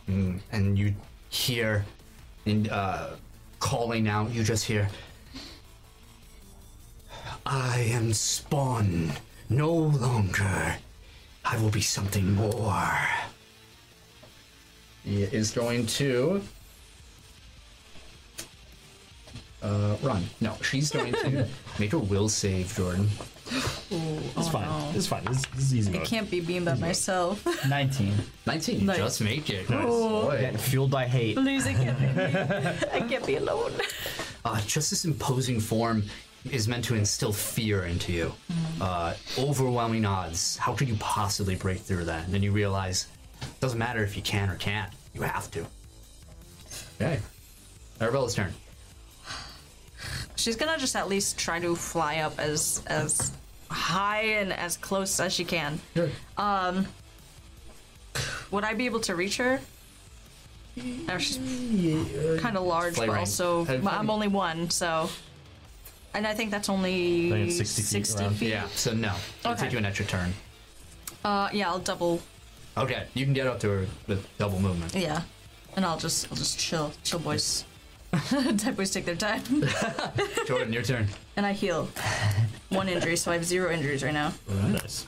and, and you hear in uh, calling out. You just hear, "I am Spawn, no longer. I will be something more." He is going to. Uh, run. No, she's going to make a will save, Jordan. It's fine. It's fine. This, this is easy. Oh, I Mode. can't be beamed at myself. 19. 19, Nice. just make it. Getting fueled by hate. Please, I can't be. I can't be alone. Uh, just this imposing form is meant to instill fear into you. Mm-hmm. Uh, overwhelming odds. How could you possibly break through that? And then you realize it doesn't matter if you can or can't. You have to. Okay. Arabella's turn. She's gonna just at least try to fly up Uh, as as high and as close as she can. Sure. Would I be able to reach her? No, she's kind of large, Play but range. also Have but I'm fun. only one, so. And I think that's I think only it's 60 feet around. Yeah, so no. It'll Okay. take you an extra turn. Uh, yeah, I'll double. Okay, you can get up to her with double movement. Yeah, and I'll just I'll just chill, chill boys. Dead boys take their time, Jordan, your turn. and I heal. One injury, so I have zero injuries right now. Nice.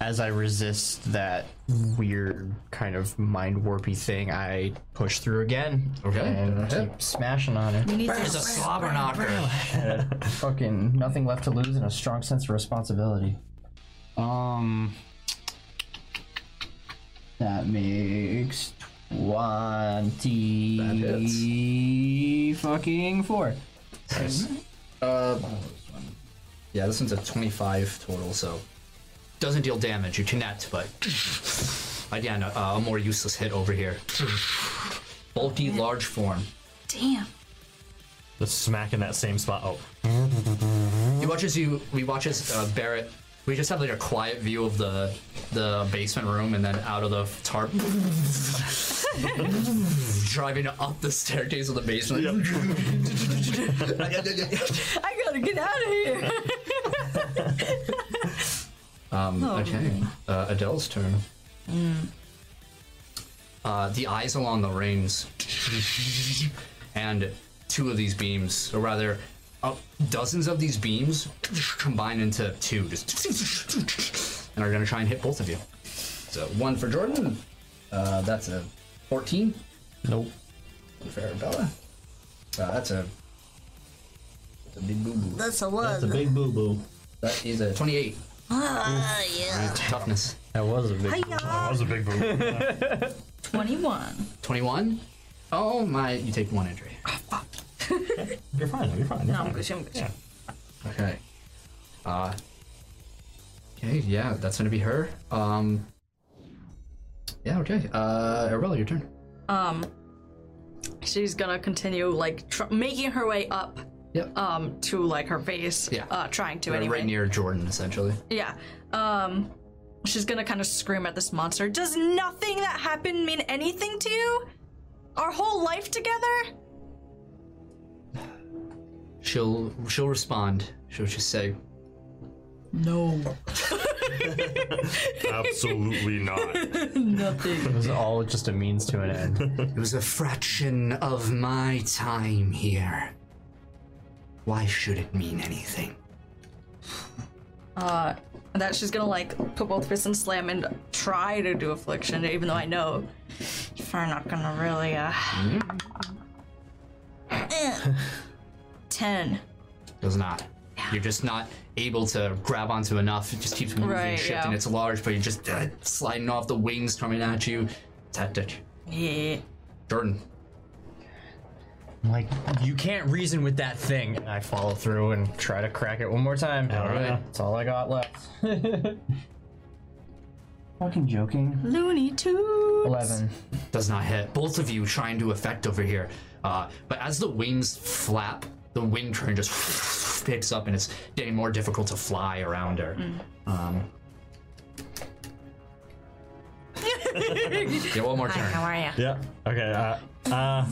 As I resist that weird kind of mind warpy thing, I push through again. Okay, go And ahead. keep smashing on it. We need There's a to. slobber knocker. Fucking nothing left to lose and a strong sense of responsibility. Um. That makes 20. Fucking four. Uh, yeah, this one's a 25 total, so doesn't deal damage. You connect, but again, a, a more useless hit over here. Bulky, large form. Damn. Just smack in that same spot. Oh, He watches you. We watches uh, Barrett. We just have like a quiet view of the the basement room, and then out of the tarp, driving up the staircase of the basement. I gotta get out of here. Um, Oh, okay, uh, Adele's turn. Uh, the eyes along the rings, and two of these beams, or rather, uh, dozens of these beams combine into two, just and are going to try and hit both of you. So one for Jordan. Uh, that's a 14. Nope. One for Arabella. Uh, that's a. That's a big boo boo. That's a one. big boo boo. That is a 28. Ah, yeah. Toughness. That was a big. that was a big boom. Twenty-one. 21. Oh my! You take one injury. You're fine. You're fine. You're No, I'm fine. good. I'm good. Yeah. Okay. Uh Okay, yeah, that's gonna be her. Um Yeah, okay. Uh Arabella, your turn. She's gonna continue like tr- making her way up Yep. um to like her base. Yeah. Uh, trying to Right- anyway. Right near Jordan, essentially. Yeah. Um she's going to kind of scream at this monster. Does nothing that happened mean anything to you? Our whole life together? She'll she'll respond. She'll just say, Absolutely not. It was all just a means to an end. It was a fraction of my time here. Why should it mean anything? And that she's going to like put both fists and slam and try to do affliction even though I know you're not going to really uh Eh. 10. Does not. You're just not able to grab onto enough. It just keeps moving, Right, shifting. yeah. It's large, but you're just uh, sliding off the wings coming at you. Tactic. Yeah. Jordan, I'm like, you can't reason with that thing. And I follow through and try to crack it one more time. All right. That's all I got left. Fucking joking. Looney Tunes. 11. does not hit. Both of you trying to affect over here. Uh, but as the wings flap, the wind current just picks up and it's getting more difficult to fly around her. Mm. Um, yeah, one more turn. How are ya? Yeah. Okay. Uh, uh,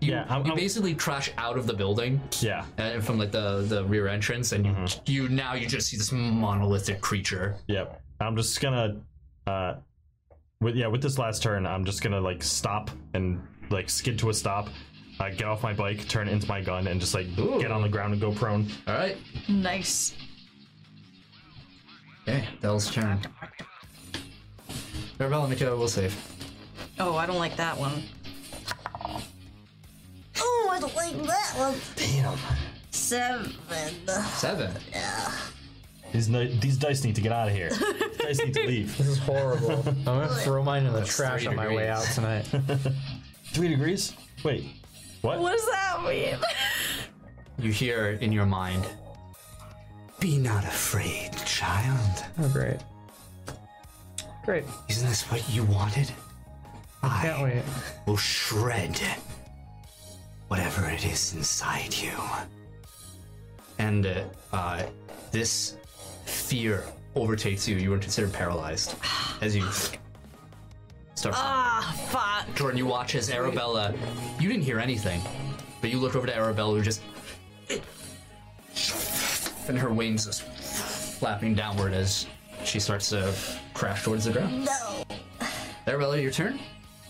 You, Yeah, I'm- you I'm- basically crash out of the building yeah. uh, from like the, the rear entrance, and you, Mm-hmm. you now you just see this monolithic creature. Yep. I'm just gonna, uh, with yeah, with this last turn, I'm just gonna like stop and like skid to a stop, uh, get off my bike, turn it into my gun, and just like Ooh. get on the ground and go prone. All right. Nice. Okay, Dell's turn. Arabella, make a will save. Oh, I don't like that one. Oh, I don't like that one. Damn. Seven. Seven. These ni- these dice need to get out of here. These dice need to leave. This is horrible. I'm gonna throw mine in the trash three on my way out degrees. tonight. Three degrees. Wait. What? What does that mean? You hear in your mind, Be not afraid, child. Oh, great. Great. Isn't this what you wanted? Can't I wait. will shred whatever it is inside you. And uh, uh, this fear overtakes you. You are considered paralyzed as you start. Ah, fuck. Jordan, you watch as Arabella. You didn't hear anything, but you look over to Arabella, who just. And her wings just flapping downward as she starts to crash towards the ground. No. Arabella, your turn.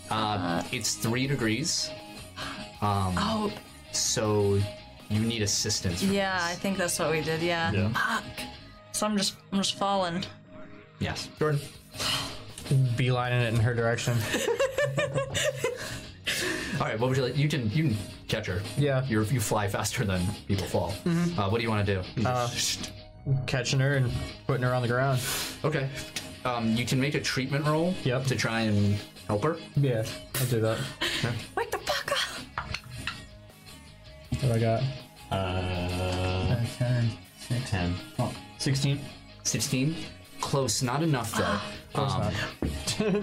Uh, it's three degrees, Oh, so you need assistance. for yeah, I think that's what we did. Yeah. Yeah. Fuck. So I'm just, I'm just falling. Yes. Jordan. Beelining it in her direction. All right. What would you like? You can you can catch her. Yeah. Mm-hmm. You you fly faster than people fall. Uh, what do you want to do? Catching her and putting her on the ground. okay. Um, you can make a treatment roll. Yep. To try and help her. Yeah, I'll do that. Wake the fuck up. What I got? Uh, 10, 6, ten. 16. Sixteen. Close. Not enough though. Um,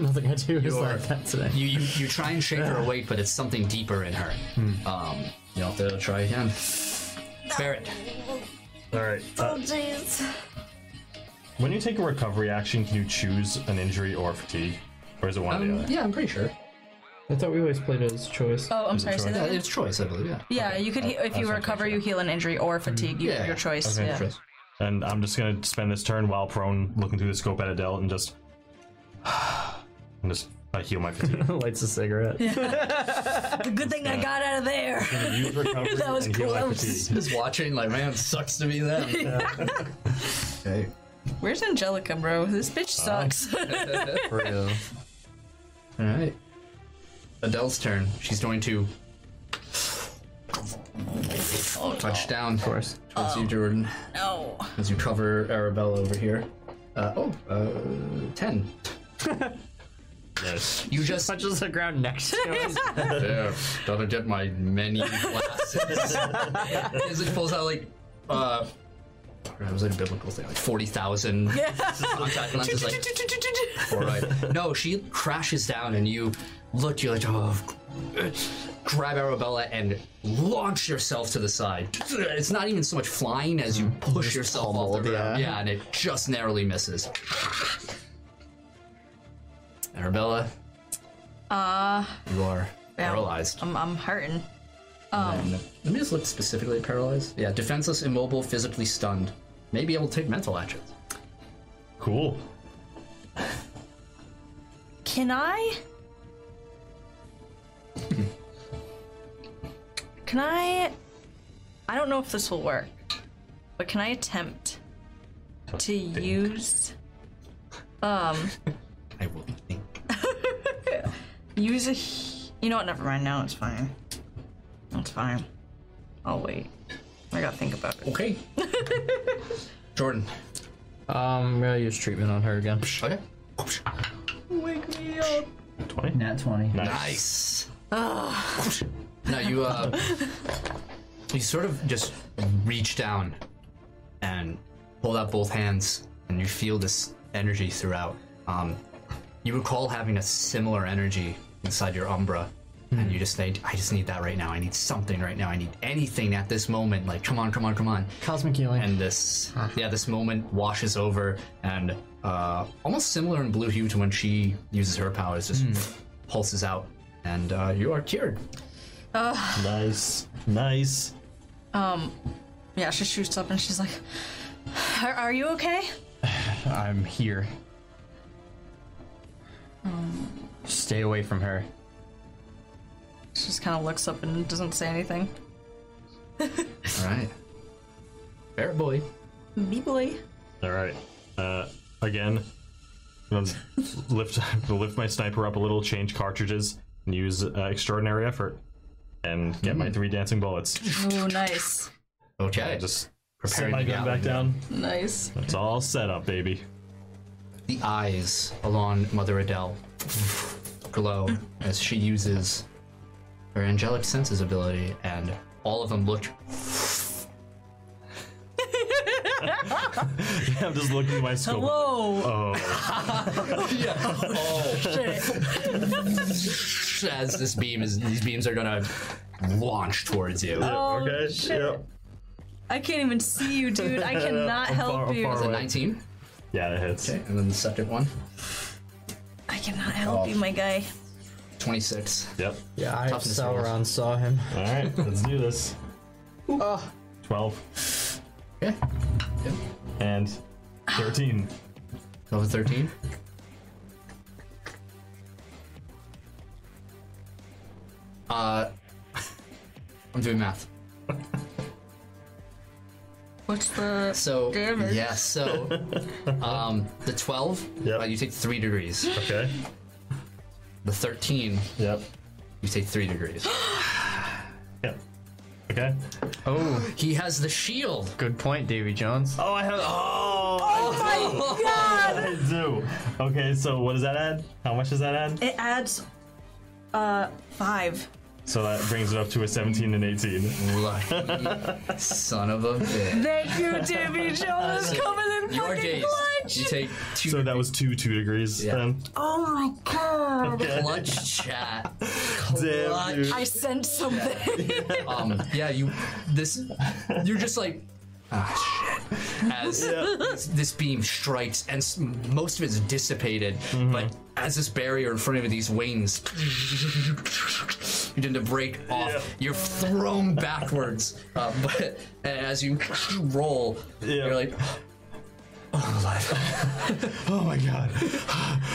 Nothing I do is You're- like that today. You, you you try and shake her awake, but it's something deeper in her. Um, you'll have to try again. Barrett. All right. Oh, Uh, jeez. when you take a recovery action, can you choose an injury or fatigue, or is it one or the Um, other? yeah, I'm pretty sure. I thought we always played it as choice. Oh, I'm sorry. Say Yeah, that. again. it's choice, I believe. Yeah. Yeah, you could. he- if you sorry, recover, sorry. you heal an injury or fatigue. You, Yeah. Your choice. Okay, yeah. choice. And I'm just gonna spend this turn while prone, looking through the scope at Adele, and just, and just uh, heal my fatigue. Lights a cigarette. The good thing I got out of there. Use recovery That was and heal my close. fatigue. Just watching, like, man, sucks to be that. okay. Where's Angelica, bro? This bitch sucks. For real. All right. Adele's turn. She's going to touch down Oh, of course. towards you, Jordan, no. as you cover Arabella over here. Uh, oh, uh, 10. Yes. You just. Punches the ground next to us. There, gotta get my many glasses. as it pulls out, like, uh, it was like a biblical thing, like 40,000 contact lenses, like, all right. No, she crashes down, and you look. You're like, oh, grab Arabella and launch yourself to the side. It's not even so much flying as you push yourself off the ground. Yeah. and it just narrowly misses. Arabella, uh, you are paralyzed. I'm, I'm hurting. And Let me just look specifically at paralyzed. Yeah, defenseless, immobile, physically stunned. May be able to take mental actions. Cool. Can I? Can I? I don't know if this will work, but can I attempt to use I will think. use a? he- You know what? Never mind. Now it's fine. It's fine. I'll wait. I gotta think about it. Okay. Jordan. Um, I'm gonna use treatment on her again. Okay. Wake me up. Twenty. Nat 20. Nice. no, you uh, you sort of just reach down and hold out both hands, and you feel this energy throughout. Um, you recall having a similar energy inside your umbra, and you just think, I just need that right now. I need something right now. I need anything at this moment. Like, come on, come on, come on Cosmic healing. and this yeah this moment washes over and uh, almost similar in blue hue to when she uses her powers just pulses out and uh, you are cured Nice. Nice. Yeah, she shoots up and she's like, "Are, are you okay?" I'm here. Stay away from her. She just kind of looks up and doesn't say anything. all right Barrett boy Me boy. All right. Uh, again, I'm gonna lift lift my sniper up a little, change cartridges, and use uh, extraordinary effort, and get my three dancing bullets. Oh, nice, okay Just set preparing my to gun go. back down. nice. It's all set up, baby. the eyes along Mother Adele glow as she uses her angelic senses ability, and all of them look I'm just looking at my scope. Whoa! Oh. Oh. as Oh, this beam is these beams are gonna launch towards you. okay. Yep. I can't even see you, dude. I cannot I'm far- help I'm you. far The away. 19. Yeah, it hits. Okay, and then the second one, I cannot help you, my guy. 26. Yep. Yeah, I Toughness Sauron saw him. All right, let's do this. Oh, 12 Okay. and 13. Level 13. Uh, I'm doing math. What's the? So Damage. yeah, so um, the 12, Yep. uh, you take three degrees. Okay. The 13, Yep. you take three degrees. Yep. Okay. oh, he has the shield. good point, Davy Jones. Oh, I have. Oh, my god! I do. Okay, so what does that add? How much does that add? It adds, uh, five. So that brings it up to a 17 and 18. Lucky son of a bitch. Thank you, Davy Jones, coming in Your fucking days. clutch. You take two So that was two two degrees Yeah. then. Oh my god! clutch chat. Damn, dude. I sense something. Um, yeah, you. This, you're just like. Ah, shit. As this, this beam strikes, and s- most of it's dissipated, Mm-hmm. but as this barrier in front of you, these wings begin to break off. Yeah. You're thrown backwards, uh, but as you roll, Yeah. you're like, "Oh, I'm alive." Oh my god.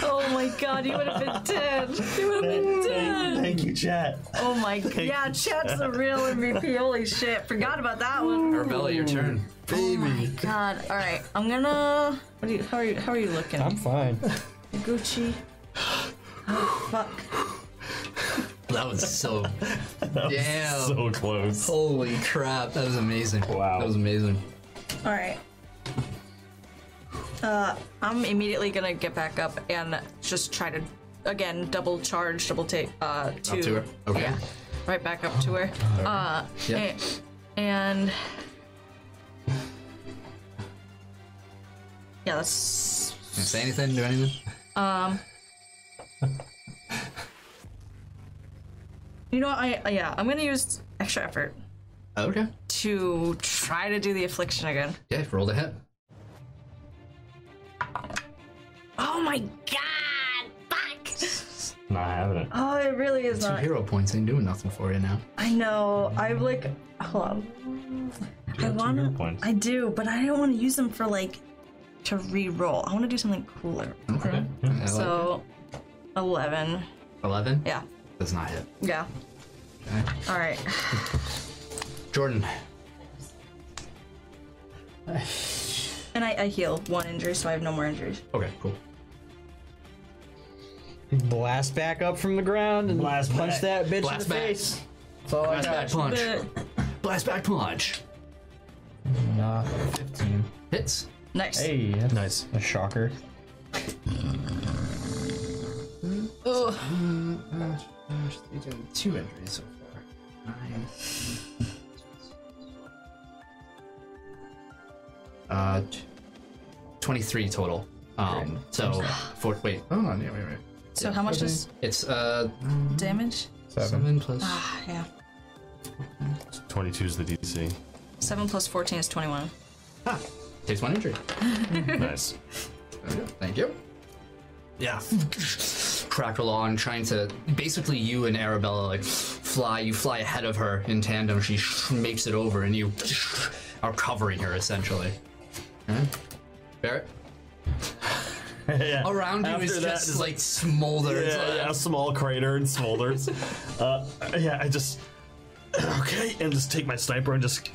oh my god, you would have been dead. You would have been dead. Thank you, chat. Oh my god. Yeah, Chad's the real MVP. Holy shit. Forgot about that one. Arabella, your turn. Baby. God. All right. I'm gonna. What are you? How are you? How are you looking? I'm fine. Gucci. Oh, fuck. That was so. damn. So close. Holy crap. That was amazing. Wow. That was amazing. All right. Uh, I'm immediately gonna get back up and just try to, again, double charge, double take, uh, to, Up to her. Okay. yeah, right back up to her. Uh, Yeah. a- and yeah, that's Can I say anything? Do anything? you know what, I yeah I'm gonna use extra effort Okay. to try to do the affliction again. Yeah, roll the hit. Oh my god! Fuck! Not having it. Oh, it really is not. Hero points ain't doing nothing for you now. I know. I like. Hold on. I want hero to. points. I do, but I don't want to use them for like to re-roll. I want to do something cooler. Okay. So, eleven. eleven. Yeah. Does not hit. Yeah. Okay. All right. Jordan. And I, I heal one injury, so I have no more injuries. Okay. Cool. Blast back up from the ground and Blast punch back. that bitch Blast in the back. face. That's all Blast I back punch. But Blast back punch. got. Nah, 15. Hits. nice. Hey, that's Nice. a shocker. Ugh. Two injuries so far. Nine. Uh, t- twenty-three total. Um. So four. Wait. Oh no. Wait. Wait. wait. So how much is It's uh damage? seven plus. Ah, yeah. 22 is the DC. Seven plus fourteen is twenty-one. Takes one injury. Nice. Thank you. Yeah. Crackle on, trying to. Basically, you and Arabella like fly. You fly ahead of her in tandem. She makes it over, and you are covering her essentially. Okay. Barrett. yeah. Around you After is that just is- like smolders. Yeah, yeah, a small crater and smolders. uh, yeah, I just okay, and just take my sniper and just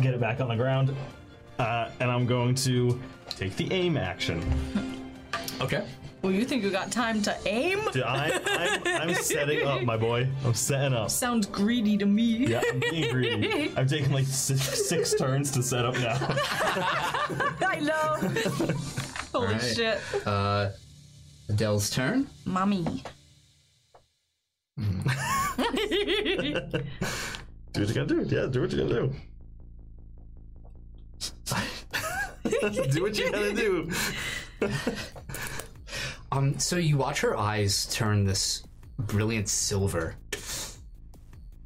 get it back on the ground. Uh, and I'm going to take the aim action. Okay. Well, you think you got time to aim? Dude, I, I'm, I'm setting up, my boy. I'm setting up. Sounds greedy to me. Yeah, I'm being greedy. I've taken like six, six turns to set up now. I know. Holy All right. shit. Uh, Adele's turn. Mommy. Do what you gotta do. Yeah, do what you gotta do. do what you gotta do. Um, so you watch her eyes turn this brilliant silver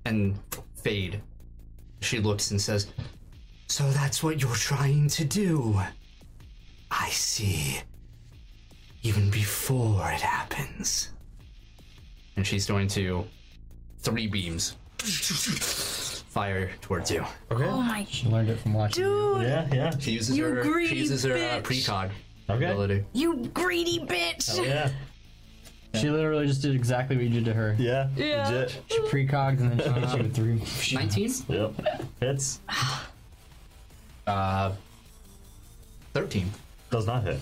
and fade. She looks and says, So that's what you're trying to do. I see. Even before it happens. And she's going to three beams fire towards you. Oh my She learned it from watching. dude, Yeah, yeah, She uses You her she greedy uses her uh, bitch. precog Okay. ability. you greedy bitch! yeah, She literally just did exactly what you did to her. yeah. Yeah. Legit. She precogged and then she hit you with three. shots. Nineteen? Yep. Hits. Uh thirteen. Does not hit.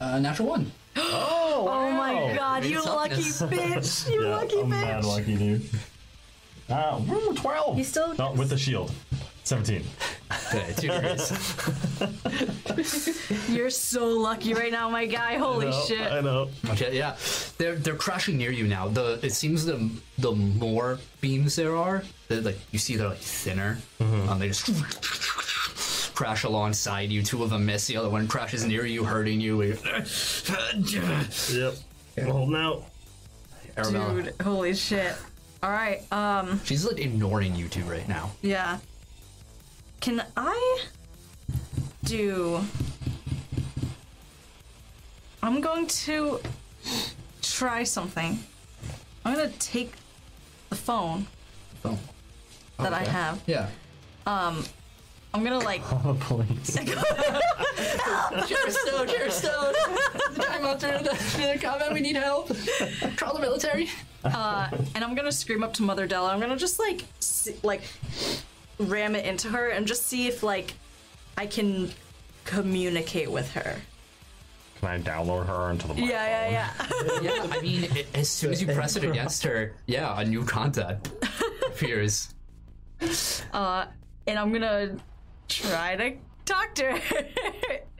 Uh natural one. Oh my god, you It's lucky toughness. bitch! You Yeah, lucky I'm mad bitch! lucky, dude. Uh, ooh, 12. You still- No, with the shield. 17. Okay, two degrees. You're so lucky right now, my guy. Holy No, shit. I know. Okay, yeah, they're they're crashing near you now. The it seems the the more beams there are, the like you see they're like thinner. Um, they just crash alongside you. Two of them miss. The other one crashes near you, hurting you. Yep. I'm holding out. Arabella, Dude, holy shit. Alright, um, she's like ignoring you two right now. yeah. Can I do. I'm going to try something. I'm gonna take the phone Oh, that I have. yeah. I'm gonna like. Oh, please. Stone, Jared Stone. Time out during the combat. We need help. Call the military. and I'm gonna scream up to Mother Della. I'm gonna just like s like ram it into her and just see if like I can communicate with her. Can I download her into the Yeah, microphone? yeah, yeah. Yeah, I mean, a- as soon as you press it against her, yeah, a new contact appears. And I'm gonna try to talk to her.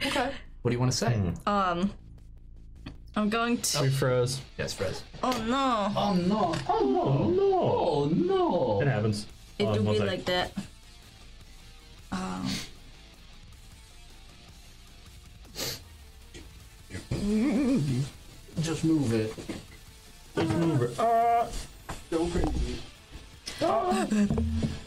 Okay. What do you want to say? I'm going to. We froze. Yes, Fred. Oh no! Oh no! Oh No. Oh It no! happens. Um, It Hold on will one be sec. like that. Just move it. Ah, Go crazy. come on,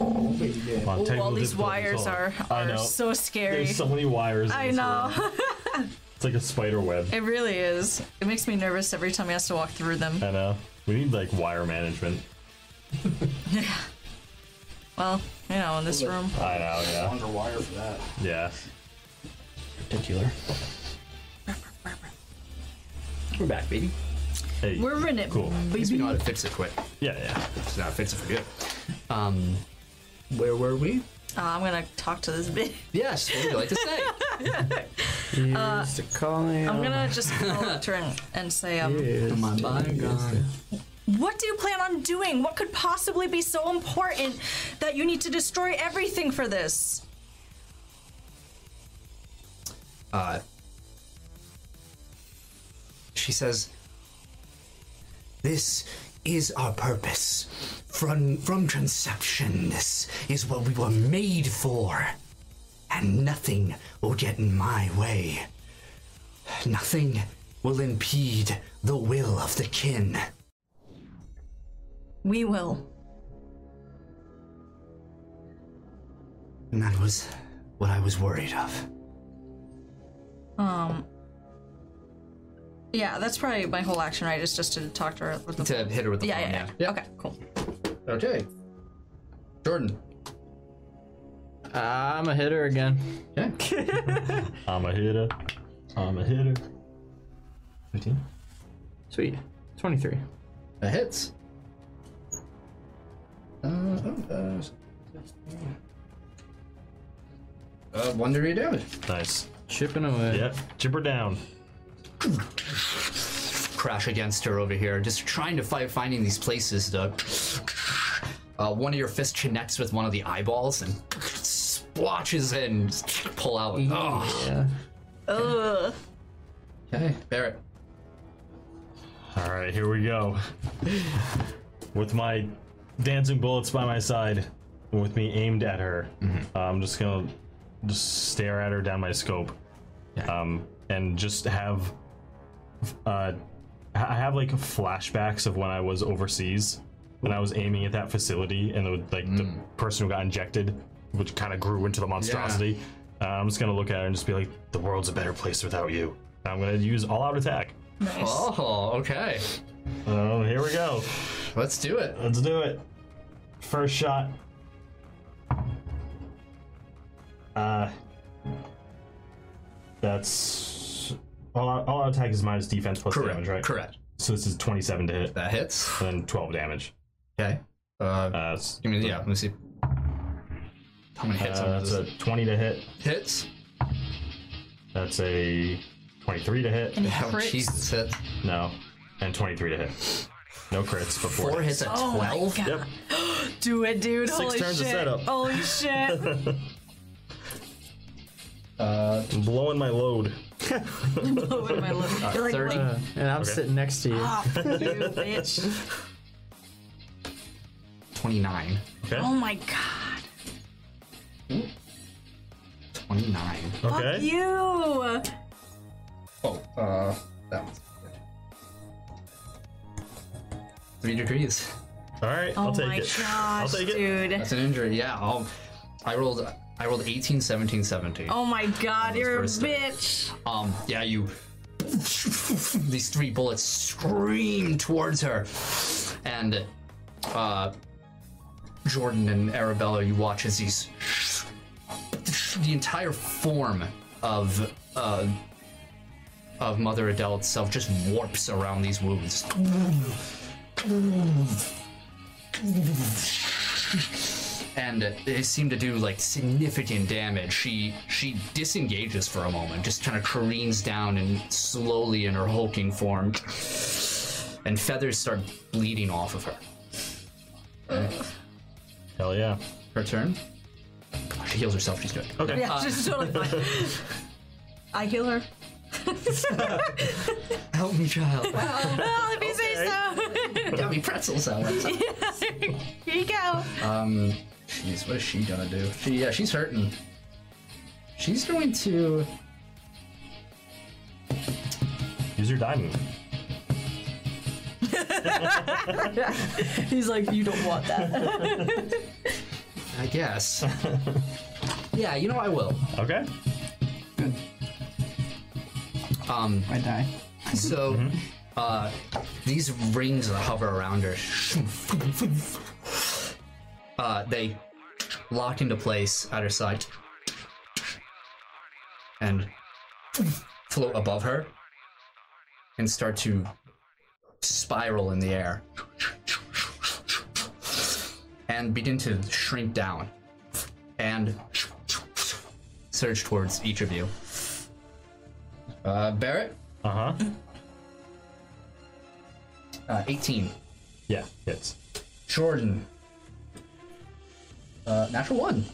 Ooh, all technical these difficulties, wires hold on. are I know. are so scary. There's so many wires. in I this know. room. It's like a spider web. it really is. It makes me nervous every time he has to walk through them. I know. We need like wire management. Well, you know, in this room. I know. Yeah. Underwire for that. Yeah. Particular. We're back, baby. Hey. We're in it. cool. At least we know how to fix it quick. Yeah, yeah. Just know how to fix it for good. Um, where were we? Uh, I'm gonna talk to this bitch. Yes. What would you like to say? Used to calling. I'm gonna just go up to her and, and say, um, My mind gone. What do you plan on doing? What could possibly be so important that you need to destroy everything for this? She says, "This is our purpose. From from conception, this is what we were made for, and nothing will get in my way. Nothing will impede the will of the kin." We will. And that was what I was worried of. Um. Yeah, that's probably my whole action, right? Is just to talk to her with the. To hit her with the yeah, phone. yeah, yeah, Okay, cool. Okay. Jordan. Uh, I'm a hitter again. I'm a hitter. I'm a hitter. 15. Sweet. 23. That hits. Uh, oh, uh, uh, one degree damage. Nice. Chipping away. Yep. Jibber down. Crash against her over here, just trying to fight, finding these places to. Uh, one of your fists connects with one of the eyeballs and splotches and pull out. Oh. Yeah. Ugh. Okay, Barrett. All right, here we go. With my dancing bullets by my side, and with me aimed at her, uh, I'm just gonna just stare at her down my scope, um, and just have, uh, I have like flashbacks of when I was overseas, and I was aiming at that facility, and the, like Mm. the person who got injected, which kind of grew into the monstrosity. Uh, I'm just gonna look at it and just be like, "The world's a better place without you." And I'm gonna use all-out attack. Oh, okay. Oh, here we go. Let's do it. Let's do it. First shot. Uh, that's all. Our, all our attack is minus defense plus damage, right? Correct. So this is twenty-seven to hit, That hits. and then twelve damage. Okay. Uh, Uh, s- give me yeah. Let me see. How many hits? uh, on that's this? a twenty to hit. Hits. That's a twenty-three to hit. Oh, Crits. Jesus, hits. No, and twenty-three to hit. No crits before. Four hits at Oh my twelve. God. Yep. Do it, dude. Holy turns of shit. setup. Holy shit. I'm blowing my load. Load my Uh, load. You're like, Thirty. "What uh, And I'm sitting next to you. the fuck, you bitch. Twenty-nine. Okay. Oh my god. Twenty-nine. okay. Fuck you. Oh, uh, that one's good. Three degrees. All right. I'll oh take my it. gosh, I'll take it. dude. That's an injury. Yeah. I'll, I rolled. I rolled 18, 17, 17. Oh my god, you're a first day. bitch. Um, yeah, you. These three bullets scream towards her, and uh, Jordan and Arabella, you watch as these the entire form of uh, of Mother Adele itself just warps around these wounds. and they seem to do like significant damage. She she disengages for a moment, just kind of careens down and slowly in her hulking form, and feathers start bleeding off of her. Hell yeah. Her turn. Oh, She heals herself. She's good. Okay. Yeah, she's totally fine. I heal her. Help me, child. Oh, let me say so. Got me pretzels out. Here you go. Um, jeez, what is she gonna do? She yeah, she's hurting. She's going to. Use your die move. He's like, you don't want that. I guess. yeah, you know I will. Okay. Um, I die. So, uh, these rings that hover around her, uh, they lock into place at her side and float above her and start to spiral in the air and begin to shrink down and surge towards each of you. Uh, Barrett? Uh huh. Uh, 18. Yeah. Hits. Jordan. Uh, natural one.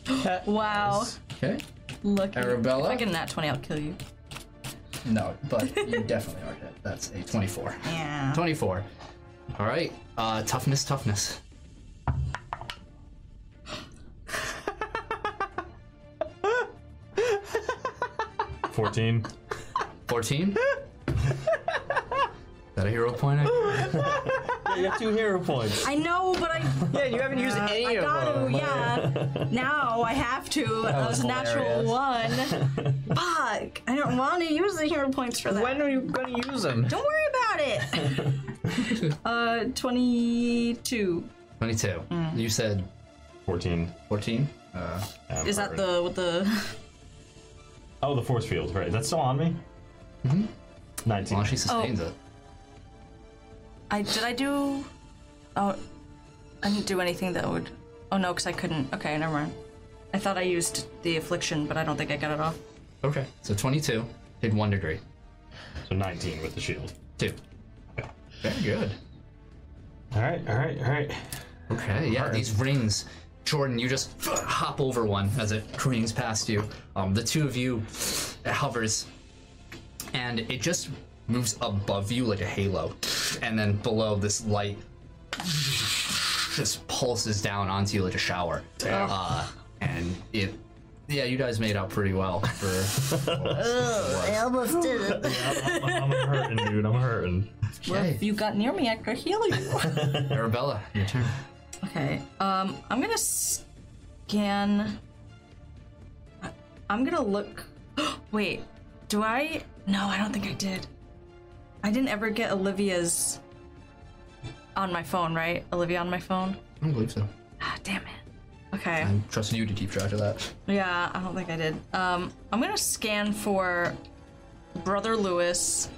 Wow. Okay. Look. Arabella? If I get that 20, I'll kill you. No, but you definitely are hit. That's a 24. Yeah. 24. All right. Uh, toughness, toughness. Fourteen. 14. that a hero point? I- you have two hero points. I know, but I. Yeah, you haven't used any I got to, yeah. Now I have to. That, was, was a natural one. Fuck. I don't want to use the hero points for that. When are you gonna use them? Don't worry about it. uh, 22. 22. Hmm. You said Fourteen. 14? Uh, Yeah, Is that probably. the with the? Oh, the force field. Right. That's still on me. Mm-hmm. Nineteen. well, Oh. she sustains it. I did I do? Oh, I didn't do anything that would. Oh no, because I couldn't. Okay, never mind. I thought I used the affliction, but I don't think I got it off. Okay. So 22 did one degree. So nineteen with the shield. Two. Very good. All right. All right. All right. Okay, yeah, these rings. Jordan, you just hop over one as it careens past you. Um, the two of you, it hovers, and it just moves above you like a halo, and then below this light just pulses down onto you like a shower, uh, and it yeah, you guys made up pretty well for. I almost did it. I'm, I'm hurting, dude. I'm hurting. Okay, If you got near me, I could heal you. Arabella, your turn. Okay. Um, I'm gonna scan. I- I'm gonna look. Wait, do I? No, I don't think I did. I didn't ever get Olivia's on my phone, right? Olivia on my phone. I don't believe so. Ah, damn it. Okay. I'm trusting you to keep track of that. Yeah, I don't think I did. Um, I'm gonna scan for Brother Lewis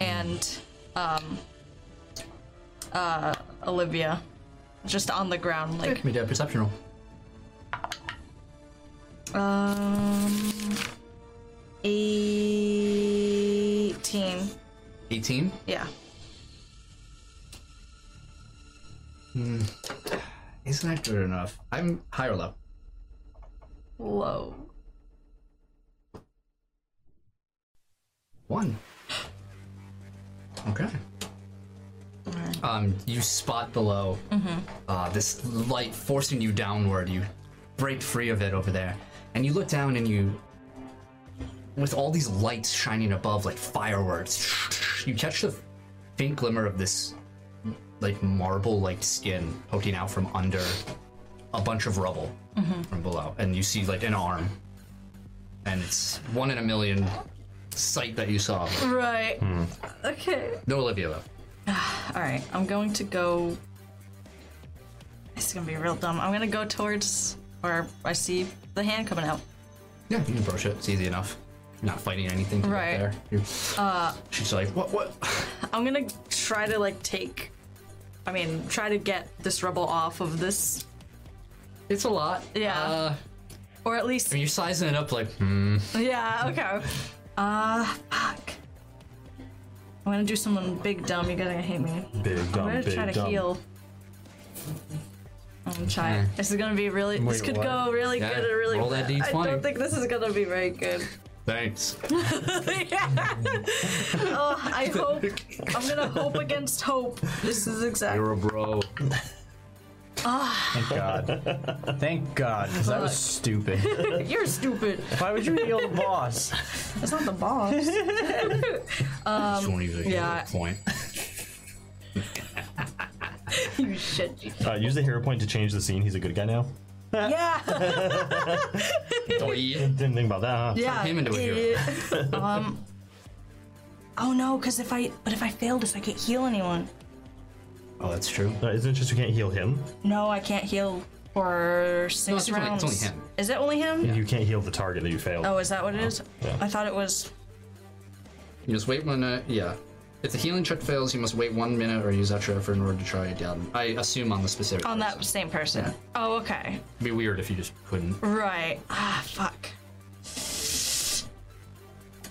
and um, uh, Olivia, just on the ground. Like, Give me that perception roll. um, eighteen. 18. Yeah. Isn't that good enough? I'm high or low. Low. One. Okay. Um, you spot below uh, this light forcing you downward. You break free of it over there, and you look down and you, with all these lights shining above like fireworks, you catch the faint glimmer of this like marble-like skin poking out from under a bunch of rubble from below, and you see like an arm, and it's one in a million sight that you saw. Right. Okay. No Olivia though. All right, I'm going to go. This is gonna be real dumb. I'm gonna go towards where I see the hand coming out. Yeah, you can brush it. It's easy enough. You're not fighting anything. to get Right. There. You're, She's like, what? What? I'm gonna try to like take. I mean, try to get this rubble off of this, It's a lot. Yeah. Uh, or at least. I mean, you're sizing it up like, hmm. Yeah. Okay. Uh, fuck. I'm gonna do something big dumb. You're gonna hate me. Big dumb, I'm gonna big try to dumb. heal. I'm gonna try. it. This is gonna be really. this Wait, could what? go really Mm-hmm. Yeah, good or really roll that bad. I D20. don't think this is gonna be very good. Thanks. yeah. Oh, I hope. I'm gonna hope against hope. This is exactly. You're a bro. Thank God. Thank God, because that was stupid. You're stupid. Why would you heal the boss? That's not the boss. Just won't even get yeah. a point. you should. Uh, use the hero point to change the scene. He's a good guy now. Yeah. Doi. Didn't think about that, huh? Yeah. him into a hero. idiot. um. Oh no, because if I but if I fail this, I can't heal anyone. Oh, that's true. Uh, isn't it just you can't heal him? No, I can't heal for No, six it's only- rounds. it's only him. Is it only him? You can't heal the target that you failed. Oh, is that what it is? I thought it was. You just wait one. Uh, yeah. If the healing check fails, you must wait one minute or use extra effort in order to try again. I assume on the specific. On that person. same person. Oh, okay. It'd be weird if you just couldn't. Right. Ah, fuck.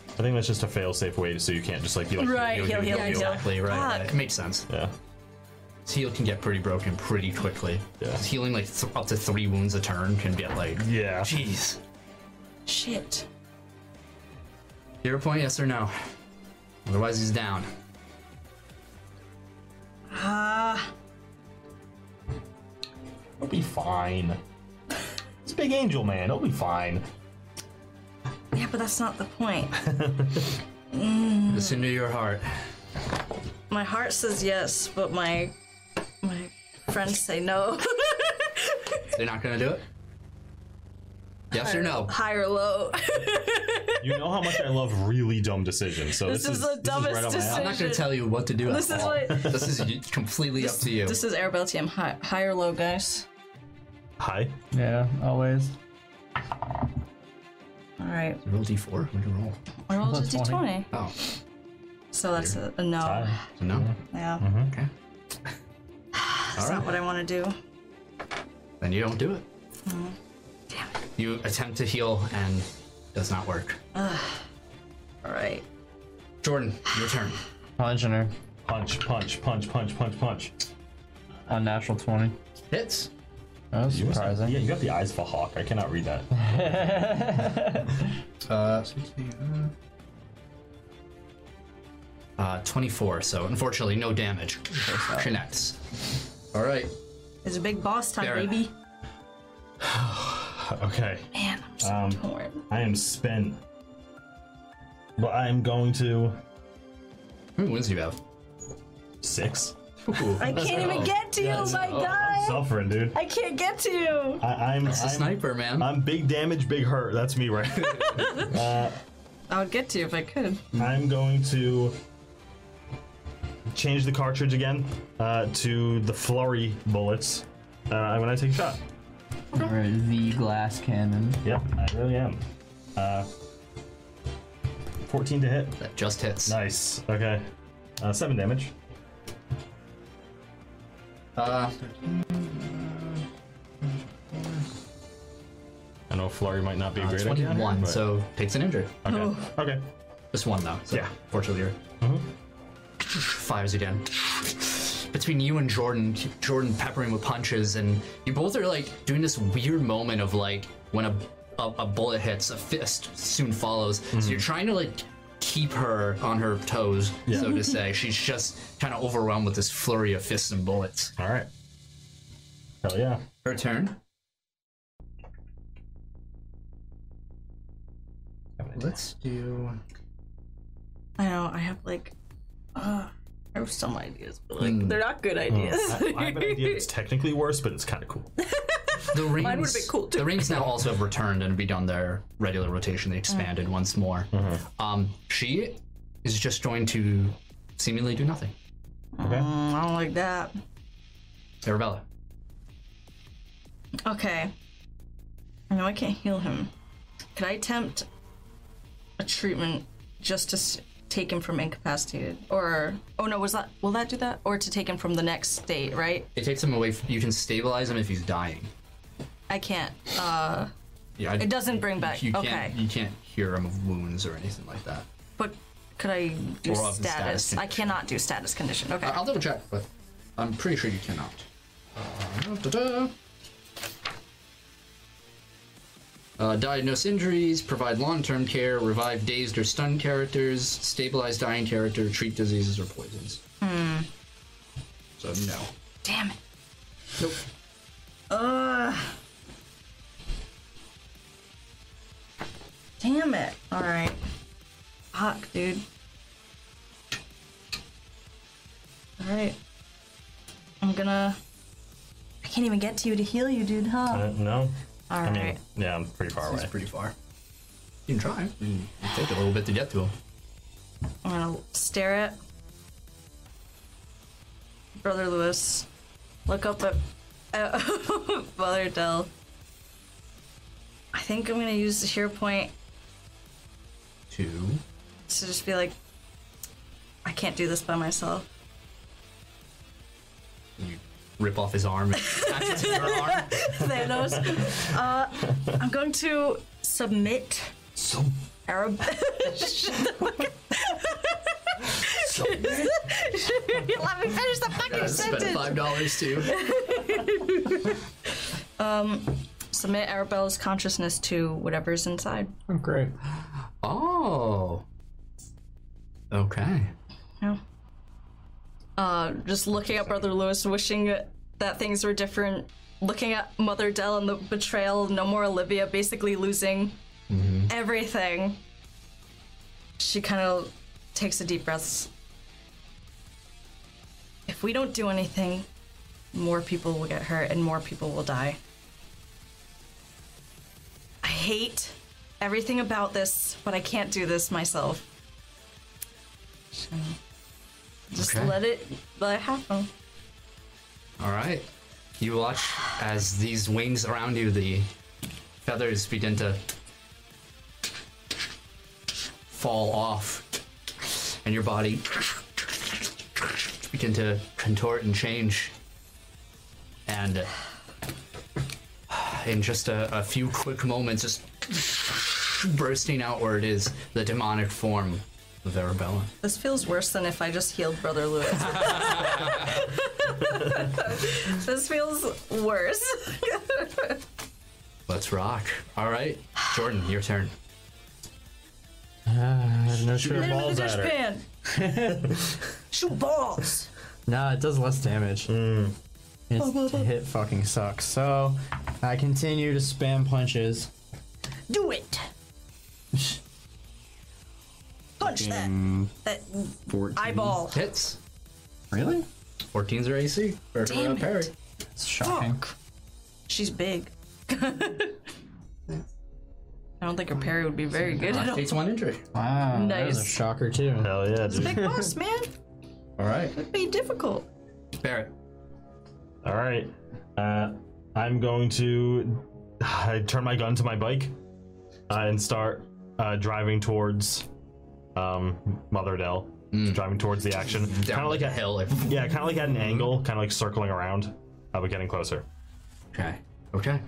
I think that's just a fail-safe way, so you can't just like be like Right, heal, heal, heal. Exactly right. Fuck. right. Makes sense. Yeah. Heal can get pretty broken pretty quickly. Yeah. Healing like th- up to three wounds a turn can get like. Yeah. Jeez. Shit. Hero point, yes or no? Otherwise, he's down. It'll be fine. It's a big angel, man. It'll be fine. Yeah, but that's not the point. Listen to your heart. My heart says yes, but my my friends say no. They're not gonna do it. Yes or no? High or low. You know how much I love really dumb decisions. So this, This is the dumbest right up my alley. I'm decision. not gonna tell you what to do. This at is all. what- This is y- completely up to you. This is Arabelle TM. High, high or low, guys? Hi. Yeah, always. All right. roll d4. What do you roll? I rolled a That's funny. d20. Oh, So that's a, a no. Hi. so no. Yeah. Okay. That's not what I want to do. Then you don't do it. Mm. You attempt to heal and does not work. All right. Jordan, your turn. Punching her. Punch, punch, punch, punch, punch, punch. On natural 20. Hits. That was You surprising. yeah, you got the eyes of a hawk. I cannot read that. Uh, uh, 24, so unfortunately, no damage. Connects. All right. It's a big boss time, Barrett. baby. Okay. Man, I'm so torn. I am spent. But I am going to How many wins do you have? six. Ooh, I can't even get to you, my I'm god! suffering, dude. I can't get to you! I, I'm, it's a I'm, sniper, man. I'm big damage, big hurt. That's me, right? I would get to you if I could. I'm going to change the cartridge again uh, to the flurry bullets. Uh, I'm gonna take a shot. Or the glass cannon. Yep, I really am. Uh, 14 to hit. that just hits. Nice. Okay. Uh, seven damage. Uh, I know flurry might not be a uh, great idea, 21, but- so takes an injury. okay. Okay. Just one, though. So Yeah. Mm-hmm. Fortunately, you're. Fires again. Between you and Jordan, Jordan peppering with punches, and you both are like doing this weird moment of like when a a, a bullet hits, a fist soon follows. Mm-hmm. So you're trying to like keep her on her toes, so to say. She's just kind of overwhelmed with this flurry of fists and bullets. All right. Hell yeah. Her turn. Let's do. I know, I have like. Uh, I have some ideas, but like, Mm. they're not good ideas. I have an idea that's technically worse, but it's kind of cool. The rings, would've been cool, too. The rings now also have returned and redone their regular rotation. They expanded once more. Um, she is just going to seemingly do nothing. Mm, I don't like that. Arabella. Okay. I know I can't heal him. Could I attempt a treatment just to s- take him from incapacitated? Or, oh no, was that, will that do that? Or to take him from the next state, right? It takes him away. From, you can stabilize him if he's dying. I can't. Yeah, I, It doesn't bring back. You can't. okay. You can't cure him of wounds or anything like that. But could I do Or of the status? status I cannot do status condition. Okay. I- I'll double check, but I'm pretty sure you cannot. Uh, da-da. Uh, diagnose injuries, provide long-term care, revive dazed or stunned characters, stabilize dying character, treat diseases or poisons. So no. Damn it. Nope. Uh. Damn it. All right. Fuck, dude. All right. I'm gonna. I can't even get to you to heal you, dude, huh? Uh, no. All I mean, right. yeah, I'm pretty far That's away. pretty far. You can try. You can take a little bit to get to him. I'm gonna stare at Brother Lewis. Look up at, at Brother Dell. I think I'm gonna use the sheer point Two. to just be like, I can't do this by myself. You rip off his arm. And attach it to your arm. Thanos. Uh, I'm going to submit. So. Arab. Let me finish the fucking Spend sentence. five dollars too. Submit Arabella's consciousness to whatever's inside. Oh, great. Oh. Okay. Yeah. Uh, just looking at Brother Lewis, wishing that things were different. Looking at Mother Dell and the betrayal, no more Olivia, basically losing everything. She kind of takes a deep breath. If we don't do anything, more people will get hurt and more people will die. I hate everything about this, but I can't do this myself. So, Just Okay. let it let it happen. All right. You watch as these wings around you, the feathers begin to fall off, and your body begin to contort and change. And uh, in just a, a few quick moments, just bursting outward is the demonic form of Arabella. This feels worse than if I just healed Brother Lewis. this feels worse. Let's rock. All right, Jordan, your turn. Uh, no, sure. Hit him in balls the at her. dishpan. Shoot balls. Nah, it does less damage. Hmm. It's hit fucking sucks. So I continue to spam punches. Do it. Punch that. That 14. Eyeball. Hits. Really? 14's her AC. Or Damn uh, it. parry. It's shocking. She's big. I don't think her parry would be very good at all. Takes one injury. Wow. That was a Nice. shocker, too. Hell yeah, Big dude. boss, man. All right. It'd be difficult. Barrett. All right. Uh, I'm going to I turn my gun to my bike uh, and start uh, driving towards um, Mother Dell. Driving towards the action. Kind Mm. Down of like a a hill. Like, Yeah, kind of like at an angle, kind of like circling around, uh, but getting closer. okay. Okay.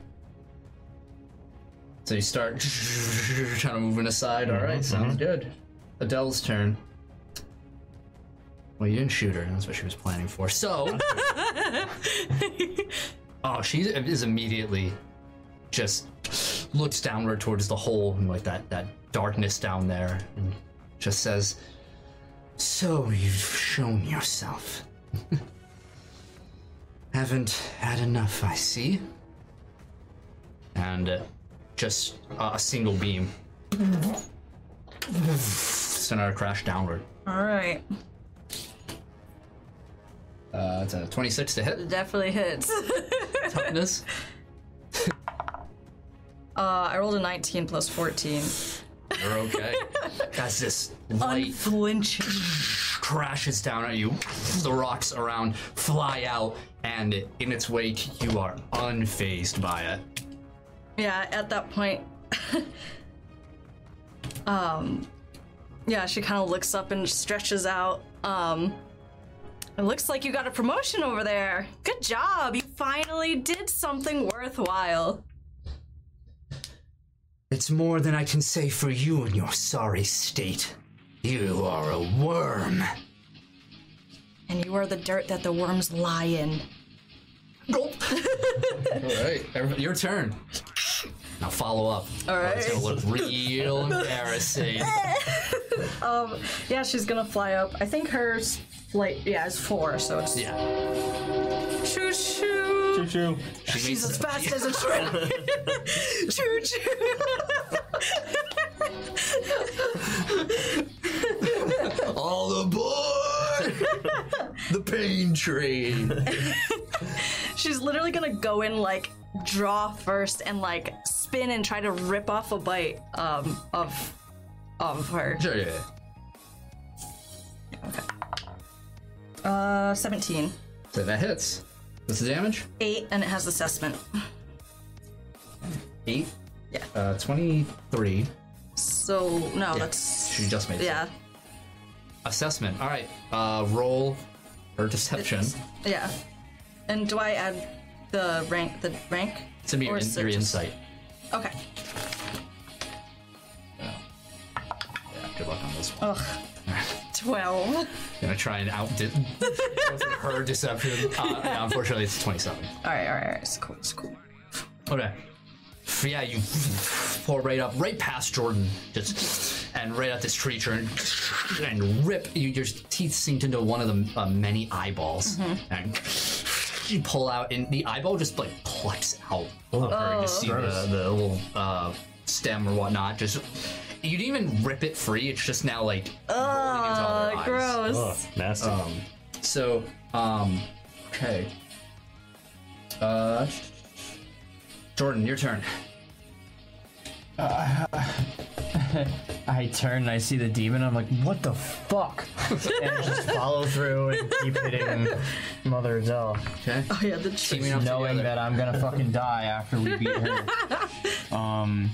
So you start trying to move it aside. All right, Sounds good. Adele's turn. Well, you didn't shoot her. That's what she was planning for. So. oh, she is immediately just looks downward towards the hole and like that that darkness down there and just says so you've shown yourself haven't had enough i see and uh, just uh, a single beam sent out a crash downward All right. uh, that's a 26 to hit Definitely hits. toughness Uh, I rolled a 19 plus 14. you're okay that's this light Unflinching. crashes down at you. The rocks around fly out, and in its wake, you are unfazed by it. Yeah, at that point. um yeah, she kind of looks up and stretches out. Um it looks like you got a promotion over there. Good job. You finally did something worthwhile. It's more than I can say for you in your sorry state. You are a worm. And you are the dirt that the worms lie in. Gulp. All right, everybody- your turn. Now follow up. All Oh, It's right. gonna look real embarrassing. Yeah, she's gonna fly up. I think hers, like, yeah, is four, so it's Yeah, choo choo. Choo choo. she She's makes as it. fast as a train. choo choo. all aboard the pain train. She's literally gonna go in like draw first and like spin and try to rip off a bite um of of her. Sure, yeah. Uh 17. So that hits. What's the damage? Eight and it has assessment. Eight. Yeah. Uh, twenty-three. So no, that's She just made it. yeah. Assessment. All right. Uh, roll or deception. Yeah. And do I add the rank the rank? It's me your, Or in, is it your just- insight. Okay. Yeah, good luck on this one. Ugh. Twelve. Gonna try and out di- her deception. Uh, yeah, unfortunately, it's twenty-seven. Alright, alright, alright. It's cool, it's cool. Okay. F- Yeah, you pull right up, right past Jordan, just and right at this creature, and, and rip. You, your teeth sink into one of the uh, many eyeballs, and you pull out, and the eyeball just like plucks out. You just see the, the little uh, stem or whatnot. Just you didn't even rip it free. It's just now like rolling into all their Uh eyes. gross. Ugh, nasty. So, um, okay. Uh, Jordan, your turn. I turn and I see the demon. I'm like, what the fuck? and just follow through and keep hitting Mother Adele, Okay. Oh yeah, the cheese. Teaming up knowing together. that I'm gonna fucking die after we beat her. Um,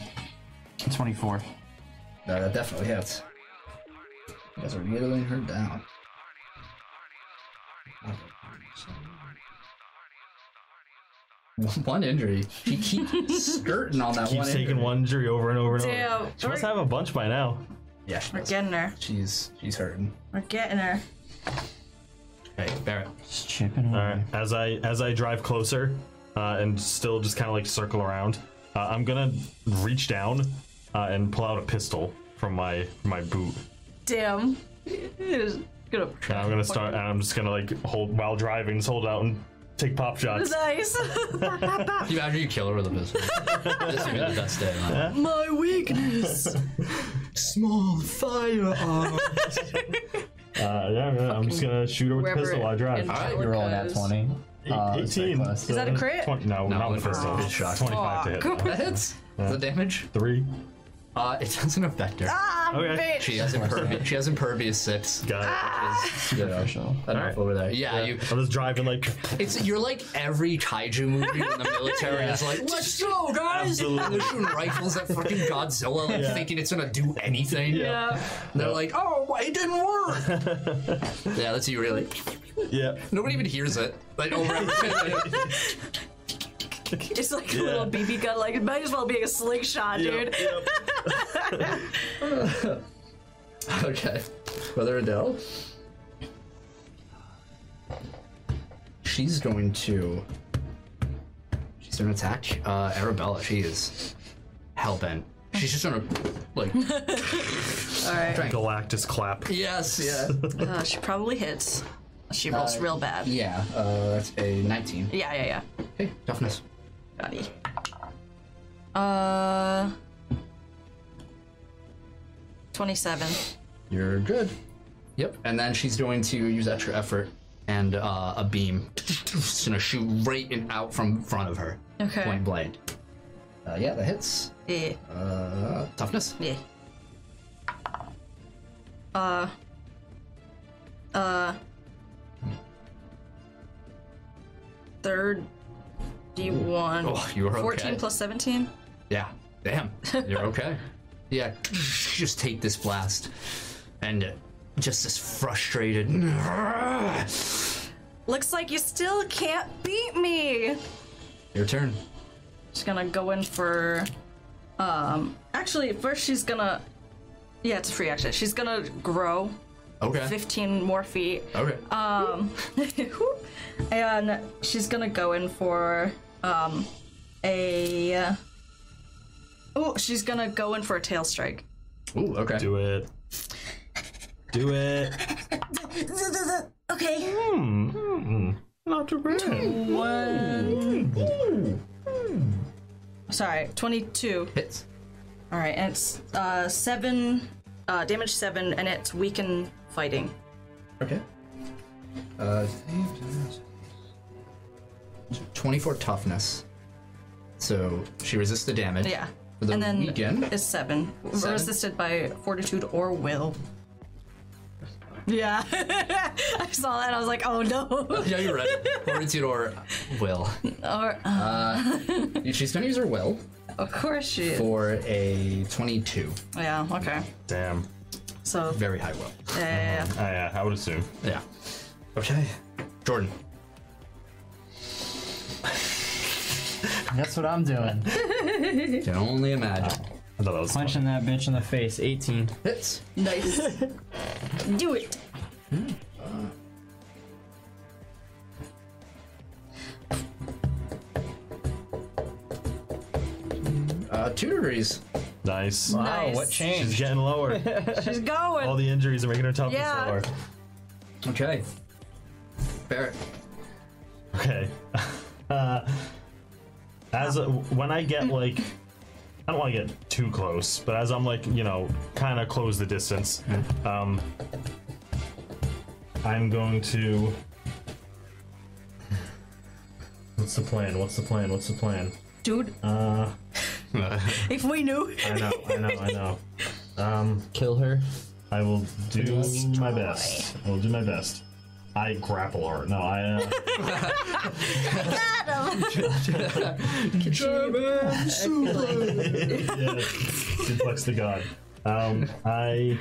24. No, that definitely hits. You guys are whittling her down. One injury. She keeps skirting on that Keeps one taking injury. one injury over and over and over. Damn. She must have a bunch by now. Yeah, she We're does. getting her. she's she's hurting. We're getting her. Hey, Barrett. Just chipping away. All right. As I as I drive closer, uh, and still just kind of like circle around, uh, I'm gonna reach down uh, and pull out a pistol from my my boot. Damn. It is gonna And I'm gonna start. And I'm just gonna like hold while driving, just hold out and take pop shots. Nice. You- After you kill her with a pistol. Just to get the dust down on her. My weakness. Small firearm. Uh, yeah, yeah, I'm just gonna shoot her with the Wherever pistol while I drive. in Alright, Angelica's- You're rolling at 20. Uh, that's very 18. close. so that a crit? 20, no, No, not it's with the pistol. not. Shock. 25 to hit. That hits. The damage. Three. Uh, it doesn't affect her. Ah, Okay. She has impervious. she has impervious six. Got it. Is Professional. Ah. enough right. over there. Yeah, you. I'm just driving like It's you're like every kaiju movie in the military is like, let's go, guys! And they're shooting rifles at fucking Godzilla, like thinking it's gonna do anything. Yeah. And they're like, oh, it didn't work. yeah, that's you really. yeah. Nobody even hears it. Like over. It's like a little BB gun. Like it might as well be a slingshot, dude. Yep. okay, Mother Adele. She's going to. She's gonna attack uh, Arabella. She is hell bent. She's just gonna like. All right. Galactus clap. yes. Yeah. Uh, she probably hits. She rolls real bad. Yeah, Yeah, uh, that's a 19. yeah, yeah. Hey, toughness. Got it. Uh. Twenty-seven. You're good. Yep. And then she's going to use extra effort and uh, a beam. It's gonna shoot right in, out from front of her. Okay. Point blank. Uh, yeah, that hits. Yeah. Uh, toughness. Yeah. Uh. Uh. Thirty-one. Oh, you are Fourteen okay. plus seventeen. Yeah. Damn. You're okay. yeah. Just take this blast, and uh, just this frustrated. Looks like you still can't beat me. Your turn. She's gonna go in for. Um. Actually, first she's gonna. Yeah, it's a free action. She's gonna grow Okay. 15 more feet. Okay. Um, and she's gonna go in for um a. Oh, she's gonna go in for a tail strike. Ooh. Okay. Do it. Do it. Okay. Not too bad. Sorry, 22. Hits. All right, and it's uh seven, uh damage seven, and it's weaken fighting. Okay. Uh, 24 toughness. So she resists the damage. Yeah. For the and then weaken? it's seven. Seven? Resisted by fortitude or will. Yeah, I saw that. I was like, oh no. Yeah, you're right. Fortitude or will. or, uh, She's gonna use her will of course she is. for a 22. Yeah, okay. Damn. So, Very high will. yeah, yeah, yeah. I, uh, I would assume. Yeah. Okay. Jordan. That's what I'm doing. Can only imagine. I thought that was Punching that bitch in the face. 18. Hits. nice. Do it. Uh, two degrees. nice. Nice. She's getting lower. She's going. All the injuries are making her toughness Yeah. lower. Okay. Barrett. Okay. Uh, as when I get like, I don't want to get too close, but as I'm like, you know, kind of close the distance, um, I'm going to. What's the plan? What's the plan? What's the plan? Dude, Uh, if we knew. I know, I know, I know. Um, Kill her. I will do my best. I will do my best. I grapple her. No, I. Uh, yeah, suplex the god. Um, I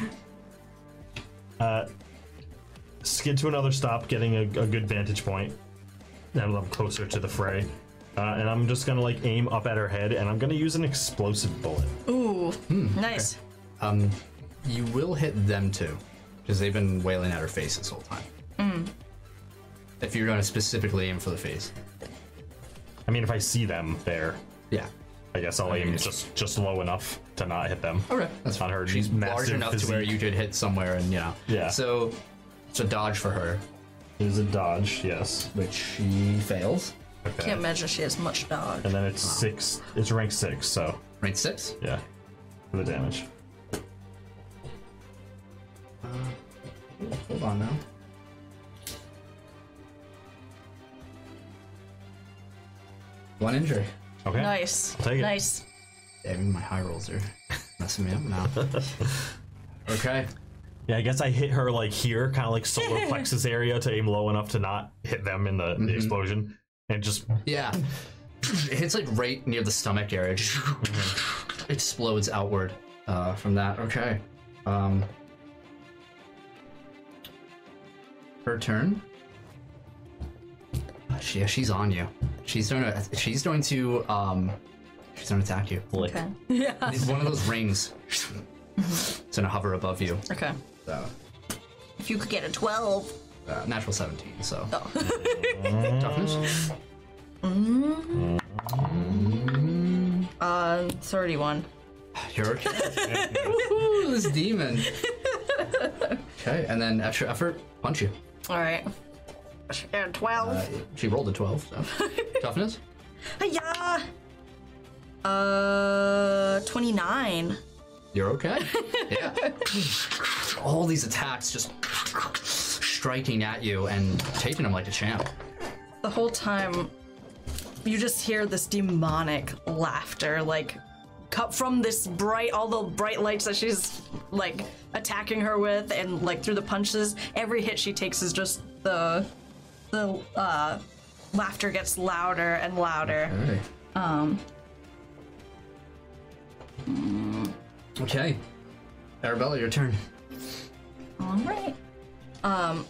uh, skid to another stop, getting a, a good vantage point. Now that I'm closer to the fray, uh, and I'm just gonna like aim up at her head, and I'm gonna use an explosive bullet. Ooh, Hmm, nice. Um, you will hit them too, because they've been wailing at her face this whole time. If you're going to specifically aim for the face, I mean, if I see them there, yeah. I guess I'll aim just just low enough to not hit them. Okay, that's On her She's large massive enough to where physique. you could hit somewhere, and you know. Yeah. So, it's a dodge for her. is a dodge, yes. which she fails. Okay. Can't imagine she has much dog. and then it's six. It's rank six, so Right, six. yeah, for the damage. Hold on now. One injury. Okay. Nice. take it. Nice. Damn, my high rolls are messing me up now. okay. Yeah, I guess I hit her like here, kind of like solar plexus area, to aim low enough to not hit them in the, the explosion, and just Yeah. It hits like right near the stomach area. It explodes outward uh, from that. Okay. Um, her turn. Uh, She, yeah, she's on you. She's going to. She's going to. Um, she's going to attack you. like Okay. Yeah. It's one of those rings. It's gonna hover above you. Okay. So, If you could get a 12. uh, natural seventeen. So toughness. Uh, 31. You're okay. Woohoo, this demon. Okay, and then extra effort, punch you. Alright. And 12. Uh, she rolled a 12, so. Toughness? Hiya! Uh, 29. You're okay. Yeah. All these attacks just striking at you and taking them like a champ. The whole time, you just hear this demonic laughter, like, cut from this bright, all the bright lights that she's, like, attacking her with, and, like, through the punches. Every hit she takes is just the, the, uh, laughter gets louder and louder. Okay. Um. Okay. Arabella, your turn. All right. Um,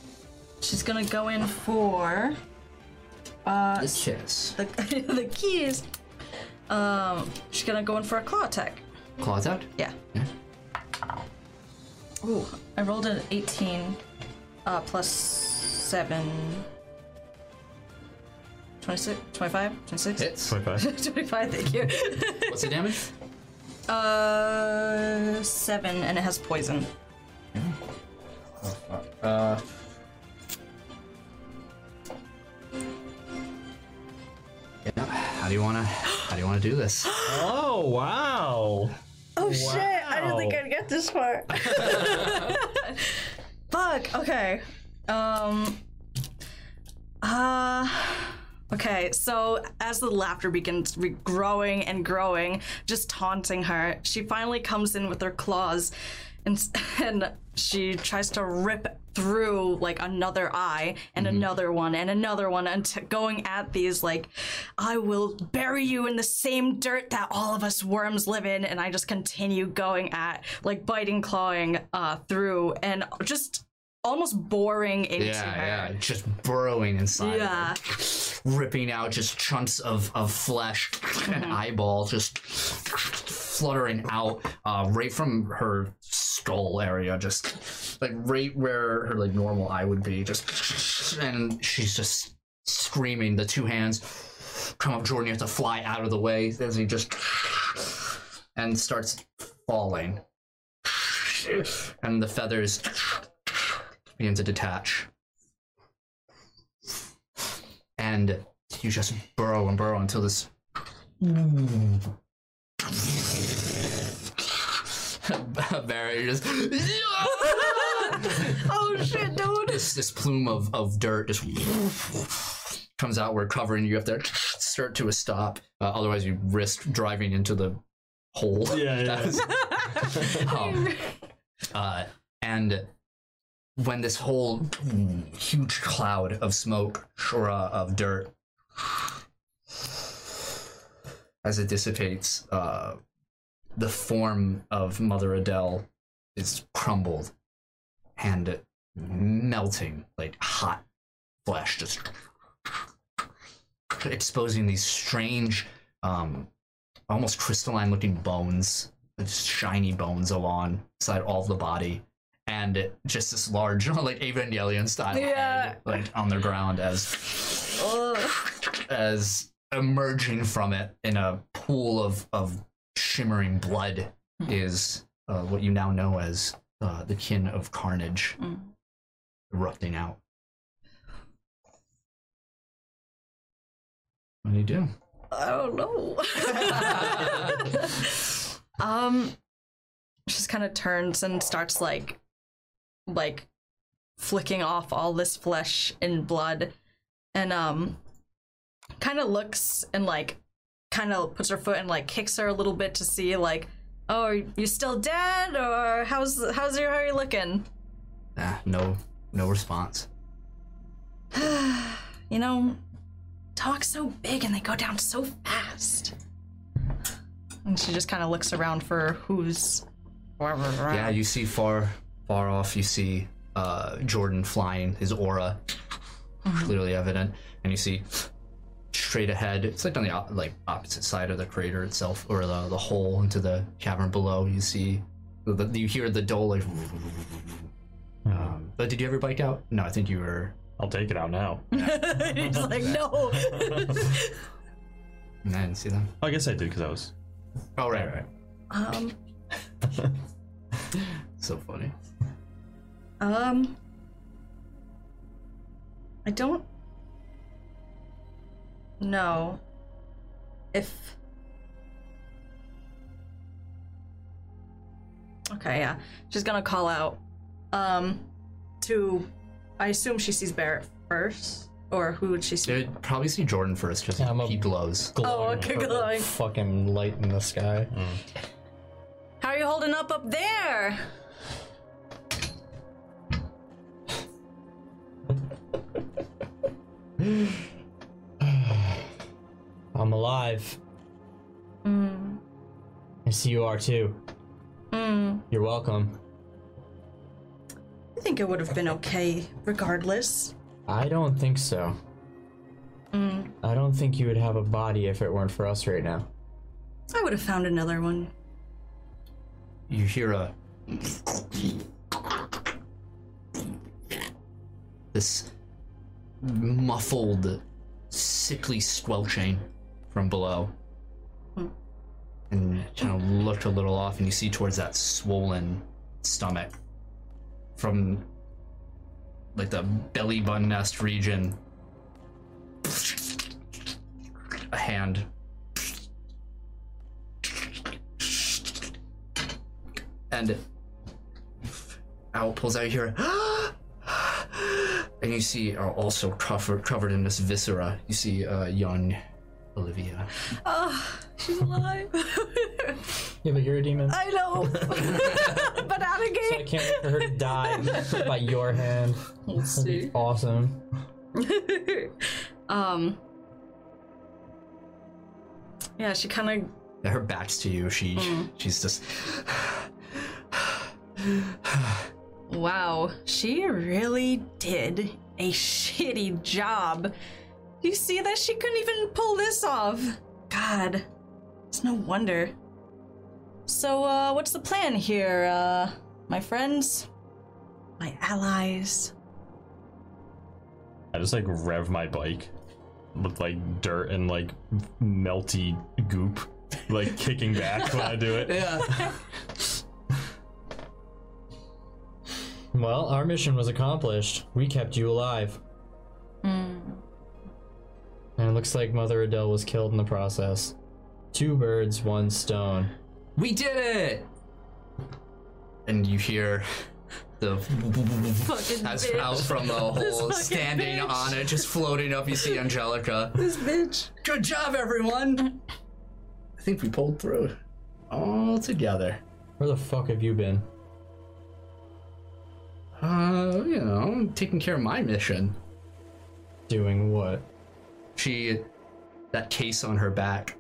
she's gonna go in for This kiss. the the keys. Um, she's gonna go in for a claw attack. Claws out? Yeah. Yeah. Ooh, I rolled an 18 uh, plus 7. 26, 25, 26? Hits. 25. 25, thank you. What's the damage? Uh, 7, and it has poison. Yeah. How do you wanna how do you wanna do this? Oh wow! Oh shit! I didn't think I'd get this far. Fuck. Okay. Um. Uh. Okay. So as the laughter begins re- growing and growing, just taunting her, she finally comes in with her claws, and s- and she tries to rip through like another eye and Mm-hmm. another one and another one and t- going at these like i will bury you in the same dirt that all of us worms live in and i just continue going at like biting clawing uh through and just almost boring into Yeah, yeah. her Just burrowing inside. of her. yeah ripping out just chunks of, of flesh and eyeballs just fluttering out uh, right from her skull area just like right where her like normal eye would be just and she's just screaming the two hands come up jordan you have to fly out of the way as he just and starts falling and the feathers begin to detach and you just burrow and burrow until this Barry just oh shit dude this this plume of, of dirt just comes outward covering you have to start to a stop uh, otherwise you risk driving into the hole Yeah, That yeah. was- Um, uh, and when this whole huge cloud of smoke or uh, of dirt, as it dissipates, uh, the form of Mother Adele is crumbled and melting like hot flesh, just exposing these strange, um, almost crystalline looking bones just shiny bones along inside all of the body and just this large like evangelion style Yeah. head, like on the ground as as emerging from it in a pool of of shimmering blood is uh, what you now know as uh, the kin of carnage erupting out What do you do? I don't know. um, she just kind of turns and starts like, like, flicking off all this flesh and blood, and um, kind of looks and like, kind of puts her foot and like kicks her a little bit to see like, oh, are you still dead or how's how's your how are you looking? Ah, no, no response. You know, talk's so big and they go down so fast. And she just kind of looks around for who's. Yeah, you see far, far off. You see uh, Jordan flying, his aura Mm-hmm. clearly evident, and you see straight ahead. It's like on the op- like opposite side of the crater itself, or the the hole into the cavern below. You see, the, you hear the dole like. Mm-hmm. Um, but did you ever bike out? No, I think you were. I'll take it out now. He's like, no. I didn't see them. I guess I did because I was. Oh right, right. Um, So funny. um. I don't know if. Okay, yeah. She's gonna call out um, to. I assume she sees Barrett first, or who would she see? They'd probably see Jordan first because Yeah, I'm a- he glows. Oh, Glowing okay, purple glowing. Fucking light in the sky. How are you holding up up there? I'm alive. Mm. I see you are too. Mm. You're welcome. I think it would have been okay regardless. I don't think so. Mm. I don't think you would have a body if it weren't for us right now. I would have found another one. You hear a this muffled, sickly squelching from below, and kind of look a little off, and you see towards that swollen stomach from like the belly button nest region. A hand and Owl pulls out here, and you see are also covered covered in this viscera. You see uh, young Olivia. Ah, She's alive. Yeah, but you're a demon. I know. but out of I game. can't wait for her to die by your hand. Let's see. Awesome. um. Yeah, she kind of Her back's to you. She Mm. she's just Wow, she really did a shitty job. You see that she couldn't even pull this off. God, it's no wonder. So, uh, what's the plan here, uh, my friends? My allies? I just like rev my bike with like dirt and like melty goop, like kicking back when I do it. Well, our mission was accomplished. We kept you alive. Hmm. And it looks like Mother Adele was killed in the process. Two birds, one stone. we did it. And you hear the Fucking as bitch. out from the This hole fucking standing bitch. on it, just floating up. You see Angelica. This bitch. Good job, everyone. I think we pulled through all together. Where the fuck have you been? Uh, you know, taking care of my mission. Doing what? She, that case on her back,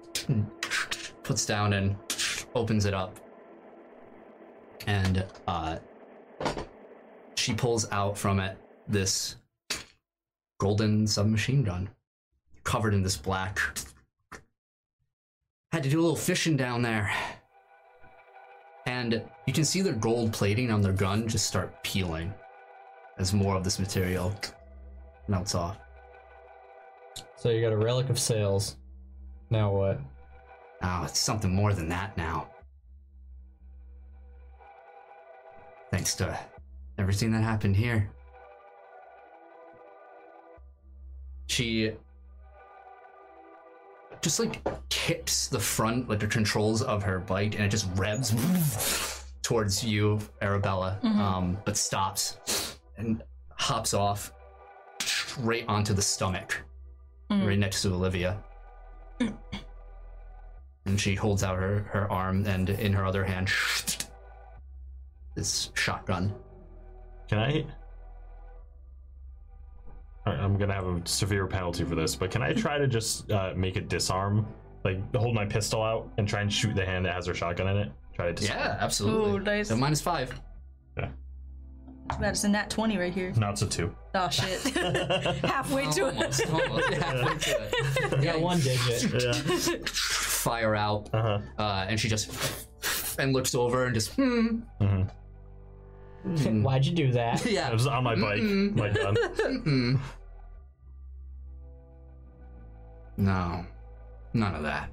puts down and opens it up. And, uh, she pulls out from it this golden submachine gun covered in this black. Had to do a little fishing down there. And you can see the gold plating on their gun just start peeling as more of this material melts off. So you got a relic of sales. Now what? Oh, it's something more than that now. Thanks to everything that happened here. She just like tips the front, like the controls of her bike, and it just revs towards you, Arabella, um, but stops and hops off straight onto the stomach, right next to Olivia. and she holds out her, her arm, and in her other hand, this shotgun. Can I? All right, I'm gonna have a severe penalty for this, but can I try to just uh, make it disarm? Like hold my pistol out and try and shoot the hand that has her shotgun in it. Try to disarm. Yeah, absolutely. Ooh, nice. So minus five. That's a nat 20 right here. Not so two. Oh shit. Halfway to it. Almost, almost. Halfway to it. Yeah, One digit. Yeah. fire out, Uh-huh. uh, and she just and looks over and just hmm. Why'd you do that? I Yeah, was on my bike. My gun. no, none of that.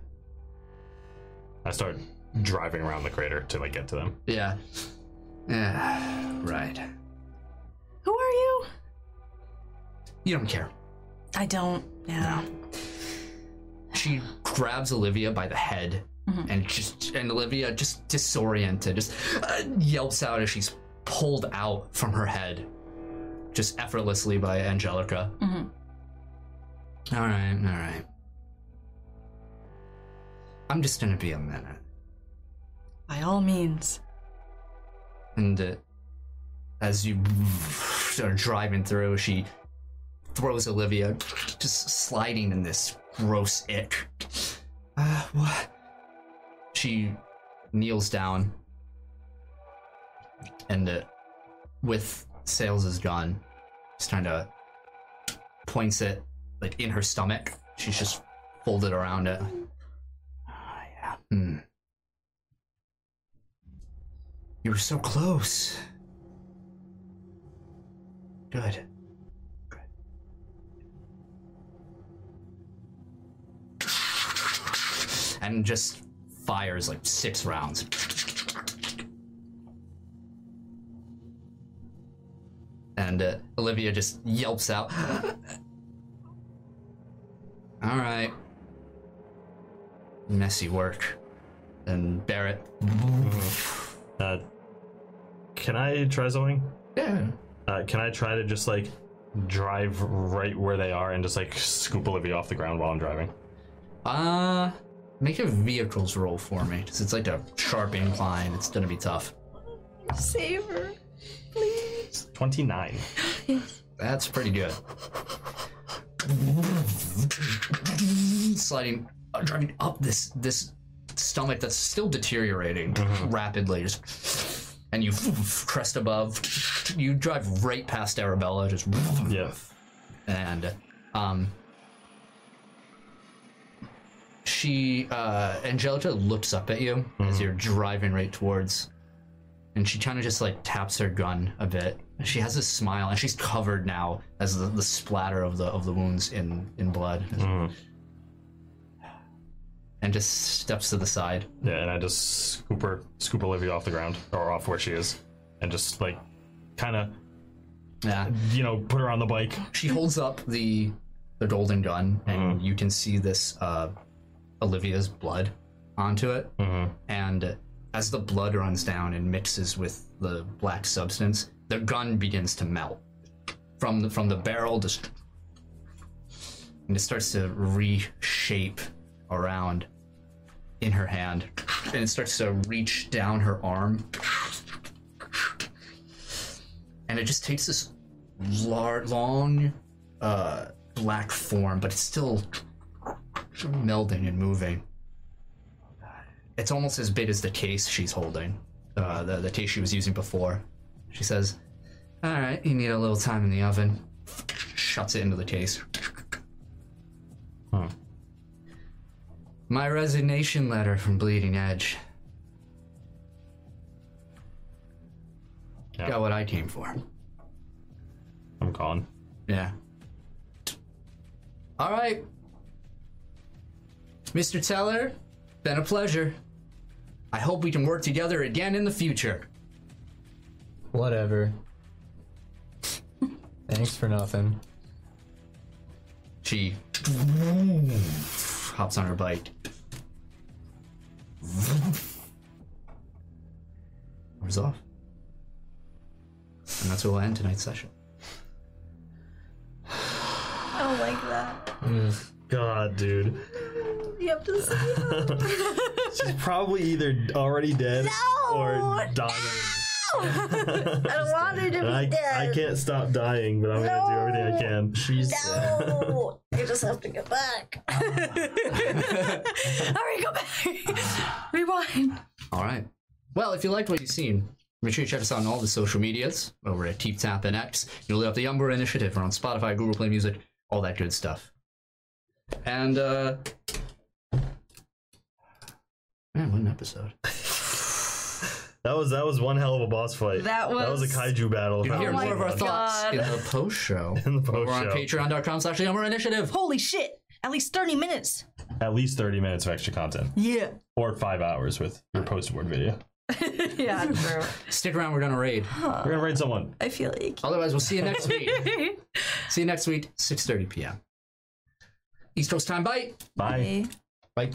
I start driving around the crater to like get to them. Yeah, yeah, right. Who are you? You don't care. I don't. Yeah. She grabs Olivia by the head and just and Olivia just disoriented, just uh, yelps out as she's pulled out from her head, just effortlessly by Angelica. Mhm. All right, all right. I'm just gonna be a minute. By all means. And uh, as you are driving through, she throws Olivia, just sliding in this gross ick. Uh, what? She kneels down, and uh, with Sales's gun, just kind of points it like in her stomach. She's just folded around it. Ah, yeah. Hmm. You were so close. Good. Good. And just fires like six rounds. And uh, Olivia just yelps out. All right. Messy work. And Barrett. Uh, can I try something? Yeah. Uh, can I try to just like drive right where they are and just like scoop Olivia off the ground while I'm driving? Uh, make a vehicles roll for me, because it's like a sharp incline. It's gonna be tough. Save her. Twenty nine. That's pretty good. Sliding, uh, driving up this this stomach that's still deteriorating rapidly, just, and you crest above. You drive right past Arabella, just Yeah. and um she uh angelica looks up at you as you're driving right towards and she kind of just like taps her gun a bit And she has a smile and she's covered now as the, the splatter of the of the wounds in in blood and just steps to the side Yeah, and I just scoop her, scoop Olivia off the ground or off where she is, and just like kind of yeah you know put her on the bike. she holds up the the golden gun and you can see this uh olivia's blood onto it and as the blood runs down and mixes with the black substance the gun begins to melt from the from the barrel just and it starts to reshape around in her hand and it starts to reach down her arm and it just takes this lar- long uh, black form, but it's still melding and moving. It's almost as big as the case she's holding, uh, the, the case she was using before. She says, All right, you need a little time in the oven. Shuts it into the case. My resignation letter from Bleeding Edge. Yeah. Got what I came for. I'm calling. Yeah. All right. Mr. Teller, been a pleasure. I hope we can work together again in the future. Whatever. Thanks for nothing. She hops on her bike. Arms off. And that's where we'll end tonight's session. I don't like that. God, dude. You have to see She's probably either already dead No! or dying. I don't want her to And I, be I dead. can't stop dying, but I'm gonna do everything I can. She's No. You just have to get back. Hurry, go back. Rewind. All right. Well, if you liked what you've seen, make sure you check us out on all the social medias over at Teep Tap and X. You'll look up the Umber Initiative. We're on Spotify, Google Play Music, all that good stuff. And, uh. Man, what an episode. That was that was one hell of a boss fight. That a was- kaiju battle. if You'll I hear remember more of our right. thoughts God. in the post show. In the Over on post-show. patreon.com slash the Umber Initiative. Holy shit. At least 30 minutes. At least 30 minutes of extra content. Yeah. Or five hours with your post award video. Yeah, true. Stick around, we're gonna raid. We're gonna raid someone. I feel like. Otherwise, we'll see you next week. see you next week, 6.30 p.m. East Coast time, bye! Bye. like